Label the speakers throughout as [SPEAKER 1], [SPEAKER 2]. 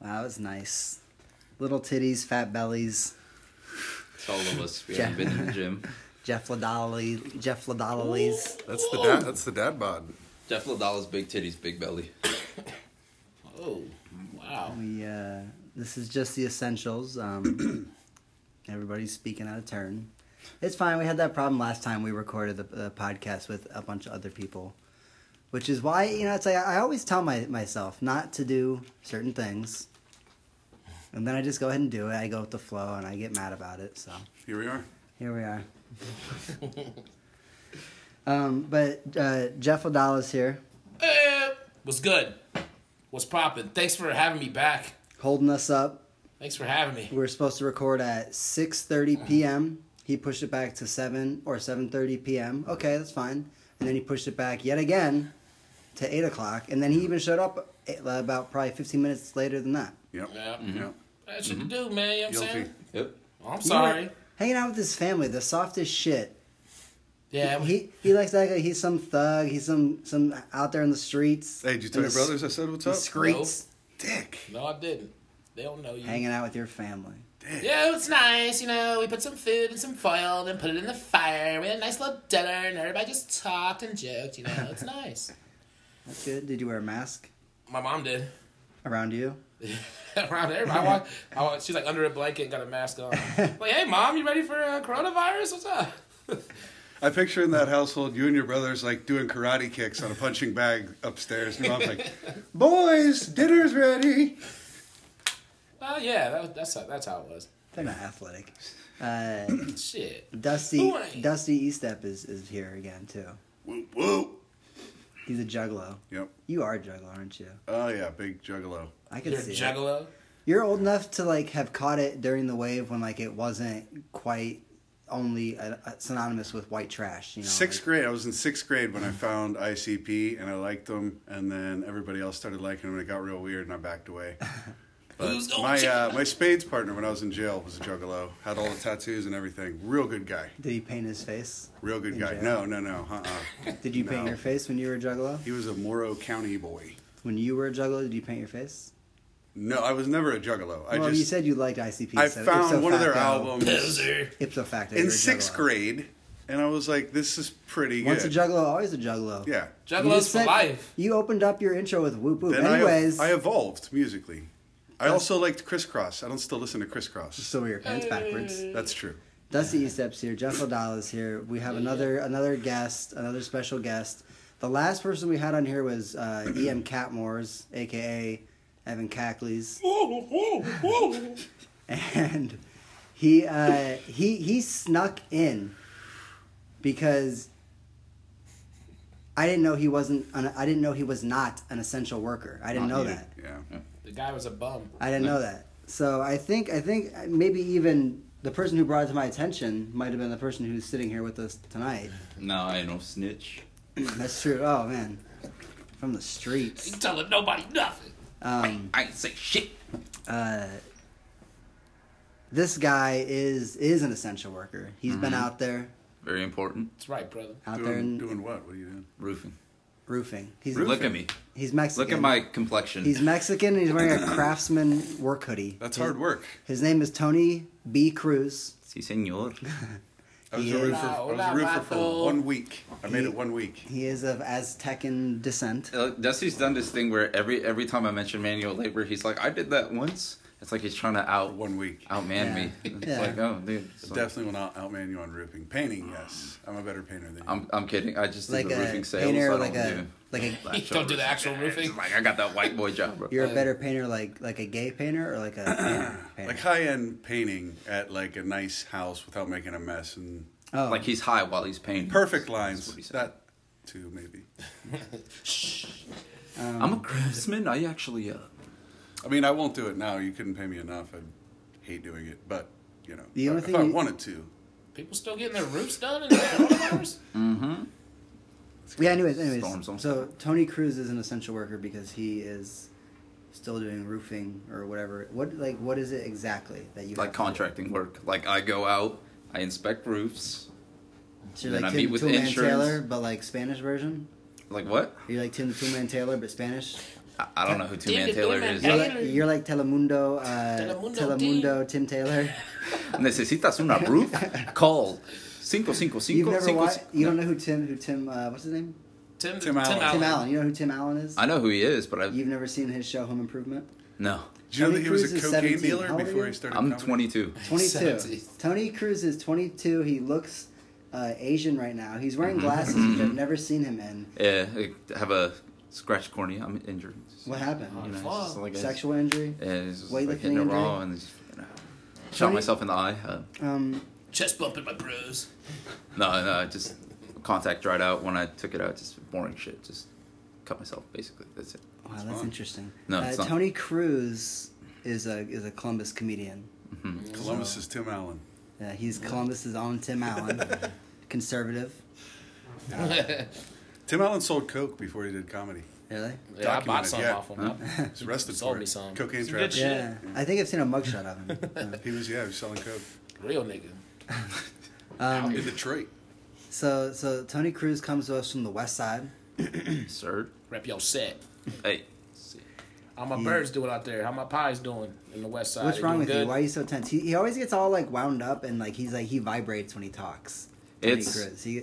[SPEAKER 1] was nice. Little titties, fat bellies.
[SPEAKER 2] It's all of us. We haven't been in the gym.
[SPEAKER 1] Jeff Ladolly, Jeff Ladolly's.
[SPEAKER 3] That's the dad. That's the dad bod.
[SPEAKER 2] Jeff Ladalla's big titties, big belly.
[SPEAKER 4] Oh, wow.
[SPEAKER 1] We uh, this is just the essentials. Um, everybody's speaking out of turn. It's fine. We had that problem last time we recorded the, the podcast with a bunch of other people, which is why you know it's like I always tell my myself not to do certain things, and then I just go ahead and do it. I go with the flow, and I get mad about it. So.
[SPEAKER 3] Here we are.
[SPEAKER 1] Here we are. um, but uh, Jeff Adalas here,
[SPEAKER 4] Eh, what's good? What's poppin'? Thanks for having me back.
[SPEAKER 1] holding us up.
[SPEAKER 4] Thanks for having me.
[SPEAKER 1] We were supposed to record at 6:30 p.m. He pushed it back to 7 or 7:30 p.m. Okay, that's fine. And then he pushed it back yet again to 8 o'clock. And then he even showed up eh, about probably 15 minutes later than that.
[SPEAKER 3] Yep.
[SPEAKER 4] Yeah. Mm-hmm.
[SPEAKER 3] Yep.
[SPEAKER 4] That's what you do, man. You know what I'm
[SPEAKER 3] Guilty.
[SPEAKER 4] saying?
[SPEAKER 2] Yep.
[SPEAKER 4] Well, I'm sorry.
[SPEAKER 1] Hanging out with his family, the softest shit.
[SPEAKER 4] yeah. we-
[SPEAKER 1] He he likes to act like he's some thug. He's some some out there in the streets.
[SPEAKER 3] Hey, did you tell
[SPEAKER 1] in
[SPEAKER 3] your
[SPEAKER 1] the
[SPEAKER 3] brothers I said
[SPEAKER 1] s-
[SPEAKER 3] what's up?
[SPEAKER 1] the streets,
[SPEAKER 3] Dick.
[SPEAKER 4] no, I didn't. They don't know you.
[SPEAKER 1] hanging out with your family.
[SPEAKER 4] Yeah, it's nice, you know. We put some food and some foil and put it in the fire. We had a nice little dinner and everybody just talked and joked, you know. It's nice.
[SPEAKER 1] That's good. Did you wear a mask
[SPEAKER 4] My mom did.
[SPEAKER 1] around you?
[SPEAKER 4] Around everybody. I walk, I walk, she's like under a blanket and got a mask on. Like, hey, mom, you ready for uh, coronavirus? What's up?
[SPEAKER 3] I picture in that household you and your brothers like doing karate kicks on a punching bag upstairs. And mom's like, "Boys, dinner's ready."
[SPEAKER 4] Oh, yeah, that, that's, how, that's how it was.
[SPEAKER 1] They're not athletic. Uh,
[SPEAKER 4] Shit.
[SPEAKER 1] Dusty
[SPEAKER 4] Boy.
[SPEAKER 1] Dusty Estep is is here again too.
[SPEAKER 3] Whoa, whoa.
[SPEAKER 1] He's a juggalo.
[SPEAKER 3] Yep.
[SPEAKER 1] You are a juggalo, aren't you?
[SPEAKER 3] Oh yeah, big juggalo.
[SPEAKER 1] I can
[SPEAKER 4] You're a
[SPEAKER 1] see. it.
[SPEAKER 4] juggalo?
[SPEAKER 1] You're old enough to like have caught it during the wave when like it wasn't quite only uh uh synonymous with white trash. You know,
[SPEAKER 3] Sixth
[SPEAKER 1] like-
[SPEAKER 3] grade, I was in sixth grade when I found ICP, and I liked them, and then everybody else started liking them, and it got real weird, and I backed away. But
[SPEAKER 4] Who's gonna
[SPEAKER 3] my
[SPEAKER 4] check?
[SPEAKER 3] uh, my spades partner when I was in jail was a juggalo, had all the tattoos and everything. Real good guy,
[SPEAKER 1] Did he paint his face?
[SPEAKER 3] real good
[SPEAKER 1] In
[SPEAKER 3] guy.
[SPEAKER 1] jail?
[SPEAKER 3] No, no, no, uh, uh
[SPEAKER 1] Did you paint
[SPEAKER 3] No.
[SPEAKER 1] your face when you were a juggalo?
[SPEAKER 3] he was a Morrow County boy.
[SPEAKER 1] When you were a juggalo, did you paint your face?
[SPEAKER 3] No, I was never a juggalo. I
[SPEAKER 1] well,
[SPEAKER 3] just
[SPEAKER 1] you said you liked ICP.
[SPEAKER 3] I
[SPEAKER 1] so
[SPEAKER 3] found
[SPEAKER 1] ipso
[SPEAKER 3] one of their
[SPEAKER 1] facto-
[SPEAKER 3] albums
[SPEAKER 4] Loser.
[SPEAKER 1] Ipso facto. you were
[SPEAKER 3] in
[SPEAKER 1] a
[SPEAKER 3] sixth
[SPEAKER 1] juggalo.
[SPEAKER 3] grade, and I was like, this is pretty
[SPEAKER 1] Once
[SPEAKER 3] good.
[SPEAKER 1] a juggalo, always a juggalo.
[SPEAKER 3] yeah.
[SPEAKER 1] You
[SPEAKER 4] Juggalos
[SPEAKER 1] just
[SPEAKER 4] for
[SPEAKER 1] said-
[SPEAKER 4] life.
[SPEAKER 1] You opened up your intro with whoop whoop.
[SPEAKER 3] Then I ev-
[SPEAKER 1] Anyways,
[SPEAKER 3] I, evolved musically. I also liked crisscross. I don't still listen to crisscross.
[SPEAKER 1] still wear your pants backwards.
[SPEAKER 3] That's true.
[SPEAKER 1] Dusty Esteps here. Jeff O'Donnell is here. We have another another guest, another special guest. The last person we had on here was uh, E.M. Catmores, aka Evan Cackley's,
[SPEAKER 4] Whoa, whoa, whoa.
[SPEAKER 1] and he uh, he he snuck in because I didn't know he wasn't. An, I didn't know he was not an essential worker. I didn't know
[SPEAKER 3] Yeah.
[SPEAKER 1] that.
[SPEAKER 3] Yeah.
[SPEAKER 4] The guy was a bum.
[SPEAKER 1] I didn't know that. So I think I think maybe even the person who brought it to my attention might have been the person who's sitting here with us tonight.
[SPEAKER 2] No, I know snitch.
[SPEAKER 1] That's true. Oh man, from the
[SPEAKER 4] You
[SPEAKER 1] streets.
[SPEAKER 4] telling nobody nothing.
[SPEAKER 1] Um,
[SPEAKER 2] I ain't say shit.
[SPEAKER 1] uh, this guy is is an essential worker. He's been
[SPEAKER 2] Mm-hmm.
[SPEAKER 1] out there,
[SPEAKER 2] Very important.
[SPEAKER 4] That's right, brother.
[SPEAKER 1] out there
[SPEAKER 3] Doing,
[SPEAKER 1] in
[SPEAKER 3] doing what? What are you doing?
[SPEAKER 2] Roofing.
[SPEAKER 1] roofing. He's
[SPEAKER 2] Look at me.
[SPEAKER 1] He's Mexican.
[SPEAKER 2] Look at my complexion.
[SPEAKER 1] He's Mexican and he's wearing a craftsman work hoodie.
[SPEAKER 3] That's
[SPEAKER 1] His-
[SPEAKER 3] hard work.
[SPEAKER 1] His name is Tony B. Cruz.
[SPEAKER 2] Si, senor.
[SPEAKER 3] I was
[SPEAKER 1] He
[SPEAKER 3] a
[SPEAKER 1] is-
[SPEAKER 3] roofer. I was a roofer for one week. I made
[SPEAKER 1] He-
[SPEAKER 3] it one week.
[SPEAKER 1] He is of Aztecan descent.
[SPEAKER 2] Uh, Dusty's done this thing where every every time I mention manual labor, he's like, I did that once. It's like he's trying to out
[SPEAKER 3] One week.
[SPEAKER 2] outman
[SPEAKER 1] Yeah.
[SPEAKER 2] me. It's
[SPEAKER 1] Yeah.
[SPEAKER 2] like, oh, dude. it's like-
[SPEAKER 3] Definitely will not outman you on roofing. Painting, yes. I'm a better painter than you.
[SPEAKER 2] I'm, I'm kidding. I just
[SPEAKER 1] Like
[SPEAKER 2] did the
[SPEAKER 1] a
[SPEAKER 2] roofing sales.
[SPEAKER 1] painter,
[SPEAKER 2] I don't
[SPEAKER 1] like a-
[SPEAKER 2] do
[SPEAKER 1] like a-
[SPEAKER 2] the
[SPEAKER 4] Don't do the actual roofing.
[SPEAKER 2] Like I got that white boy job, bro.
[SPEAKER 1] You're a better painter, like like a gay painter or like a painter. painter?
[SPEAKER 3] like high end painting at like a nice house without making a mess and
[SPEAKER 1] oh,
[SPEAKER 2] Like he's high while he's painting.
[SPEAKER 3] perfect
[SPEAKER 2] That's what he
[SPEAKER 3] lines.
[SPEAKER 2] said.
[SPEAKER 3] That too, maybe.
[SPEAKER 2] I'm
[SPEAKER 1] Um,
[SPEAKER 2] a craftsman. I actually, uh,
[SPEAKER 3] I mean, I won't do it now. You couldn't pay me enough. I'd hate doing it, but you know,
[SPEAKER 1] The only
[SPEAKER 3] if
[SPEAKER 1] thing
[SPEAKER 3] I
[SPEAKER 1] you-
[SPEAKER 3] wanted to,
[SPEAKER 4] People still getting their roofs done in the coronavirus?
[SPEAKER 1] Yeah, anyways, anyways.
[SPEAKER 2] Storms on
[SPEAKER 1] so Tony Cruz is an essential worker because he is still doing roofing or whatever. What like what is it exactly that you
[SPEAKER 2] like
[SPEAKER 1] have to do?
[SPEAKER 2] contracting work. Like I go out, I inspect roofs.
[SPEAKER 1] So you're
[SPEAKER 2] Then
[SPEAKER 1] like
[SPEAKER 2] I
[SPEAKER 1] Tim
[SPEAKER 2] meet
[SPEAKER 1] the
[SPEAKER 2] with
[SPEAKER 1] Two Man
[SPEAKER 2] insurance.
[SPEAKER 1] Taylor, but like Spanish version.
[SPEAKER 2] Like what?
[SPEAKER 1] You're like Tim the Two Man Taylor, but Spanish.
[SPEAKER 2] I- I don't know who Two Man
[SPEAKER 4] Dude,
[SPEAKER 2] Taylor
[SPEAKER 4] Two Man
[SPEAKER 2] is.
[SPEAKER 1] You're
[SPEAKER 4] Taylor.
[SPEAKER 1] like, you're like Telemundo, uh,
[SPEAKER 4] Telemundo,
[SPEAKER 1] Telemundo, Tim Taylor.
[SPEAKER 2] Necesitas una roof? Call cinco cinco
[SPEAKER 1] You've
[SPEAKER 2] cinco
[SPEAKER 1] never
[SPEAKER 2] cinco.
[SPEAKER 1] watched.
[SPEAKER 2] cinco-
[SPEAKER 1] You don't know who Tim? Who Tim? Uh, what's his name?
[SPEAKER 4] Tim,
[SPEAKER 3] Tim Allen.
[SPEAKER 1] Tim Allen. You know who Tim Allen is?
[SPEAKER 2] I know who he is, but I
[SPEAKER 1] You've never seen his show Home Improvement.
[SPEAKER 2] no.
[SPEAKER 3] Do you know
[SPEAKER 1] Tony
[SPEAKER 3] that he was
[SPEAKER 1] Cruz
[SPEAKER 3] a
[SPEAKER 1] is
[SPEAKER 3] cocaine
[SPEAKER 1] 17.
[SPEAKER 3] dealer
[SPEAKER 1] How old are
[SPEAKER 3] before
[SPEAKER 1] you?
[SPEAKER 3] he started?
[SPEAKER 2] I'm
[SPEAKER 3] comedy?
[SPEAKER 2] 22.
[SPEAKER 1] 22.
[SPEAKER 4] 70.
[SPEAKER 1] Tony Cruz is 22. He looks uh, Asian right now. He's wearing
[SPEAKER 2] Mm-hmm.
[SPEAKER 1] glasses, which I've never seen him in.
[SPEAKER 2] Yeah, I have a scratch cornea. I'm injured.
[SPEAKER 1] What happened?
[SPEAKER 2] You know, it's
[SPEAKER 4] Fuck.
[SPEAKER 2] just like a-
[SPEAKER 1] Sexual injury?
[SPEAKER 2] Yeah, it's just
[SPEAKER 1] Weightlifting
[SPEAKER 2] like hitting it
[SPEAKER 1] injury?
[SPEAKER 2] raw and just, you know, shot
[SPEAKER 1] Tony-
[SPEAKER 2] myself in the eye. Uh,
[SPEAKER 1] Um,
[SPEAKER 4] Chest bumping my bros.
[SPEAKER 2] no, no, just contact dried out. When I took it out, just boring shit. Just cut myself. Basically, that's it.
[SPEAKER 1] wow, that's
[SPEAKER 3] fine.
[SPEAKER 1] interesting.
[SPEAKER 2] No,
[SPEAKER 1] uh,
[SPEAKER 2] it's not.
[SPEAKER 1] Tony Cruz is a is a Columbus comedian.
[SPEAKER 3] Columbus is Tim Allen.
[SPEAKER 1] Uh, he's Columbus's own Tim Allen, conservative.
[SPEAKER 3] Tim Allen sold coke before he did comedy.
[SPEAKER 1] Really?
[SPEAKER 4] Yeah, I bought
[SPEAKER 3] Documented,
[SPEAKER 4] some
[SPEAKER 3] yeah.
[SPEAKER 4] off him.
[SPEAKER 3] He's arrested
[SPEAKER 4] Sold
[SPEAKER 3] for
[SPEAKER 4] me
[SPEAKER 3] it.
[SPEAKER 4] some.
[SPEAKER 3] Cocaine
[SPEAKER 4] Some good
[SPEAKER 3] trafficking.
[SPEAKER 4] shit.
[SPEAKER 1] Yeah, I think I've seen a mugshot of him.
[SPEAKER 3] He was yeah, he was selling coke
[SPEAKER 4] Real nigga.
[SPEAKER 3] in Detroit.
[SPEAKER 1] Um, so, so Tony Cruz comes to us from the West Side.
[SPEAKER 2] Sir,
[SPEAKER 4] Rep your set.
[SPEAKER 2] hey,
[SPEAKER 4] How
[SPEAKER 3] Hmm.
[SPEAKER 4] my birds doing out there? How my pies doing in the west side?
[SPEAKER 1] What's
[SPEAKER 4] They
[SPEAKER 1] wrong
[SPEAKER 4] doing
[SPEAKER 1] with
[SPEAKER 4] good?
[SPEAKER 1] you? Why are you so tense? He, he always gets all like wound up and like he's like he vibrates when he talks. Tony
[SPEAKER 2] It's-
[SPEAKER 1] Cruz. He,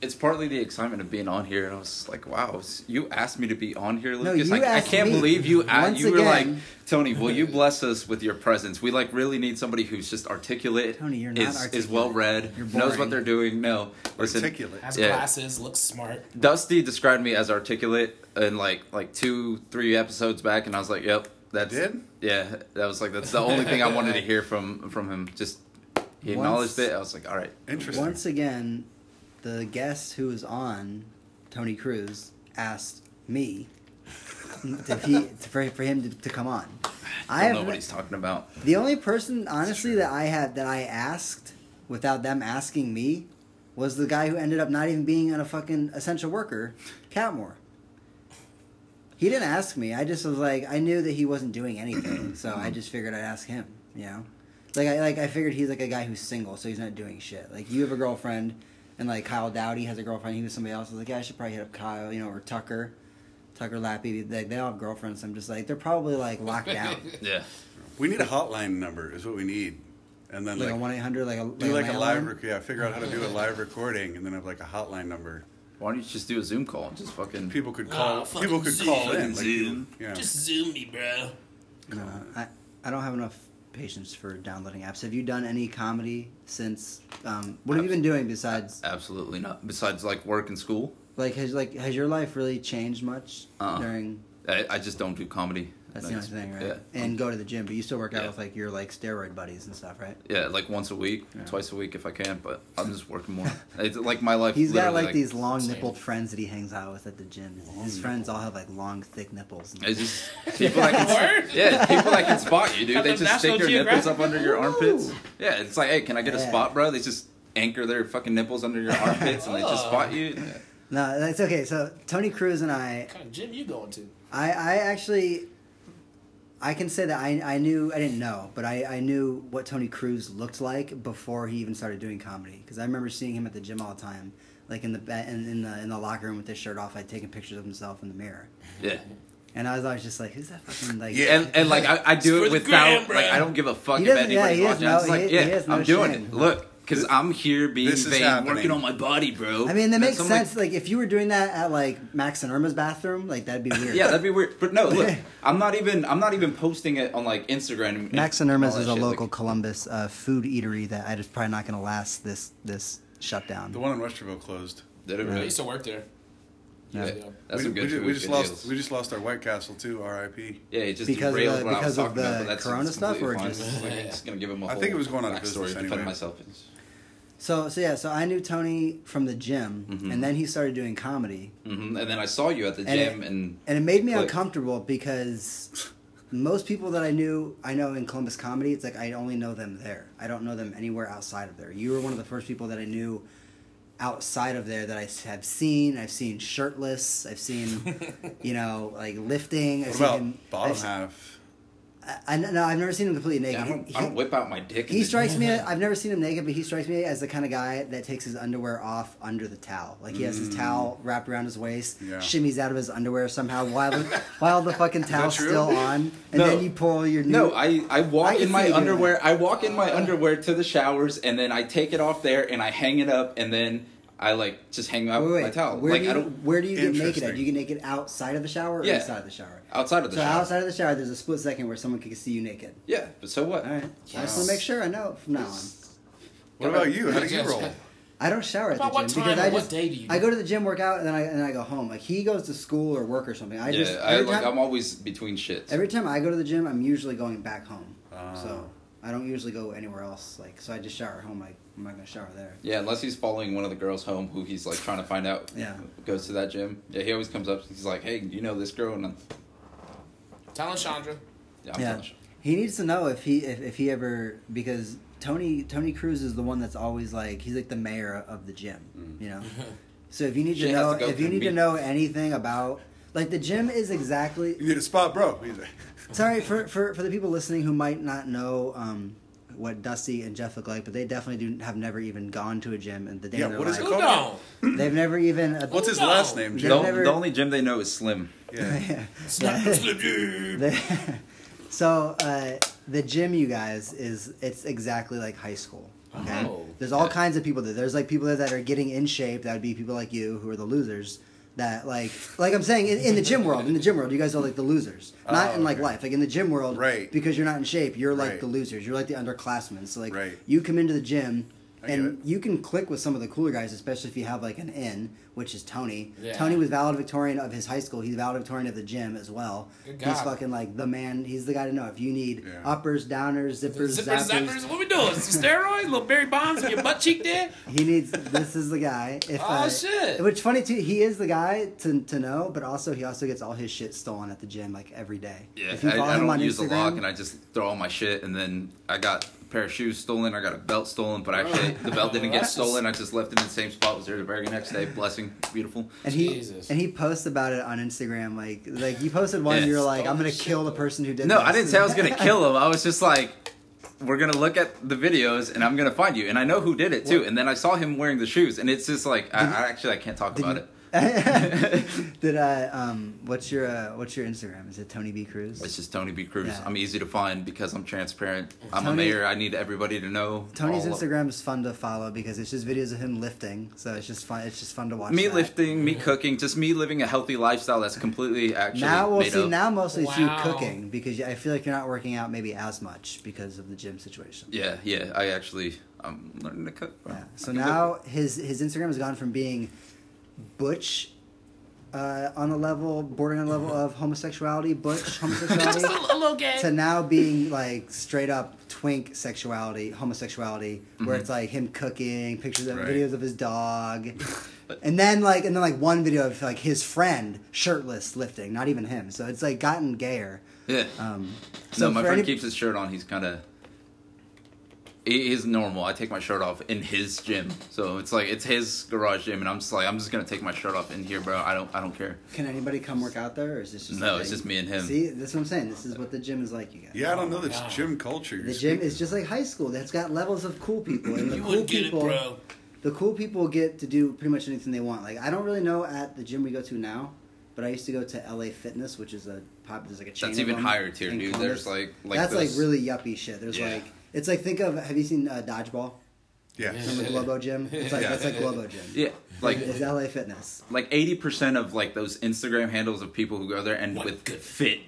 [SPEAKER 2] it's partly the excitement of being on here, and I was like, wow, you asked me to be on here,
[SPEAKER 1] No,
[SPEAKER 2] Lucas.
[SPEAKER 1] you
[SPEAKER 2] I, I
[SPEAKER 1] asked
[SPEAKER 2] can't
[SPEAKER 1] me.
[SPEAKER 2] believe you. a-
[SPEAKER 1] Once
[SPEAKER 2] you were like,
[SPEAKER 1] again.
[SPEAKER 2] Tony, will you bless us with your presence? We like really need somebody who's just articulate.
[SPEAKER 1] Tony, you're not
[SPEAKER 2] is, Is
[SPEAKER 1] articulate.
[SPEAKER 2] well read.
[SPEAKER 1] You're
[SPEAKER 2] Knows
[SPEAKER 1] boring.
[SPEAKER 2] what they're doing. No, listen.
[SPEAKER 3] Articulate.
[SPEAKER 4] Has
[SPEAKER 2] Yeah.
[SPEAKER 4] glasses, looks smart.
[SPEAKER 2] Dusty described me as articulate in like like two, three episodes back, and I was like, "Yep, that's
[SPEAKER 3] Did?
[SPEAKER 2] Yeah, that was like that's the only thing I wanted to hear from from him. Just he
[SPEAKER 1] Once-
[SPEAKER 2] acknowledged it. I was like, "All right,
[SPEAKER 3] Interesting.
[SPEAKER 1] once again, the guest who was on Tony Cruz asked me if he for, for him to, to come on. I
[SPEAKER 2] I don't know
[SPEAKER 1] have
[SPEAKER 2] what he's talking about."
[SPEAKER 1] the only person honestly that I had that I asked without them asking me was the guy who ended up not even being on a fucking essential worker, Catmore. He didn't ask me. I just was like, I knew that he wasn't doing anything, so I just figured I'd ask him. You know, like I like I figured he's like a guy who's single, so he's not doing shit. Like you have a girlfriend, and like Kyle Dowdy has a girlfriend. He was somebody else. I was like, yeah, I should probably hit up Kyle, you know, or Tucker, Tucker Lappy. Like they all have girlfriends. I'm just like, they're probably like locked down.
[SPEAKER 2] Yeah,
[SPEAKER 3] we need a hotline number is what we need, and then
[SPEAKER 1] like
[SPEAKER 3] like,
[SPEAKER 1] a one eight hundred, like a like
[SPEAKER 3] do like a live
[SPEAKER 1] landline?
[SPEAKER 3] rec- yeah, figure out how to do a live recording, and then have like a hotline number.
[SPEAKER 2] why don't you just do a Zoom call and just fucking
[SPEAKER 3] People could call.
[SPEAKER 4] Ah, fucking
[SPEAKER 3] people could call
[SPEAKER 4] Zoom.
[SPEAKER 3] in. Like, you
[SPEAKER 2] Zoom.
[SPEAKER 3] know,
[SPEAKER 4] Just zoom me, bro.
[SPEAKER 1] No, I I don't have enough patience for downloading apps. Have you done any comedy since? Um, what have you been doing besides
[SPEAKER 2] absolutely not. Besides like work and school,
[SPEAKER 1] like has like has your life really changed much
[SPEAKER 2] Uh-uh.
[SPEAKER 1] during?
[SPEAKER 2] I, I just don't do comedy.
[SPEAKER 1] That's the only thing, right?
[SPEAKER 2] Yeah,
[SPEAKER 1] And go to the gym, but you still work out
[SPEAKER 2] Yeah.
[SPEAKER 1] with like your like steroid buddies and stuff, right?
[SPEAKER 2] yeah, like once a week, twice a week if I can, but I'm just working more. It's like my life.
[SPEAKER 1] He's got
[SPEAKER 2] literally,
[SPEAKER 1] like, these long
[SPEAKER 4] same.
[SPEAKER 1] nippled friends that he hangs out with at the gym. His friends all have like long, thick nipples.
[SPEAKER 2] It's just people that can,
[SPEAKER 4] Word?
[SPEAKER 2] yeah, people that can spot you, dude.
[SPEAKER 4] Got
[SPEAKER 2] They
[SPEAKER 4] the
[SPEAKER 2] just stick
[SPEAKER 4] National
[SPEAKER 2] their nipples up
[SPEAKER 4] Geographic.
[SPEAKER 2] under your armpits. Yeah, it's like, hey, can I get a
[SPEAKER 1] Yeah.
[SPEAKER 2] spot, bro? They just anchor their fucking nipples under your armpits and they just spot you. Yeah.
[SPEAKER 1] No, that's okay. So Tony Cruz and I,
[SPEAKER 4] What kind of gym you going to?
[SPEAKER 1] I, I actually I can say that I, I knew I didn't know, but I, I knew what Tony Cruz looked like before he even started doing comedy because I remember seeing him at the gym all the time, like in the ba- in, in the in the locker room with his shirt off, like taking pictures of himself in the mirror,
[SPEAKER 2] yeah.
[SPEAKER 1] and I was always just like, who's that fucking like?
[SPEAKER 2] And, and like I, I do
[SPEAKER 4] It's
[SPEAKER 2] it
[SPEAKER 4] for the gram,
[SPEAKER 2] without
[SPEAKER 4] bro.
[SPEAKER 2] like I don't give a fuck
[SPEAKER 1] He
[SPEAKER 2] if
[SPEAKER 1] doesn't- yeah,
[SPEAKER 2] anybody's
[SPEAKER 1] he has
[SPEAKER 2] watching. I'm just
[SPEAKER 1] no- he-
[SPEAKER 2] like,
[SPEAKER 1] he
[SPEAKER 2] yeah,
[SPEAKER 1] has no
[SPEAKER 2] I'm doing
[SPEAKER 1] shame.
[SPEAKER 2] it. Look, because I'm here being
[SPEAKER 3] This is
[SPEAKER 2] vain,
[SPEAKER 3] happening.
[SPEAKER 2] working on my body, bro.
[SPEAKER 1] I mean, that makes
[SPEAKER 2] That's- I'm like,
[SPEAKER 1] sense. Like, if you were doing that at like Max and Irma's bathroom, like that'd be weird.
[SPEAKER 2] yeah, that'd be weird. But no, look, I'm not even I'm not even posting it on like Instagram. and-
[SPEAKER 1] Max and Irma's
[SPEAKER 2] all
[SPEAKER 1] is
[SPEAKER 2] that
[SPEAKER 1] a
[SPEAKER 2] shit.
[SPEAKER 1] local
[SPEAKER 2] Like,
[SPEAKER 1] Columbus uh, food eatery that I just probably not gonna last this this shutdown.
[SPEAKER 3] the one in Westerville closed.
[SPEAKER 2] did it
[SPEAKER 4] I
[SPEAKER 2] really?
[SPEAKER 4] used to work there.
[SPEAKER 1] Yeah.
[SPEAKER 4] Years ago.
[SPEAKER 2] That's
[SPEAKER 3] we,
[SPEAKER 2] some good
[SPEAKER 3] we, ju-
[SPEAKER 2] food,
[SPEAKER 3] we just
[SPEAKER 2] good
[SPEAKER 3] lost.
[SPEAKER 2] deals.
[SPEAKER 3] We just lost our White Castle too. R.I.P.
[SPEAKER 2] Yeah, it just
[SPEAKER 1] Because of
[SPEAKER 2] derailed
[SPEAKER 1] the-
[SPEAKER 2] what I was
[SPEAKER 1] because of
[SPEAKER 2] talking about,
[SPEAKER 1] the
[SPEAKER 2] but that's
[SPEAKER 1] corona
[SPEAKER 2] it's
[SPEAKER 1] stuff,
[SPEAKER 2] completely
[SPEAKER 1] or
[SPEAKER 2] fine.
[SPEAKER 1] just-
[SPEAKER 2] Like, I'm just gonna give him a
[SPEAKER 3] I
[SPEAKER 2] whole
[SPEAKER 3] think it was going out of
[SPEAKER 2] backstory
[SPEAKER 3] business
[SPEAKER 2] to defend
[SPEAKER 3] anyway.
[SPEAKER 2] myself. It's-
[SPEAKER 1] So so yeah, so I knew Tony from the gym, and then he started doing comedy,
[SPEAKER 2] Mhm, And then I saw you at Mm-hmm. the
[SPEAKER 1] And it-
[SPEAKER 2] gym, and
[SPEAKER 1] and it made me
[SPEAKER 2] Like-
[SPEAKER 1] uncomfortable because most people that I knew, I know in Columbus comedy, it's like I only know them there. I don't know them anywhere outside of there. You were one of the first people that I knew outside of there that I s- have seen. I've seen shirtless. I've seen, you know, like lifting. I've
[SPEAKER 3] What
[SPEAKER 1] seen
[SPEAKER 3] about
[SPEAKER 1] him-
[SPEAKER 3] bottom
[SPEAKER 1] I've-
[SPEAKER 3] half?
[SPEAKER 1] I, I- no, I've never seen him completely naked.
[SPEAKER 2] Yeah, I
[SPEAKER 1] He-
[SPEAKER 2] don't, I don't whip out my dick.
[SPEAKER 1] He
[SPEAKER 2] and-
[SPEAKER 1] strikes me. I've never seen him naked, but he strikes me as the kind of guy that takes his underwear off under the towel. Like he has
[SPEAKER 2] Mm.
[SPEAKER 1] his towel wrapped around his waist,
[SPEAKER 3] Yeah.
[SPEAKER 1] shimmies out of his underwear somehow while the, while the fucking towel's
[SPEAKER 3] true?
[SPEAKER 1] still on, and
[SPEAKER 2] No.
[SPEAKER 1] then you pull your new.
[SPEAKER 2] No, I, I walk
[SPEAKER 1] I can
[SPEAKER 2] in
[SPEAKER 1] see you
[SPEAKER 2] my
[SPEAKER 1] doing Uh,
[SPEAKER 2] underwear. I walk in my underwear to the showers, and then I take it off there, and I hang it up, and then I like just hang out
[SPEAKER 1] Wait,
[SPEAKER 2] with
[SPEAKER 1] wait,
[SPEAKER 2] my towel.
[SPEAKER 1] Where
[SPEAKER 2] like
[SPEAKER 1] do you,
[SPEAKER 2] I don't
[SPEAKER 1] where do you get naked
[SPEAKER 3] Interesting.
[SPEAKER 1] at? Do you get naked outside of the shower or
[SPEAKER 2] Yeah.
[SPEAKER 1] inside the shower?
[SPEAKER 2] outside of the
[SPEAKER 1] so
[SPEAKER 2] shower.
[SPEAKER 1] outside of the shower, there's a split second where someone can see you naked.
[SPEAKER 2] Yeah, but so what?
[SPEAKER 1] All right, I just
[SPEAKER 2] Yes.
[SPEAKER 1] want to make sure I know from now on.
[SPEAKER 3] What about you? How do you roll?
[SPEAKER 1] I don't shower at the
[SPEAKER 4] About
[SPEAKER 1] gym
[SPEAKER 4] what time
[SPEAKER 1] because I
[SPEAKER 4] or what
[SPEAKER 1] just
[SPEAKER 4] day do you
[SPEAKER 1] I
[SPEAKER 4] go?
[SPEAKER 1] go to the gym, work out, and then I and then I go home. Like he goes to school or work or something. I
[SPEAKER 2] yeah,
[SPEAKER 1] just
[SPEAKER 2] I,
[SPEAKER 1] every
[SPEAKER 2] like
[SPEAKER 1] time-
[SPEAKER 2] I'm always between shits.
[SPEAKER 1] Every time I go to the gym, I'm usually going back home.
[SPEAKER 3] Ah.
[SPEAKER 1] So I don't usually go anywhere else. Like so, I just shower at home. I, I'm not gonna shower there.
[SPEAKER 2] yeah, unless he's following one of the girls home who he's like trying to find out.
[SPEAKER 1] Yeah.
[SPEAKER 2] Goes to that gym. Yeah, he always comes up. He's like, "Hey, you know this girl?" And I'm,
[SPEAKER 4] Tell Chandra.
[SPEAKER 2] yeah, I'm
[SPEAKER 1] yeah,
[SPEAKER 2] telling you.
[SPEAKER 1] he needs to know if he if, if he ever because Tony Tony Cruz is the one that's always like he's like the mayor of the gym. You know, so if you need
[SPEAKER 2] Shit
[SPEAKER 1] to
[SPEAKER 2] Mm. has
[SPEAKER 1] know
[SPEAKER 2] to go
[SPEAKER 1] if you
[SPEAKER 2] through
[SPEAKER 1] need to
[SPEAKER 2] me.
[SPEAKER 1] know anything about like the gym is exactly
[SPEAKER 3] You need a spot, bro. He's like,
[SPEAKER 1] Sorry for, for, for the people listening who might not know um, what Dusty and Jeff look like, but they definitely do have never even gone to a gym in the day
[SPEAKER 3] Yeah,
[SPEAKER 1] of their
[SPEAKER 3] what is
[SPEAKER 1] life.
[SPEAKER 3] it
[SPEAKER 4] Who no?
[SPEAKER 1] They've never even.
[SPEAKER 3] What's his
[SPEAKER 4] Oh, No.
[SPEAKER 3] last name?
[SPEAKER 1] They've
[SPEAKER 2] The,
[SPEAKER 3] Jim?
[SPEAKER 1] never-
[SPEAKER 2] the only gym they know is Slim.
[SPEAKER 3] Yeah.
[SPEAKER 1] They- so uh, the gym, you guys, is it's exactly like high school. Okay,
[SPEAKER 4] Oh.
[SPEAKER 1] there's all
[SPEAKER 2] Yeah.
[SPEAKER 1] kinds of people there. There's like people there that are getting in shape. That would be people like you who are the losers. That like like I'm saying in, in the gym world. In the gym world, you guys are like the losers, not
[SPEAKER 3] Oh,
[SPEAKER 1] in like
[SPEAKER 3] okay.
[SPEAKER 1] life. Like in the gym world,
[SPEAKER 3] Right.
[SPEAKER 1] Because you're not in shape, you're like
[SPEAKER 3] Right.
[SPEAKER 1] the losers. You're like the underclassmen. So like
[SPEAKER 3] Right.
[SPEAKER 1] you come into the gym.
[SPEAKER 3] I get
[SPEAKER 1] And
[SPEAKER 3] it.
[SPEAKER 1] you can click with some of the cooler guys, especially if you have like an in, which is Tony.
[SPEAKER 4] Yeah.
[SPEAKER 1] Tony was valedictorian of his high school. He's valedictorian of the gym as well.
[SPEAKER 4] Good
[SPEAKER 1] He's
[SPEAKER 4] God.
[SPEAKER 1] fucking like the man. He's the guy to know if you need
[SPEAKER 3] Yeah.
[SPEAKER 1] uppers, downers, zippers,
[SPEAKER 4] Zippers,
[SPEAKER 1] zappers.
[SPEAKER 4] zappers. What we doing? Some steroids? Little Barry Bonds with your butt cheek there?
[SPEAKER 1] He needs. this is the guy. If,
[SPEAKER 4] Oh,
[SPEAKER 1] uh,
[SPEAKER 4] shit.
[SPEAKER 1] Which funny too. He is the guy to, to know, but also he also gets all his shit stolen at the gym like every day.
[SPEAKER 2] Yeah,
[SPEAKER 1] If you follow
[SPEAKER 2] I, I
[SPEAKER 1] him on
[SPEAKER 2] don't use
[SPEAKER 1] Instagram,
[SPEAKER 2] a lock, and I just throw all my shit, and then I got a pair of shoes stolen. I got a belt stolen, but actually the belt didn't get
[SPEAKER 4] That's just-
[SPEAKER 2] stolen. I just left it in the same spot. Was there the very next day? Blessing, beautiful.
[SPEAKER 1] and he
[SPEAKER 4] Jesus.
[SPEAKER 1] and he posts about it on Instagram. Like like you posted one.
[SPEAKER 2] Yeah.
[SPEAKER 1] You're like, I'm
[SPEAKER 4] Stolen
[SPEAKER 1] gonna
[SPEAKER 4] shit,
[SPEAKER 1] kill the
[SPEAKER 4] though.
[SPEAKER 1] person who did.
[SPEAKER 2] No,
[SPEAKER 1] this.
[SPEAKER 2] I didn't say I was gonna kill him. I was just like, we're gonna look at the videos, and I'm gonna find you, and I know who did it too. And then I saw him wearing the shoes, and it's just like, I, I actually I can't talk
[SPEAKER 1] Did
[SPEAKER 2] about
[SPEAKER 1] you-
[SPEAKER 2] it.
[SPEAKER 1] Did uh um what's your uh, what's your Instagram? Is it Tony B Cruz?
[SPEAKER 2] It's just Tony B. Cruz.
[SPEAKER 1] Yeah.
[SPEAKER 2] I'm easy to find because I'm transparent. I'm a
[SPEAKER 1] Tony-
[SPEAKER 2] mayor. I need everybody to know.
[SPEAKER 1] Tony's
[SPEAKER 2] all of-
[SPEAKER 1] Instagram is fun to follow because it's just videos of him lifting, so it's just fun. It's just fun to watch.
[SPEAKER 2] Me
[SPEAKER 1] that.
[SPEAKER 2] lifting, me cooking, just me living a healthy lifestyle that's completely actually
[SPEAKER 1] Now we'll
[SPEAKER 2] made
[SPEAKER 1] see.
[SPEAKER 2] up.
[SPEAKER 1] Now mostly it's you
[SPEAKER 4] Wow.
[SPEAKER 1] cooking because I feel like you're not working out maybe as much because of the gym situation.
[SPEAKER 2] Yeah, yeah. I actually, I'm learning to cook. Bro.
[SPEAKER 1] Yeah. So
[SPEAKER 2] I can
[SPEAKER 1] now
[SPEAKER 2] cook.
[SPEAKER 1] his his Instagram has gone from being butch. Uh, on the level, bordering on the level of homosexuality, butch
[SPEAKER 4] Just
[SPEAKER 1] homosexuality,
[SPEAKER 4] a, a little gay.
[SPEAKER 1] to now being like straight up twink sexuality, homosexuality, where
[SPEAKER 2] Mm-hmm.
[SPEAKER 1] it's like him cooking, pictures of
[SPEAKER 3] Right.
[SPEAKER 1] videos of his dog. and then like and then like one video of like his friend shirtless lifting, not even him. So it's like gotten gayer.
[SPEAKER 2] yeah.
[SPEAKER 1] Um
[SPEAKER 2] no, my
[SPEAKER 1] for
[SPEAKER 2] friend
[SPEAKER 1] any-
[SPEAKER 2] keeps his shirt on. He's kind of. He is normal. I take my shirt off in his gym, so it's like it's his garage gym, and I'm just like I'm just gonna take my shirt off in here, bro. I don't I don't care.
[SPEAKER 1] can anybody come work out there or is this just
[SPEAKER 2] No,
[SPEAKER 1] a
[SPEAKER 2] it's
[SPEAKER 1] thing?
[SPEAKER 2] just me and him.
[SPEAKER 1] See, that's what I'm saying. This is what the gym is like, you guys.
[SPEAKER 3] Yeah, I don't know this
[SPEAKER 4] Wow.
[SPEAKER 3] gym culture. You're
[SPEAKER 1] The gym
[SPEAKER 3] speaking.
[SPEAKER 1] is just like high school. That's got levels of cool people. And the
[SPEAKER 4] you
[SPEAKER 1] cool
[SPEAKER 4] wouldn't get it,
[SPEAKER 1] people
[SPEAKER 4] bro.
[SPEAKER 1] the cool people get to do pretty much anything they want. Like I don't really know at the gym we go to now, but I used to go to LA Fitness, which is a pop. There's like a chain.
[SPEAKER 2] That's
[SPEAKER 1] of
[SPEAKER 2] even
[SPEAKER 1] them
[SPEAKER 2] higher tier,
[SPEAKER 1] in
[SPEAKER 2] dude.
[SPEAKER 1] Columbus.
[SPEAKER 2] There's like like
[SPEAKER 1] that's
[SPEAKER 2] those,
[SPEAKER 1] like really yuppie shit. There's
[SPEAKER 2] Yeah.
[SPEAKER 1] like it's like think of have you seen uh, dodgeball?
[SPEAKER 3] Yeah.
[SPEAKER 1] Remember Globo Gym? It's like
[SPEAKER 3] Yeah.
[SPEAKER 1] that's like Globo Gym.
[SPEAKER 2] yeah like
[SPEAKER 1] it's LA Fitness.
[SPEAKER 2] like 80% of like those Instagram handles of people who go there and
[SPEAKER 4] What
[SPEAKER 2] with
[SPEAKER 4] good-
[SPEAKER 2] fit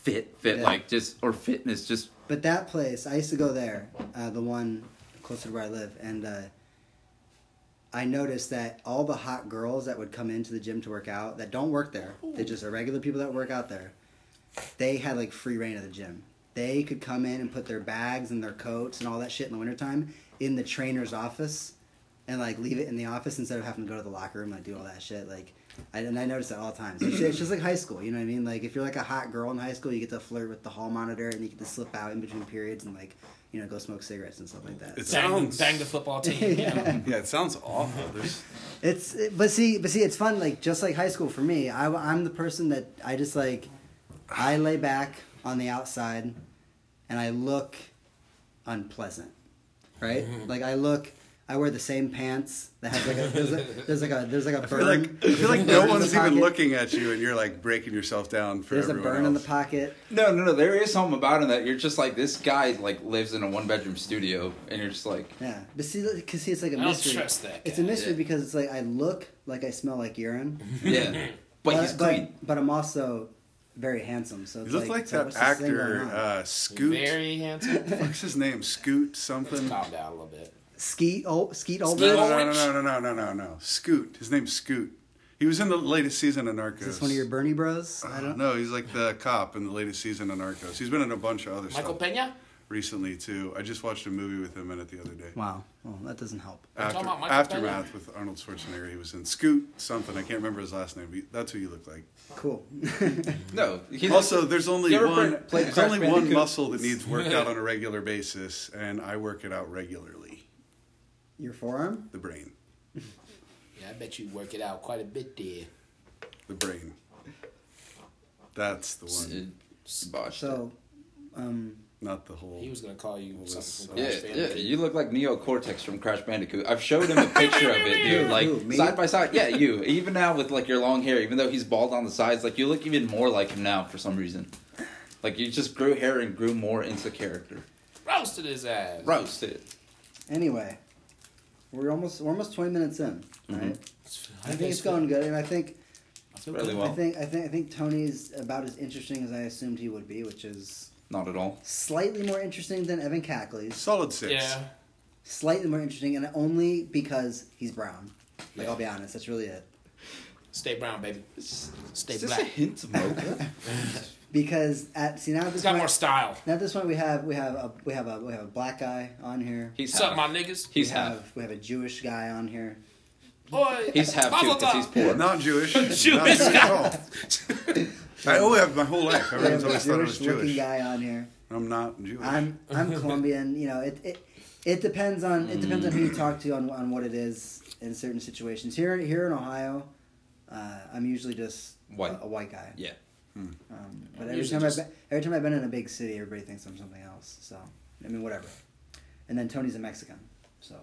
[SPEAKER 2] fit fit
[SPEAKER 1] Yeah.
[SPEAKER 2] like just or fitness just
[SPEAKER 1] But that place, I used to go there, uh, the one closer to where I live, and uh, I noticed that all the hot girls that would come into the gym to work out that don't work there, they just are regular people that work out there. They had like free reign of the gym. They could come in and put their bags and their coats and all that shit in the wintertime in the trainer's office and like leave it in the office instead of having to go to the locker room and like, do all that shit. Like, I, and I notice that all the time. So it's, it's just like high school, you know what I mean? Like, if you're like a hot girl in high school, you get to flirt with the hall monitor and you get to slip out in between periods and like, you know, go smoke cigarettes and stuff like that.
[SPEAKER 3] It's-
[SPEAKER 4] Bang,
[SPEAKER 3] Sounds-
[SPEAKER 4] the- bang the football team. You know?
[SPEAKER 3] Yeah, it sounds awful. There's,
[SPEAKER 1] It's but see but see it's fun like just like high school for me I am the person that I just like I lay back on the outside and I look unpleasant, right? Like I look. I wear the same pants that have like a there's, a, there's like a there's like a
[SPEAKER 3] I feel
[SPEAKER 1] burn.
[SPEAKER 3] like, I feel
[SPEAKER 1] burn
[SPEAKER 3] like no
[SPEAKER 1] in the
[SPEAKER 3] one's even
[SPEAKER 1] pocket.
[SPEAKER 3] looking at you, and you're like breaking yourself down for
[SPEAKER 1] There's a
[SPEAKER 3] everyone
[SPEAKER 1] burn
[SPEAKER 3] else.
[SPEAKER 1] in the pocket.
[SPEAKER 2] No, no, no. There is something about him that you're just like this guy like lives in a one bedroom studio, and you're just like,
[SPEAKER 1] Yeah, but see, because see, it's like a
[SPEAKER 4] I don't
[SPEAKER 1] mystery.
[SPEAKER 4] trust that
[SPEAKER 1] It's a
[SPEAKER 4] guy.
[SPEAKER 1] mystery
[SPEAKER 2] Yeah.
[SPEAKER 1] because it's like I look like I smell like urine,
[SPEAKER 2] yeah, but he's clean.
[SPEAKER 1] but, but I'm also very handsome. So
[SPEAKER 3] You
[SPEAKER 1] it's
[SPEAKER 3] look like
[SPEAKER 1] like, so
[SPEAKER 3] that
[SPEAKER 1] what's this thing
[SPEAKER 3] actor
[SPEAKER 1] going on?
[SPEAKER 3] uh, Scoot.
[SPEAKER 4] Very handsome.
[SPEAKER 3] What's his name? Scoot something.
[SPEAKER 4] Calm down a little bit.
[SPEAKER 1] Skeet oh, Skeet
[SPEAKER 3] No,
[SPEAKER 1] Ulrich. Is
[SPEAKER 4] Ulrich.
[SPEAKER 3] no, no, no, no, no, no, no, no. Scoot. His name's Scoot. He was in the latest season of Narcos. Uh,
[SPEAKER 1] this one of your Bernie Bros?
[SPEAKER 2] Uh,
[SPEAKER 1] I don't know.
[SPEAKER 3] No, he's like the cop in the latest season of Narcos. He's been in a bunch of other
[SPEAKER 4] Michael
[SPEAKER 3] stuff
[SPEAKER 4] Pena?
[SPEAKER 3] recently too. I just watched a movie with him in it the other day.
[SPEAKER 1] Wow. Well, that doesn't help.
[SPEAKER 3] After,
[SPEAKER 4] talking about Michael
[SPEAKER 3] aftermath with Arnold Schwarzenegger. He was in Scoot something. I can't remember his last name. But he- that's who you look like.
[SPEAKER 1] Cool.
[SPEAKER 2] No, he's
[SPEAKER 3] Also, there's only
[SPEAKER 2] You ever
[SPEAKER 3] one.
[SPEAKER 2] played- played
[SPEAKER 3] There's
[SPEAKER 2] Crash
[SPEAKER 3] only one
[SPEAKER 2] Bandicoot?
[SPEAKER 3] muscle that needs worked out on a regular basis, and I work it out regularly.
[SPEAKER 1] your forearm.
[SPEAKER 3] The brain.
[SPEAKER 4] Yeah, I bet you work it out quite a bit there.
[SPEAKER 3] The brain. That's the one,
[SPEAKER 2] botched.
[SPEAKER 1] So, um,
[SPEAKER 3] not the whole.
[SPEAKER 4] He was gonna call you
[SPEAKER 3] was-
[SPEAKER 4] something.
[SPEAKER 2] Yeah,
[SPEAKER 4] Crash
[SPEAKER 2] yeah,
[SPEAKER 4] Bandicoot.
[SPEAKER 2] you look like Neo Cortex from Crash Bandicoot. I've showed him a picture of it, dude. Like
[SPEAKER 1] Who, me?
[SPEAKER 2] side by side. Yeah, you. Even now with like your long hair, even though he's bald on the sides, like you look even more like him now for some reason. Like you just grew hair and grew more into character.
[SPEAKER 4] Roasted his ass.
[SPEAKER 2] Roast it.
[SPEAKER 1] anyway, we're almost we're almost 20 minutes in.
[SPEAKER 2] Mm-hmm.
[SPEAKER 1] Right. I think it's going good, and I think
[SPEAKER 2] Really
[SPEAKER 1] I
[SPEAKER 2] well.
[SPEAKER 1] think I think I think Tony's about as interesting as I assumed he would be, which is
[SPEAKER 2] Not at all.
[SPEAKER 1] slightly more interesting than Evan Cackley's.
[SPEAKER 3] solid six.
[SPEAKER 4] Yeah.
[SPEAKER 1] slightly more interesting, and only because he's brown. Like
[SPEAKER 4] Yeah.
[SPEAKER 1] I'll be honest, that's really it.
[SPEAKER 4] Stay brown, baby. Stay
[SPEAKER 2] Is this a
[SPEAKER 4] black.
[SPEAKER 2] hint of mocha?
[SPEAKER 1] Because at see now at
[SPEAKER 4] He's
[SPEAKER 1] this
[SPEAKER 4] got
[SPEAKER 1] point,
[SPEAKER 4] more style.
[SPEAKER 1] now at this point we have we have a we have a we have a black guy on here.
[SPEAKER 2] He's
[SPEAKER 4] What's up,
[SPEAKER 2] half.
[SPEAKER 4] my niggas?
[SPEAKER 2] He's
[SPEAKER 1] we
[SPEAKER 2] half.
[SPEAKER 1] have Uh, we have a Jewish guy on here.
[SPEAKER 4] Boy,
[SPEAKER 2] He's half too
[SPEAKER 4] Mazel
[SPEAKER 2] because
[SPEAKER 4] tov.
[SPEAKER 2] he's poor.
[SPEAKER 3] Not Jewish. Not
[SPEAKER 4] Jewish
[SPEAKER 3] Jewish at all. I only have my whole life.
[SPEAKER 1] We have
[SPEAKER 3] Everyone's
[SPEAKER 1] a
[SPEAKER 3] always thought I was
[SPEAKER 1] Jewish looking
[SPEAKER 3] Jewish.
[SPEAKER 1] guy on here.
[SPEAKER 3] I'm not Jewish.
[SPEAKER 1] I'm I'm Colombian. You know it it, it depends on it depends on who
[SPEAKER 4] Mm.
[SPEAKER 1] you talk to on on what it is in certain situations. Here here in Ohio, uh, I'm usually just a-
[SPEAKER 2] White.
[SPEAKER 1] A, white guy.
[SPEAKER 2] Yeah.
[SPEAKER 1] Um, but
[SPEAKER 4] I'm
[SPEAKER 1] every
[SPEAKER 4] usually
[SPEAKER 1] time, I've
[SPEAKER 4] just-
[SPEAKER 1] been, every time I've been in a big city, everybody thinks I'm something else. So, I mean, whatever. And then Tony's a Mexican. So,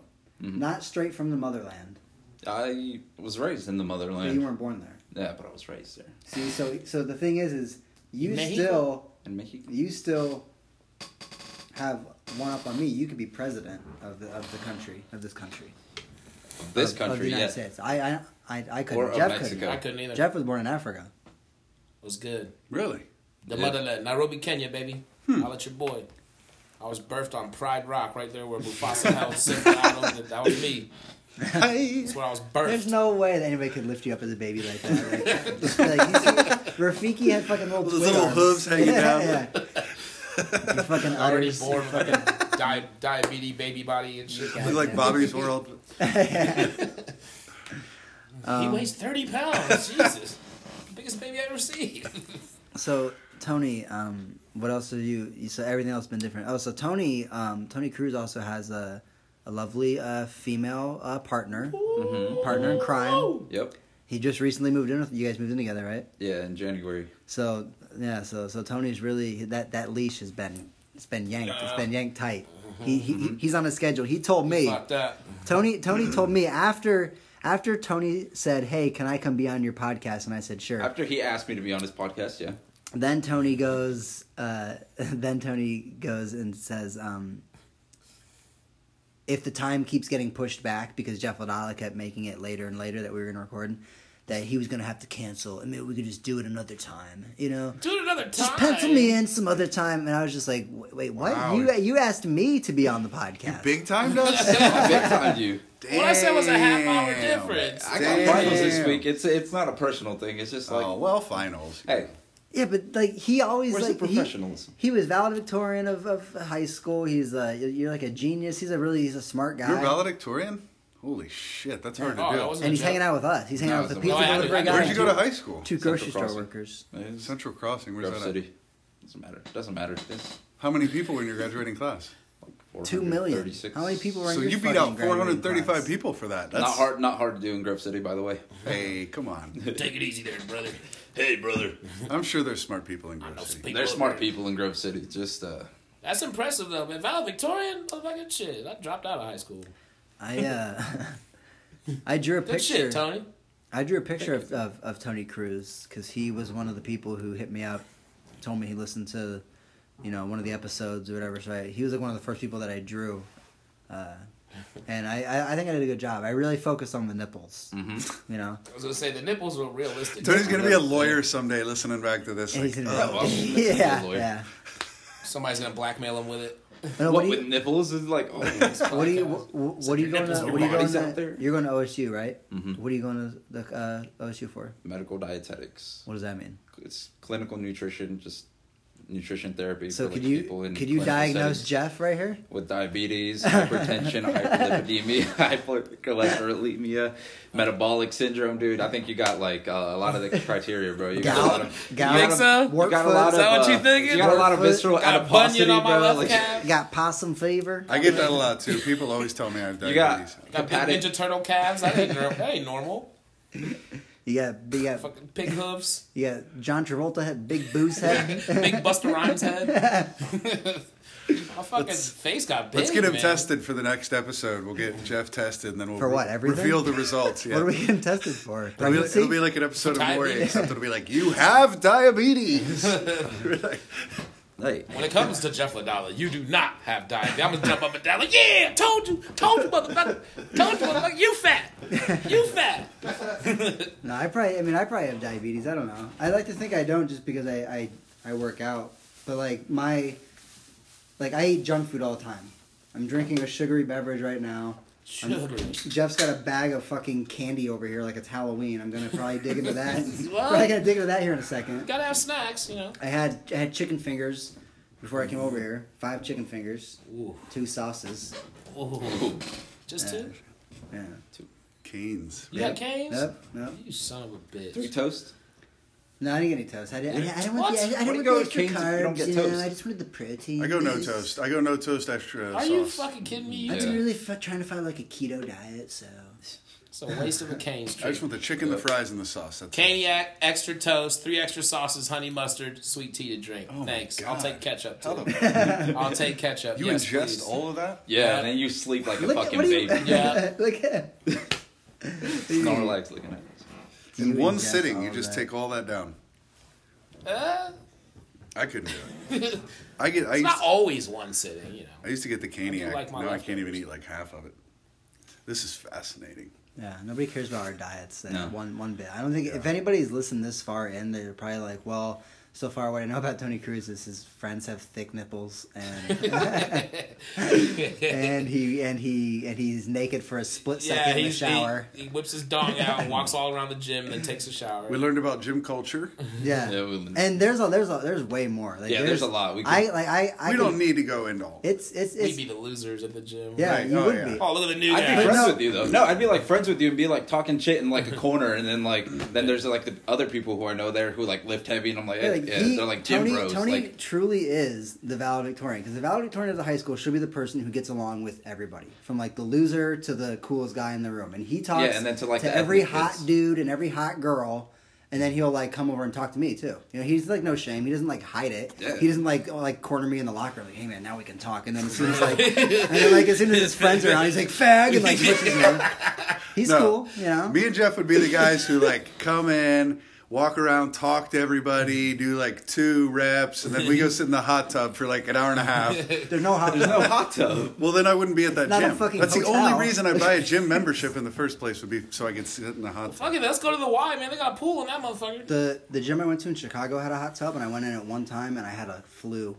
[SPEAKER 2] Mhm.
[SPEAKER 4] Mm-hmm.
[SPEAKER 1] not straight from the motherland.
[SPEAKER 2] I was raised in the
[SPEAKER 1] But you
[SPEAKER 2] motherland.
[SPEAKER 1] weren't born there.
[SPEAKER 2] Yeah, but I was raised there.
[SPEAKER 1] See, so so the thing is, is you
[SPEAKER 4] Mexico.
[SPEAKER 1] still
[SPEAKER 2] In Mexico.
[SPEAKER 1] you still have one up on me. You could be president of the of the country of this country of, of
[SPEAKER 2] This
[SPEAKER 1] the
[SPEAKER 2] country,
[SPEAKER 1] United
[SPEAKER 2] yeah.
[SPEAKER 1] States. I I I, I couldn't.
[SPEAKER 2] Or of
[SPEAKER 1] Jeff
[SPEAKER 2] Mexico.
[SPEAKER 4] I couldn't either.
[SPEAKER 1] couldn't. Jeff was born in Africa.
[SPEAKER 4] It was good.
[SPEAKER 3] really.
[SPEAKER 4] The
[SPEAKER 2] Yeah.
[SPEAKER 4] motherland, Nairobi, Kenya, baby.
[SPEAKER 1] Hmm.
[SPEAKER 4] I'll let your boy. I was birthed on Pride Rock, right there where Mufasa held Simba. out over the- That was me. That's where I was birthed.
[SPEAKER 1] There's no way that anybody could lift you up as a baby like that. Like, just like, you see, Rafiki had fucking little
[SPEAKER 3] Those
[SPEAKER 1] twig
[SPEAKER 3] little
[SPEAKER 1] arms.
[SPEAKER 3] hooves hanging
[SPEAKER 1] yeah,
[SPEAKER 3] down.
[SPEAKER 1] Yeah. You fucking
[SPEAKER 4] already
[SPEAKER 1] udders.
[SPEAKER 4] born with like a di- diabetes baby body and shit.
[SPEAKER 1] Yeah.
[SPEAKER 3] Look like Bobby's World.
[SPEAKER 1] Um,
[SPEAKER 4] he weighs 30 pounds. Jesus. Biggest baby I ever seen.
[SPEAKER 1] So Tony, um, what else have you? you- So everything else has been different. Oh, so Tony, um, Tony Cruz also has a, a lovely uh, female uh, partner, Mm-hmm. partner in crime.
[SPEAKER 2] Yep.
[SPEAKER 1] He just recently moved in with you guys. Moved in together, right?
[SPEAKER 2] Yeah, in January.
[SPEAKER 1] So yeah, so so Tony's really that that leash has been it's been yanked. It's been yanked tight. He, he he- he's on a schedule. He told me.
[SPEAKER 4] Fucked up.
[SPEAKER 1] Tony Tony told me after after Tony said, "Hey, can I come be on your podcast?" and I said, "Sure."
[SPEAKER 2] After he asked me to be on his podcast, yeah.
[SPEAKER 1] then Tony goes uh, then Tony goes and says um, if the time keeps getting pushed back because Jeff Ladala kept making it later and later that we were going to record that he was going to have to cancel and maybe we could just do it another time, you know.
[SPEAKER 4] Do it another time.
[SPEAKER 1] Just pencil me in some other time, and I was just like, "Wait, wait, what?
[SPEAKER 3] Wow.
[SPEAKER 1] You you asked me to be on the podcast?
[SPEAKER 3] Big time nuts.
[SPEAKER 2] I big timed you.
[SPEAKER 4] What I said was a half hour difference. Oh,
[SPEAKER 2] I
[SPEAKER 3] Damn.
[SPEAKER 2] got finals this week. It's it's not a personal thing. It's just like,
[SPEAKER 3] oh well, finals.
[SPEAKER 2] hey,
[SPEAKER 1] Yeah, but like he always
[SPEAKER 2] where's
[SPEAKER 1] like
[SPEAKER 2] the
[SPEAKER 1] he-
[SPEAKER 2] professionalism?
[SPEAKER 1] He was valedictorian of, of high school. He's uh, you're like a genius. He's a really he's a smart guy.
[SPEAKER 3] You're valedictorian. Holy shit, that's hard
[SPEAKER 4] Oh, that
[SPEAKER 3] to do.
[SPEAKER 4] wasn't-
[SPEAKER 1] and he's hanging out with us. He's hanging
[SPEAKER 2] No,
[SPEAKER 1] out with the
[SPEAKER 2] it's a-
[SPEAKER 1] pizza
[SPEAKER 4] No, I had-
[SPEAKER 1] delivery
[SPEAKER 4] I-
[SPEAKER 1] guy.
[SPEAKER 3] Where'd you
[SPEAKER 1] and
[SPEAKER 3] go to
[SPEAKER 1] two-
[SPEAKER 3] high school?
[SPEAKER 1] Two grocery store
[SPEAKER 2] Crossing.
[SPEAKER 1] workers.
[SPEAKER 2] It's
[SPEAKER 3] Central Crossing. Where's
[SPEAKER 2] Grove
[SPEAKER 3] that? at?
[SPEAKER 2] City. Doesn't matter. Doesn't matter. It's
[SPEAKER 3] How many people were in your graduating class?
[SPEAKER 2] like
[SPEAKER 1] Two million.
[SPEAKER 2] 436.
[SPEAKER 1] How many people were in
[SPEAKER 3] So
[SPEAKER 1] your
[SPEAKER 3] you beat
[SPEAKER 1] fucking
[SPEAKER 3] out
[SPEAKER 1] graduating
[SPEAKER 3] 435
[SPEAKER 1] class?
[SPEAKER 3] people for that. That's
[SPEAKER 2] Not hard. Not hard to do in Grove City, by the way.
[SPEAKER 3] Hey, come on.
[SPEAKER 4] Take it easy there, brother.
[SPEAKER 2] Hey, brother.
[SPEAKER 3] I'm sure there's smart people in
[SPEAKER 4] I know
[SPEAKER 3] Grove
[SPEAKER 4] some
[SPEAKER 3] City.
[SPEAKER 4] people.
[SPEAKER 2] There's
[SPEAKER 4] over
[SPEAKER 2] smart
[SPEAKER 4] there.
[SPEAKER 2] people in Grove City. Just uh,
[SPEAKER 4] That's impressive though, man. Valedictorian, motherfucking shit. I dropped out of high school.
[SPEAKER 1] I uh, I drew a
[SPEAKER 4] Good
[SPEAKER 1] picture.
[SPEAKER 4] shit, Tony.
[SPEAKER 1] I drew a picture of, of, of Tony Cruz because he was one of the people who hit me up, told me he listened to, you know, one of the episodes or whatever. So I, he was like one of the first people that I drew, uh, and I, I I think I did a good job. I really focused on the nipples, you know.
[SPEAKER 4] I was gonna say the nipples were realistic.
[SPEAKER 3] Tony's gonna be a lawyer someday. Listening back to this,
[SPEAKER 1] And
[SPEAKER 3] like,
[SPEAKER 1] he's gonna
[SPEAKER 3] oh,
[SPEAKER 1] be
[SPEAKER 2] well,
[SPEAKER 1] like, yeah,
[SPEAKER 2] lawyer.
[SPEAKER 1] yeah.
[SPEAKER 4] Somebody's gonna blackmail him with it.
[SPEAKER 1] No,
[SPEAKER 2] What,
[SPEAKER 1] what, do
[SPEAKER 2] with
[SPEAKER 1] you,
[SPEAKER 2] nipples is like, oh, it's
[SPEAKER 1] what do you what, what are you going to
[SPEAKER 4] nipples, your
[SPEAKER 1] what are you going
[SPEAKER 2] body's
[SPEAKER 1] to
[SPEAKER 2] out there.
[SPEAKER 1] you're going to OSU right?
[SPEAKER 3] Mm-hmm.
[SPEAKER 1] What are you going to the uh, OSU for?
[SPEAKER 2] medical dietetics.
[SPEAKER 1] What does that mean?
[SPEAKER 2] It's clinical nutrition, just nutrition therapy.
[SPEAKER 1] So
[SPEAKER 2] for
[SPEAKER 1] could
[SPEAKER 2] like,
[SPEAKER 1] you
[SPEAKER 2] people in
[SPEAKER 1] could you
[SPEAKER 2] clinical
[SPEAKER 1] diagnose
[SPEAKER 2] settings
[SPEAKER 1] Jeff right here?
[SPEAKER 2] with diabetes, hypertension, hyperlipidemia, hypercholesterolemia, metabolic syndrome, dude? I think you got like uh, a lot of the criteria, bro. You got a
[SPEAKER 1] Gout?
[SPEAKER 2] lot of.
[SPEAKER 1] Gout?
[SPEAKER 2] you got a-
[SPEAKER 4] so?
[SPEAKER 2] you got a lot
[SPEAKER 1] Workfoot?
[SPEAKER 2] of.
[SPEAKER 1] Is that
[SPEAKER 4] what
[SPEAKER 2] uh,
[SPEAKER 4] you thinking?
[SPEAKER 2] You got a lot of
[SPEAKER 1] Workfoot?
[SPEAKER 2] visceral
[SPEAKER 4] Got a bunion
[SPEAKER 2] adiposity,
[SPEAKER 4] on my
[SPEAKER 2] bro.
[SPEAKER 4] left
[SPEAKER 2] Like,
[SPEAKER 4] calf.
[SPEAKER 1] Got possum fever?
[SPEAKER 3] I get that a lot too. People always tell me I have
[SPEAKER 2] You
[SPEAKER 3] diabetes.
[SPEAKER 2] got
[SPEAKER 4] Got big
[SPEAKER 2] hepatic
[SPEAKER 4] Ninja Turtle calves. That ain't, nor- that ain't normal.
[SPEAKER 1] You got you got
[SPEAKER 4] Fucking pig hooves.
[SPEAKER 1] you got John Travolta had big booze head.
[SPEAKER 4] Big Buster Rhymes head. My fucking face got big.
[SPEAKER 3] Let's get him
[SPEAKER 4] man.
[SPEAKER 3] tested for the next episode. We'll get Jeff tested, and then we'll
[SPEAKER 1] For what,
[SPEAKER 3] re-
[SPEAKER 1] everything?
[SPEAKER 3] reveal the results. Yeah.
[SPEAKER 1] What are we getting tested for?
[SPEAKER 3] It'll be,
[SPEAKER 1] Pregnancy?
[SPEAKER 3] it'll be like an episode of Maury,
[SPEAKER 4] Diabetes.
[SPEAKER 3] except it'll be like, you have diabetes. We're like,
[SPEAKER 2] Hey,
[SPEAKER 4] When it comes to Jeff LaDala, you do not have diabetes. I'm gonna jump up and down like, yeah, told you, told you, motherfucker, told you, motherfucker, you fat, you fat.
[SPEAKER 1] No, I probably. I mean, I probably have diabetes. I don't know. I like to think I don't, just because I I, I work out. But like my, like I eat junk food all the time. I'm drinking a sugary beverage right now.
[SPEAKER 4] Sugar.
[SPEAKER 1] Jeff's got a bag of fucking candy over here, like it's Halloween. I'm gonna probably dig into that. probably gonna dig into that here in a second.
[SPEAKER 4] Gotta have snacks, you know.
[SPEAKER 1] I had I had chicken fingers before I came over here. Five chicken fingers,
[SPEAKER 4] Ooh,
[SPEAKER 1] two sauces.
[SPEAKER 4] Ooh. just
[SPEAKER 1] Yeah.
[SPEAKER 4] two.
[SPEAKER 1] Yeah.
[SPEAKER 3] Canes.
[SPEAKER 4] You got canes?
[SPEAKER 1] Nope. Nope.
[SPEAKER 4] You son of a bitch.
[SPEAKER 2] three toast.
[SPEAKER 1] No, I didn't get any toast. I didn't. I, didn't- I didn't want
[SPEAKER 4] What?
[SPEAKER 1] the. I, didn't
[SPEAKER 2] Why do
[SPEAKER 1] want the
[SPEAKER 2] you go
[SPEAKER 1] extra
[SPEAKER 2] with canes if you
[SPEAKER 1] carbs.
[SPEAKER 2] don't get
[SPEAKER 1] you know,
[SPEAKER 2] toast?
[SPEAKER 1] I just wanted the protein.
[SPEAKER 3] I go no
[SPEAKER 1] please.
[SPEAKER 3] toast. I go no toast extra
[SPEAKER 4] Are
[SPEAKER 3] sauce.
[SPEAKER 4] you fucking kidding me?
[SPEAKER 1] I've
[SPEAKER 2] Yeah.
[SPEAKER 1] been really f- trying to find like a keto diet, so
[SPEAKER 4] It's a waste of a cane
[SPEAKER 3] I just
[SPEAKER 4] street.
[SPEAKER 3] want the chicken, the fries, and the sauce. That's it.
[SPEAKER 4] Caniac, extra toast, three extra sauces, honey mustard, sweet tea to drink.
[SPEAKER 3] Oh my
[SPEAKER 4] Thanks.
[SPEAKER 3] God.
[SPEAKER 4] I'll take ketchup
[SPEAKER 3] How
[SPEAKER 4] too.
[SPEAKER 3] the-
[SPEAKER 4] I'll take ketchup.
[SPEAKER 3] you
[SPEAKER 4] yes,
[SPEAKER 3] ingest
[SPEAKER 4] please.
[SPEAKER 3] all of that?
[SPEAKER 2] Yeah,
[SPEAKER 4] Yeah.
[SPEAKER 2] and then you sleep like a
[SPEAKER 1] look at
[SPEAKER 2] fucking
[SPEAKER 1] what do you
[SPEAKER 2] baby.
[SPEAKER 4] Yeah.
[SPEAKER 1] look at.
[SPEAKER 2] Don't relax looking at this.
[SPEAKER 1] Do you
[SPEAKER 3] In one
[SPEAKER 1] ingest
[SPEAKER 3] sitting,
[SPEAKER 1] all
[SPEAKER 3] you
[SPEAKER 1] of
[SPEAKER 3] just
[SPEAKER 1] that?
[SPEAKER 3] take all that down.
[SPEAKER 4] Uh,
[SPEAKER 3] I couldn't do it. I get. I
[SPEAKER 4] it's
[SPEAKER 3] used,
[SPEAKER 4] not always one sitting, you know.
[SPEAKER 3] I used to get the caniac.
[SPEAKER 4] like my
[SPEAKER 3] now I
[SPEAKER 4] leftovers.
[SPEAKER 3] can't even eat like half of it. This is fascinating.
[SPEAKER 1] Yeah, nobody cares about our diets then
[SPEAKER 2] No.
[SPEAKER 1] one one bit. I don't think if anybody's listened this far in, they're probably like, well, so far what I know about Tony Cruz is his friends have thick nipples and and he and he and he's naked for a split second in the
[SPEAKER 4] he's-
[SPEAKER 1] shower.
[SPEAKER 4] He, he whips his dong out, and walks all around the gym, and then takes a shower.
[SPEAKER 3] We learned about gym culture.
[SPEAKER 1] yeah.
[SPEAKER 2] Yeah, we-
[SPEAKER 1] and there's a there's a there's way more. Like,
[SPEAKER 2] Yeah, there's a lot. We
[SPEAKER 1] I
[SPEAKER 2] could-
[SPEAKER 1] like I I
[SPEAKER 3] we
[SPEAKER 1] could-
[SPEAKER 3] don't need to go into all.
[SPEAKER 1] It's it's
[SPEAKER 4] We'd
[SPEAKER 1] it's
[SPEAKER 4] be the losers at the gym.
[SPEAKER 1] yeah.
[SPEAKER 3] Right,
[SPEAKER 1] You
[SPEAKER 3] oh,
[SPEAKER 1] would
[SPEAKER 3] yeah.
[SPEAKER 1] be.
[SPEAKER 4] Oh, look at the new
[SPEAKER 2] I'd be
[SPEAKER 4] guy.
[SPEAKER 2] friends
[SPEAKER 1] no-
[SPEAKER 2] with you though. No, I'd be like friends with you and be like talking shit in like a corner, and then like then there's like the other people who I know there who like lift heavy, and I'm like,
[SPEAKER 1] Yeah,
[SPEAKER 2] yeah,
[SPEAKER 1] like, he-
[SPEAKER 2] they're like gym
[SPEAKER 1] Tony,
[SPEAKER 2] bros.
[SPEAKER 1] Tony
[SPEAKER 2] like,
[SPEAKER 1] truly is the valedictorian because the valedictorian of the high school should be the person who gets along with everybody, from like the loser to the coolest guy in the room, and he talks
[SPEAKER 2] Yeah, and then to, like, the
[SPEAKER 1] every
[SPEAKER 2] ethnic
[SPEAKER 1] hot
[SPEAKER 2] kids.
[SPEAKER 1] dude and every hot girl. And then he'll like come over and talk to me too. You know, he's like no shame. He doesn't like hide it.
[SPEAKER 2] Yeah.
[SPEAKER 1] He doesn't like oh, like corner me in the locker like, hey man, now we can talk. And then as soon as like, and then, like as soon as his friends are around, he's like fag and like pushes me. He's
[SPEAKER 3] No.
[SPEAKER 1] cool, you know.
[SPEAKER 3] Me and Jeff would be the guys who like come in, walk around, talk to everybody, do like two reps, and then we go sit in the hot tub for like an hour and a half.
[SPEAKER 1] There's no hot.
[SPEAKER 2] there's no hot tub.
[SPEAKER 3] Well, then I wouldn't be at that
[SPEAKER 1] Not a
[SPEAKER 3] gym.
[SPEAKER 1] fucking
[SPEAKER 3] That's the
[SPEAKER 1] hotel.
[SPEAKER 3] only reason I buy a gym membership in the first place would be so I could sit in the hot tub.
[SPEAKER 4] Fuck it, let's go to the Y, man. They got a pool in that motherfucker.
[SPEAKER 1] The the gym I went to in Chicago had a hot tub, and I went in at one time, and I had a flu,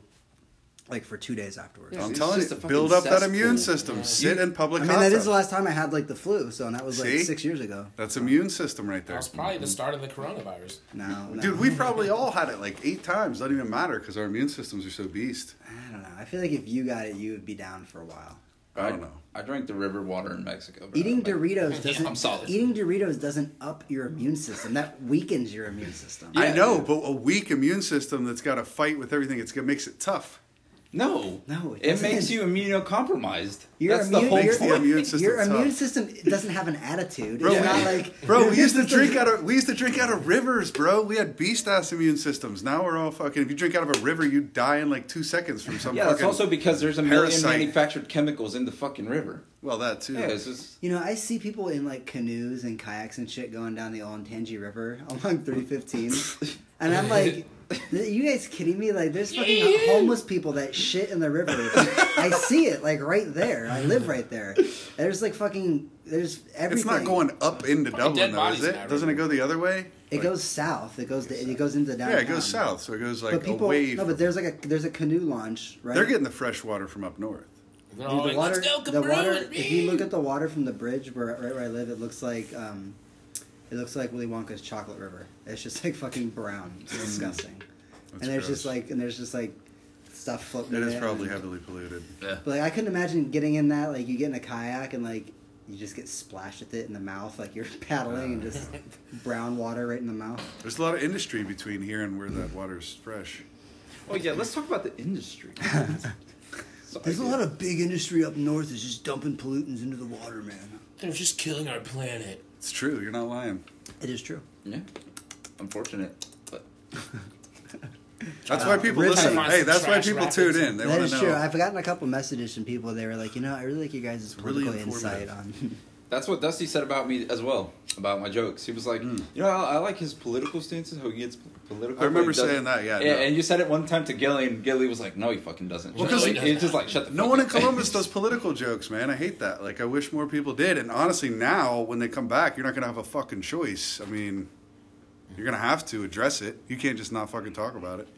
[SPEAKER 1] like for two days afterwards.
[SPEAKER 2] Yeah.
[SPEAKER 3] I'm
[SPEAKER 2] It's
[SPEAKER 3] telling
[SPEAKER 2] just
[SPEAKER 3] you,
[SPEAKER 2] a fucking
[SPEAKER 3] build up that
[SPEAKER 2] cesspool.
[SPEAKER 3] immune system. Sit in public
[SPEAKER 1] I mean,
[SPEAKER 3] hot
[SPEAKER 1] that
[SPEAKER 3] tub.
[SPEAKER 1] is the last time I had like the flu, so and that was like
[SPEAKER 3] See?
[SPEAKER 1] six years ago.
[SPEAKER 3] That's immune system right
[SPEAKER 4] That
[SPEAKER 3] there.
[SPEAKER 4] was probably the start of the coronavirus.
[SPEAKER 1] No, no.
[SPEAKER 3] Dude, we probably all had it like eight times. Doesn't even matter because our immune systems are so beast.
[SPEAKER 1] I don't know. I feel like if you got it, you would be down for a while.
[SPEAKER 3] I don't know.
[SPEAKER 2] I drank the river water in Mexico. bro.
[SPEAKER 1] Eating
[SPEAKER 2] Like,
[SPEAKER 1] Doritos doesn't.
[SPEAKER 2] I'm solid.
[SPEAKER 1] Eating Doritos doesn't up your immune system. That weakens your immune system.
[SPEAKER 2] Yeah,
[SPEAKER 3] I know,
[SPEAKER 2] dude.
[SPEAKER 3] but a weak immune system that's got to fight with everything, it's, it makes it tough.
[SPEAKER 2] No,
[SPEAKER 1] No, it
[SPEAKER 2] It,
[SPEAKER 1] doesn't.
[SPEAKER 2] makes you immunocompromised.
[SPEAKER 1] Your
[SPEAKER 2] That's
[SPEAKER 1] immune-
[SPEAKER 2] the whole
[SPEAKER 1] your-
[SPEAKER 3] Makes the
[SPEAKER 2] point.
[SPEAKER 3] immune system
[SPEAKER 1] Your
[SPEAKER 3] tough.
[SPEAKER 1] immune system doesn't have an attitude.
[SPEAKER 3] Bro,
[SPEAKER 1] it's
[SPEAKER 3] we-
[SPEAKER 1] not like
[SPEAKER 3] Bro,
[SPEAKER 1] your
[SPEAKER 3] we used to
[SPEAKER 1] immune system-
[SPEAKER 3] drink out of we used to drink out of rivers, bro. We had beast ass immune systems. Now we're all fucking. If you drink out of a river, you die in like two seconds from some.
[SPEAKER 2] Yeah,
[SPEAKER 3] fucking,
[SPEAKER 2] that's also because there's a million
[SPEAKER 3] parasite.
[SPEAKER 2] manufactured chemicals in the fucking river.
[SPEAKER 3] well that too.
[SPEAKER 2] Yeah, it's just
[SPEAKER 1] You know, I see people in like canoes and kayaks and shit going down the Olentangy River along 315, and I'm like, "You guys kidding me? Like, there's fucking homeless people that shit in the river. I see it like right there. I live right there. There's like fucking there's everything.
[SPEAKER 3] it's not going up into Dublin
[SPEAKER 4] dead
[SPEAKER 3] though, is
[SPEAKER 4] bodies in
[SPEAKER 3] it?
[SPEAKER 4] that
[SPEAKER 3] Doesn't it go the other way?
[SPEAKER 1] It
[SPEAKER 3] Like-
[SPEAKER 1] goes south. It goes. it goes into downtown.
[SPEAKER 3] Yeah, it goes south, so it goes like
[SPEAKER 1] But people.
[SPEAKER 3] away.
[SPEAKER 1] No,
[SPEAKER 3] from-
[SPEAKER 1] but there's like a there's a canoe launch. Right.
[SPEAKER 3] they're getting the fresh water from up north.
[SPEAKER 4] They're
[SPEAKER 1] Dude,
[SPEAKER 4] all
[SPEAKER 1] the
[SPEAKER 4] like,
[SPEAKER 1] water,
[SPEAKER 4] let's go,
[SPEAKER 1] the water.
[SPEAKER 4] Cabroon,
[SPEAKER 1] If you
[SPEAKER 4] man.
[SPEAKER 1] look at the water from the bridge, where right where I live, it looks like um, it looks like Willy Wonka's chocolate river. It's just like fucking brown. It's disgusting. and
[SPEAKER 3] That's
[SPEAKER 1] there's
[SPEAKER 3] gross.
[SPEAKER 1] just like and there's just like stuff floating.
[SPEAKER 3] It
[SPEAKER 1] in
[SPEAKER 3] is
[SPEAKER 1] it.
[SPEAKER 3] probably heavily polluted.
[SPEAKER 2] yeah.
[SPEAKER 1] But like I couldn't imagine getting in that. Like you get in a kayak and like you just get splashed with it in the mouth. Like you're paddling and just brown water right in the mouth.
[SPEAKER 3] There's a lot of industry between here and where that water's fresh.
[SPEAKER 2] Oh yeah, let's talk about the industry. Sorry,
[SPEAKER 1] There's a
[SPEAKER 2] dude.
[SPEAKER 1] lot of big industry up north that's just dumping pollutants into the water, man.
[SPEAKER 4] They're just killing our planet.
[SPEAKER 3] It's true. You're not lying.
[SPEAKER 1] It is true.
[SPEAKER 2] Yeah, unfortunate, but
[SPEAKER 3] That's why people
[SPEAKER 1] Rich
[SPEAKER 3] listen.
[SPEAKER 4] Renaissance
[SPEAKER 3] Hey, that's why
[SPEAKER 4] trash
[SPEAKER 3] people
[SPEAKER 4] rapids.
[SPEAKER 3] tune in. They
[SPEAKER 1] Uh, that
[SPEAKER 3] want
[SPEAKER 1] is
[SPEAKER 3] to know.
[SPEAKER 1] true. I've gotten a couple messages from people. They were like, you know, I really like you guys'
[SPEAKER 3] Really
[SPEAKER 1] political insight on.
[SPEAKER 3] informative.
[SPEAKER 2] that's what Dusty said about me as well about my jokes. He was like, you know, I, I like his political stances, how he gets p- political.
[SPEAKER 3] Hmm. I remember
[SPEAKER 2] but he doesn't-
[SPEAKER 3] saying that, yeah,
[SPEAKER 2] yeah.
[SPEAKER 3] no.
[SPEAKER 2] And you said it one time to Gilly, and Gilly was like, no, he fucking doesn't.
[SPEAKER 4] Well,
[SPEAKER 2] Well,
[SPEAKER 4] 'cause-
[SPEAKER 2] like, it's just like shut the.
[SPEAKER 3] No
[SPEAKER 2] fuck
[SPEAKER 3] one in
[SPEAKER 2] up.
[SPEAKER 3] Columbus does political jokes, man. I hate that. Like, I wish more people did. And honestly, now when they come back, you're not going to have a fucking choice. I mean, you're going to have to address it. You can't just not fucking talk about it.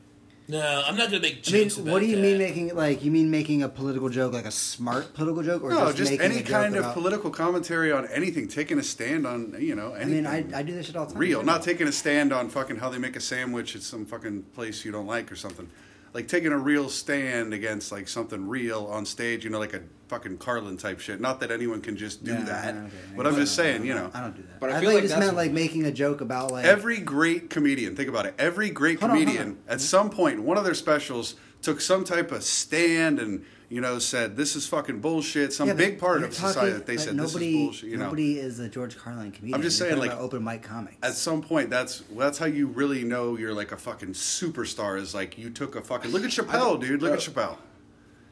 [SPEAKER 4] No, I'm not gonna make
[SPEAKER 1] I mean,
[SPEAKER 4] jokes.
[SPEAKER 1] what do
[SPEAKER 4] about
[SPEAKER 1] you
[SPEAKER 4] that.
[SPEAKER 1] mean making like? You mean making a political joke, like a smart political joke, or
[SPEAKER 3] no,
[SPEAKER 1] just,
[SPEAKER 3] just,
[SPEAKER 1] making a
[SPEAKER 3] any
[SPEAKER 1] joke
[SPEAKER 3] kind of
[SPEAKER 1] about-
[SPEAKER 3] political commentary on anything, taking a stand on, you know,
[SPEAKER 1] I
[SPEAKER 3] anything.
[SPEAKER 1] mean, I, I do this shit all the time.
[SPEAKER 3] real, not taking a stand on fucking how they make a sandwich at some fucking place you don't like or something. Like taking a real stand against like something real on stage, you know, like a fucking Carlin type shit. Not that anyone can just do
[SPEAKER 1] No,
[SPEAKER 3] that,
[SPEAKER 1] no, okay.
[SPEAKER 3] but I'm just saying, you
[SPEAKER 1] I
[SPEAKER 3] know.
[SPEAKER 1] don't, I don't do that.
[SPEAKER 2] But I
[SPEAKER 1] I, thought
[SPEAKER 2] feel
[SPEAKER 1] you
[SPEAKER 2] like
[SPEAKER 1] just
[SPEAKER 2] that's-
[SPEAKER 1] meant like making a joke about like
[SPEAKER 3] Every great comedian, think about it. Every great
[SPEAKER 1] Hold on, hold
[SPEAKER 3] comedian, at some point, one of their specials took some type of stand and you know said this is fucking bullshit. Some
[SPEAKER 1] Yeah, but
[SPEAKER 3] big part
[SPEAKER 1] you're
[SPEAKER 3] of
[SPEAKER 1] talking-
[SPEAKER 3] society that they
[SPEAKER 1] but
[SPEAKER 3] said
[SPEAKER 1] nobody,
[SPEAKER 3] this is bullshit. You know,
[SPEAKER 1] nobody is a George Carlin comedian.
[SPEAKER 3] just
[SPEAKER 1] You're
[SPEAKER 3] saying,
[SPEAKER 1] talking
[SPEAKER 3] like,
[SPEAKER 1] about open mic comics.
[SPEAKER 3] at some point, that's that's how you really know you're like a fucking superstar. Is like you took a fucking look at Chappelle, dude. Look at Chappelle,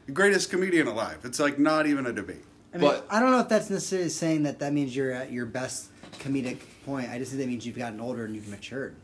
[SPEAKER 3] the greatest comedian alive. It's like not even a debate.
[SPEAKER 1] I mean,
[SPEAKER 2] But-
[SPEAKER 1] I don't know if that's necessarily saying that that means you're at your best comedic point. I just think that means you've gotten older and you've matured.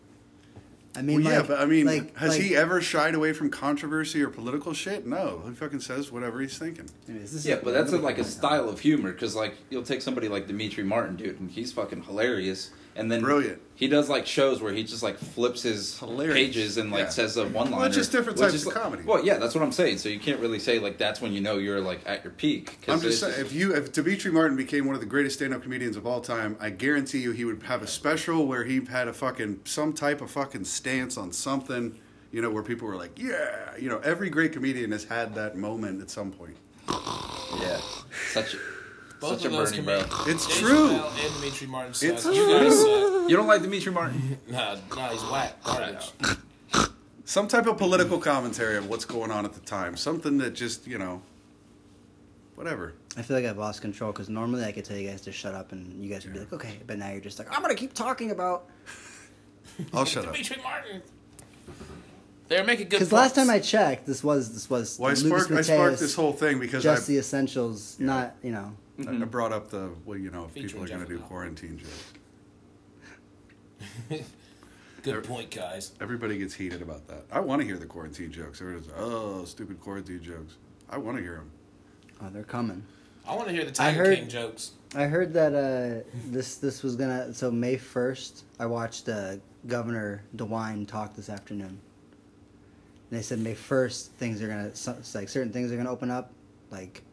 [SPEAKER 1] I mean,
[SPEAKER 3] Well, yeah,
[SPEAKER 1] like-
[SPEAKER 3] but I mean,
[SPEAKER 1] like-
[SPEAKER 3] has
[SPEAKER 1] like-
[SPEAKER 3] he ever shied away from controversy or political shit? No, he fucking says whatever he's thinking.
[SPEAKER 1] Anyways, this is-
[SPEAKER 2] Yeah, but that's a, like a style of humor because like you'll take somebody like Dimitri Martin, dude, and he's fucking hilarious. And then
[SPEAKER 3] Brilliant.
[SPEAKER 2] He does like shows where he just like flips his
[SPEAKER 3] Hilarious.
[SPEAKER 2] pages and like
[SPEAKER 3] Yeah.
[SPEAKER 2] says a one liner.
[SPEAKER 3] Well, it's just different types of comedy.
[SPEAKER 2] Well, yeah, that's what I'm saying. So you can't really say like that's when you know you're like at your peak. 'cause
[SPEAKER 3] I'm just
[SPEAKER 2] it's
[SPEAKER 3] saying, if you if Dimitri Martin became one of the greatest stand-up comedians of all time, I guarantee you he would have a special where he had a fucking some type of fucking stance on something, you know, where people were like, yeah, you know, every great comedian has had that moment at some point.
[SPEAKER 2] yeah, such a,
[SPEAKER 4] Both
[SPEAKER 2] such a
[SPEAKER 4] of those
[SPEAKER 2] burning bro.
[SPEAKER 4] comedians-
[SPEAKER 3] It's
[SPEAKER 4] Dave
[SPEAKER 3] true.
[SPEAKER 4] Chappelle and Dimitri Martin suck.
[SPEAKER 3] It's
[SPEAKER 4] you guys suck.
[SPEAKER 2] You don't like Dimitri Martin?
[SPEAKER 4] Nah, nah, he's whack. Garbage.
[SPEAKER 3] Some type of political commentary of what's going on at the time, something that just you know, whatever.
[SPEAKER 1] I feel like I've lost control because normally I could tell you guys to shut up and you guys would be like, okay, but now you're just like, I'm gonna keep talking about.
[SPEAKER 3] I'll shut up.
[SPEAKER 4] Dimitri Martin. They're making good.
[SPEAKER 1] Because last
[SPEAKER 4] points.
[SPEAKER 1] time I checked, this was this was
[SPEAKER 3] Well, I
[SPEAKER 1] Lucas
[SPEAKER 3] sparked, I sparked
[SPEAKER 1] Mateus,
[SPEAKER 3] this whole thing because I,
[SPEAKER 1] just the essentials, not you know.
[SPEAKER 3] I brought up the well, you know, if people
[SPEAKER 4] Featuring
[SPEAKER 3] are going to
[SPEAKER 4] Jeff
[SPEAKER 3] do
[SPEAKER 4] Bell.
[SPEAKER 3] quarantine jokes.
[SPEAKER 4] good point, guys.
[SPEAKER 3] Everybody gets heated about that. I want to hear the quarantine jokes. Everybody's like, oh, stupid quarantine jokes. I want to hear them.
[SPEAKER 1] Oh, they're coming.
[SPEAKER 4] I want to hear the Tiger
[SPEAKER 1] heard-
[SPEAKER 4] King jokes.
[SPEAKER 1] I heard that uh, this this was gonna so May first. I watched uh, Governor DeWine talk this afternoon. And they said May first things are gonna so- it's like certain things are gonna open up, like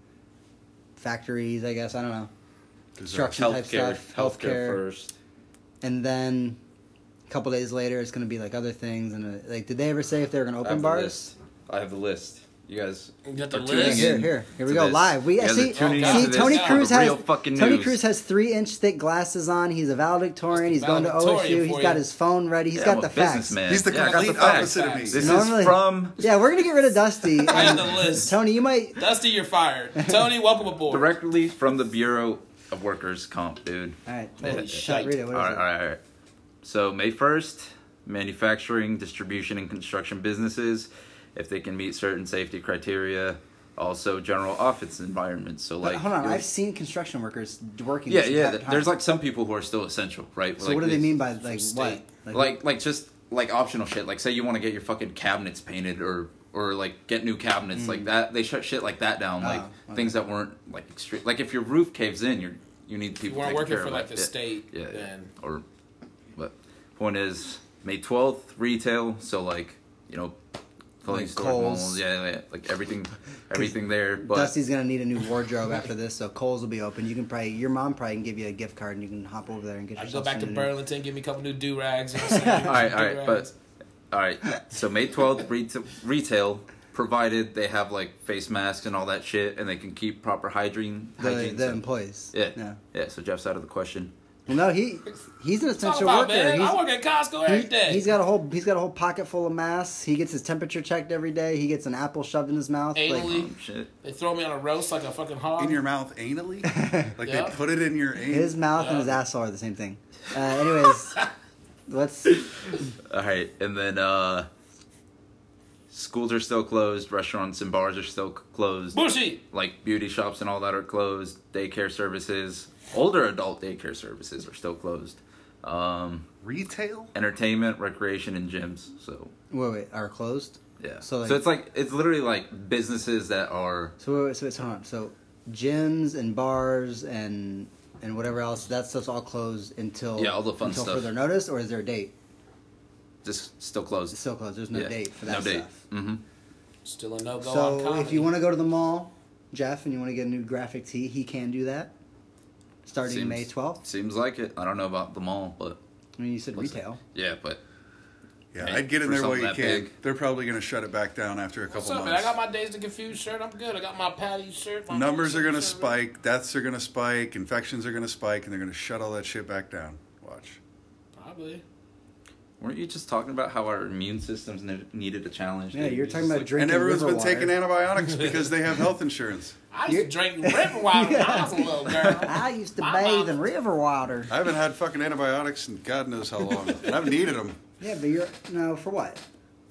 [SPEAKER 1] factories. I guess I don't know, construction type
[SPEAKER 2] Healthcare,
[SPEAKER 1] stuff,
[SPEAKER 2] healthcare
[SPEAKER 1] healthcare,
[SPEAKER 2] first.
[SPEAKER 1] and then a couple days later it's gonna be like other things. And uh, like, did they ever say if they were gonna
[SPEAKER 2] I have
[SPEAKER 1] open
[SPEAKER 2] the
[SPEAKER 1] bars?
[SPEAKER 2] list. I have the list. You guys
[SPEAKER 4] You got the
[SPEAKER 2] are tuning
[SPEAKER 4] list?
[SPEAKER 1] Here,
[SPEAKER 2] in
[SPEAKER 1] here, here we
[SPEAKER 2] to
[SPEAKER 1] go
[SPEAKER 2] this.
[SPEAKER 1] live. We
[SPEAKER 2] You guys are
[SPEAKER 1] see,
[SPEAKER 2] tuning
[SPEAKER 4] Oh,
[SPEAKER 2] into
[SPEAKER 4] God.
[SPEAKER 1] see
[SPEAKER 2] this
[SPEAKER 1] Tony
[SPEAKER 2] for
[SPEAKER 1] Cruz has
[SPEAKER 2] real fucking
[SPEAKER 1] Tony
[SPEAKER 2] news.
[SPEAKER 1] Cruz has three inch thick glasses on. He's a valedictorian.
[SPEAKER 4] That's
[SPEAKER 1] He's
[SPEAKER 4] the
[SPEAKER 1] going to
[SPEAKER 4] valedictorian
[SPEAKER 1] OSU. He's
[SPEAKER 4] for
[SPEAKER 1] got
[SPEAKER 4] you.
[SPEAKER 1] his phone ready. He's
[SPEAKER 2] Yeah,
[SPEAKER 1] got
[SPEAKER 2] I'm
[SPEAKER 1] the
[SPEAKER 2] a
[SPEAKER 1] facts.
[SPEAKER 2] businessman.
[SPEAKER 3] He's the
[SPEAKER 2] Yeah, I got
[SPEAKER 3] complete
[SPEAKER 2] facts.
[SPEAKER 3] opposite of me.
[SPEAKER 2] This
[SPEAKER 1] Normally-
[SPEAKER 2] is from
[SPEAKER 1] Yeah, we're gonna get rid of Dusty.
[SPEAKER 4] I have
[SPEAKER 1] and
[SPEAKER 4] the list.
[SPEAKER 1] Tony, you might.
[SPEAKER 4] Dusty, you're fired. Tony, welcome aboard.
[SPEAKER 2] directly from the Bureau of Workers Comp, dude.
[SPEAKER 1] All right,
[SPEAKER 4] Holy
[SPEAKER 1] shut-
[SPEAKER 4] shite.
[SPEAKER 1] Read it. What
[SPEAKER 2] All
[SPEAKER 1] is
[SPEAKER 2] right,
[SPEAKER 1] it?
[SPEAKER 2] all right, all right. So May first, manufacturing, distribution, and construction businesses, if they can meet certain safety criteria, also general office environments. So like,
[SPEAKER 1] Hold on,
[SPEAKER 2] you're-
[SPEAKER 1] I've seen construction workers working.
[SPEAKER 2] yeah,
[SPEAKER 1] this
[SPEAKER 2] yeah.
[SPEAKER 1] entire
[SPEAKER 2] th- There's
[SPEAKER 1] time.
[SPEAKER 2] like some people who are still essential, right?
[SPEAKER 1] So
[SPEAKER 2] Like
[SPEAKER 1] what do they
[SPEAKER 2] this-
[SPEAKER 1] mean by like what?
[SPEAKER 4] state.
[SPEAKER 2] like like just like optional shit. Like say you want to get your fucking cabinets painted or or like get new cabinets like that. They shut shit like that down. Like
[SPEAKER 1] Mm. Ah, okay.
[SPEAKER 2] things that weren't like extreme. Like if your roof caves in, you're you need
[SPEAKER 4] You
[SPEAKER 2] people.
[SPEAKER 4] weren't
[SPEAKER 2] taking
[SPEAKER 4] working
[SPEAKER 2] care
[SPEAKER 4] for
[SPEAKER 2] of
[SPEAKER 4] like
[SPEAKER 2] that
[SPEAKER 4] the
[SPEAKER 2] shit.
[SPEAKER 4] state,
[SPEAKER 2] Yeah, yeah.
[SPEAKER 4] then
[SPEAKER 2] Or but point is May twelfth retail. So like you know. Clothing
[SPEAKER 1] Like
[SPEAKER 2] store,
[SPEAKER 1] Kohl's.
[SPEAKER 2] malls, yeah, yeah, like everything, everything there. But
[SPEAKER 1] Dusty's gonna need a new wardrobe after this, so Kohl's will be open. You can probably your mom probably can give you a gift card, and you can hop over there and get.
[SPEAKER 4] I go
[SPEAKER 1] yourself
[SPEAKER 4] back to
[SPEAKER 1] some new-
[SPEAKER 4] Burlington, give me a couple new do rags. You know what I'm saying?
[SPEAKER 2] all right, all right, but
[SPEAKER 4] Do-rags.
[SPEAKER 2] all right. So May twelfth, retail, retail, provided they have like face masks and all that shit, and they can keep proper hygiene.
[SPEAKER 1] the,
[SPEAKER 2] hygiene
[SPEAKER 1] the
[SPEAKER 2] so-
[SPEAKER 1] employees.
[SPEAKER 2] yeah,
[SPEAKER 1] No.
[SPEAKER 2] yeah. So Jeff's out of the question.
[SPEAKER 1] Well, no, he he's an
[SPEAKER 4] Talk
[SPEAKER 1] essential
[SPEAKER 4] about,
[SPEAKER 1] worker.
[SPEAKER 4] man.
[SPEAKER 1] He's-
[SPEAKER 4] I work at Costco every
[SPEAKER 1] He-
[SPEAKER 4] day.
[SPEAKER 1] He's got a whole he's got a whole pocket full of masks. He gets his temperature checked every day. He gets an apple shoved in his mouth.
[SPEAKER 4] Anally.
[SPEAKER 2] Um, shit.
[SPEAKER 4] They throw me on a roast like a fucking hog.
[SPEAKER 3] in your mouth anally? Like
[SPEAKER 4] Yeah.
[SPEAKER 3] they put it in your anus.
[SPEAKER 1] his mouth and his
[SPEAKER 4] Yeah.
[SPEAKER 1] asshole are the same thing. Uh, anyways, let's.
[SPEAKER 2] All right, and then uh schools are still closed. Restaurants and bars are still c- closed.
[SPEAKER 4] Bushy.
[SPEAKER 2] Like beauty shops and all that are closed. Daycare services, older adult daycare services are still closed. Um,
[SPEAKER 3] Retail?
[SPEAKER 2] entertainment, recreation, and gyms. So
[SPEAKER 1] Wait, wait, are closed.
[SPEAKER 2] Yeah.
[SPEAKER 1] So,
[SPEAKER 2] So,
[SPEAKER 1] like-
[SPEAKER 2] it's like it's literally like businesses that are
[SPEAKER 1] So wait, wait, so wait, hold on. So gyms and bars and and whatever else that stuff's all closed until
[SPEAKER 2] Yeah, all the fun
[SPEAKER 1] until
[SPEAKER 2] stuff.
[SPEAKER 1] further notice, or is there a date?
[SPEAKER 2] just still
[SPEAKER 1] It's
[SPEAKER 2] closed.
[SPEAKER 1] still closed. There's no
[SPEAKER 2] Yeah.
[SPEAKER 1] date for that
[SPEAKER 2] No date.
[SPEAKER 1] stuff.
[SPEAKER 2] Mm-hmm.
[SPEAKER 4] Still a no go on
[SPEAKER 1] So
[SPEAKER 4] comedy.
[SPEAKER 1] if you want to go to the mall, Jeff, and you want to get a new graphic tee, he can do that. Starting
[SPEAKER 2] Seems-
[SPEAKER 1] May twelfth.
[SPEAKER 2] Seems like it. I don't know about the mall, but
[SPEAKER 1] I mean, you said
[SPEAKER 2] looks like-
[SPEAKER 1] retail.
[SPEAKER 2] yeah, but
[SPEAKER 3] Yeah,
[SPEAKER 2] Hey,
[SPEAKER 3] I'd get in
[SPEAKER 2] for
[SPEAKER 3] there while
[SPEAKER 2] something
[SPEAKER 3] you
[SPEAKER 2] that
[SPEAKER 3] can.
[SPEAKER 2] big.
[SPEAKER 3] They're probably going to shut it back down after a
[SPEAKER 4] What's
[SPEAKER 3] couple
[SPEAKER 4] up, man? I
[SPEAKER 3] months.
[SPEAKER 4] got my Days to Confuse shirt. I'm good. I got my Patty shirt. my
[SPEAKER 3] Numbers are going to
[SPEAKER 4] shirt.
[SPEAKER 3] spike, deaths are going to spike, infections are going to spike, and they're going to shut all that shit back down. Watch.
[SPEAKER 4] Probably.
[SPEAKER 2] weren't you just talking about how our immune systems ne- needed a challenge?
[SPEAKER 1] Yeah,
[SPEAKER 2] dude?
[SPEAKER 1] you're
[SPEAKER 2] Just
[SPEAKER 1] talking about
[SPEAKER 2] like-
[SPEAKER 1] drinking.
[SPEAKER 3] and everyone's
[SPEAKER 1] river
[SPEAKER 3] been
[SPEAKER 1] water.
[SPEAKER 3] taking antibiotics because they have health insurance.
[SPEAKER 4] I used to drink river water when I was a little girl.
[SPEAKER 1] I used to
[SPEAKER 4] My
[SPEAKER 1] bathe
[SPEAKER 4] mom-
[SPEAKER 1] in river water.
[SPEAKER 3] I haven't had fucking antibiotics in God knows how long, and I've needed them.
[SPEAKER 1] Yeah, but you're no for what?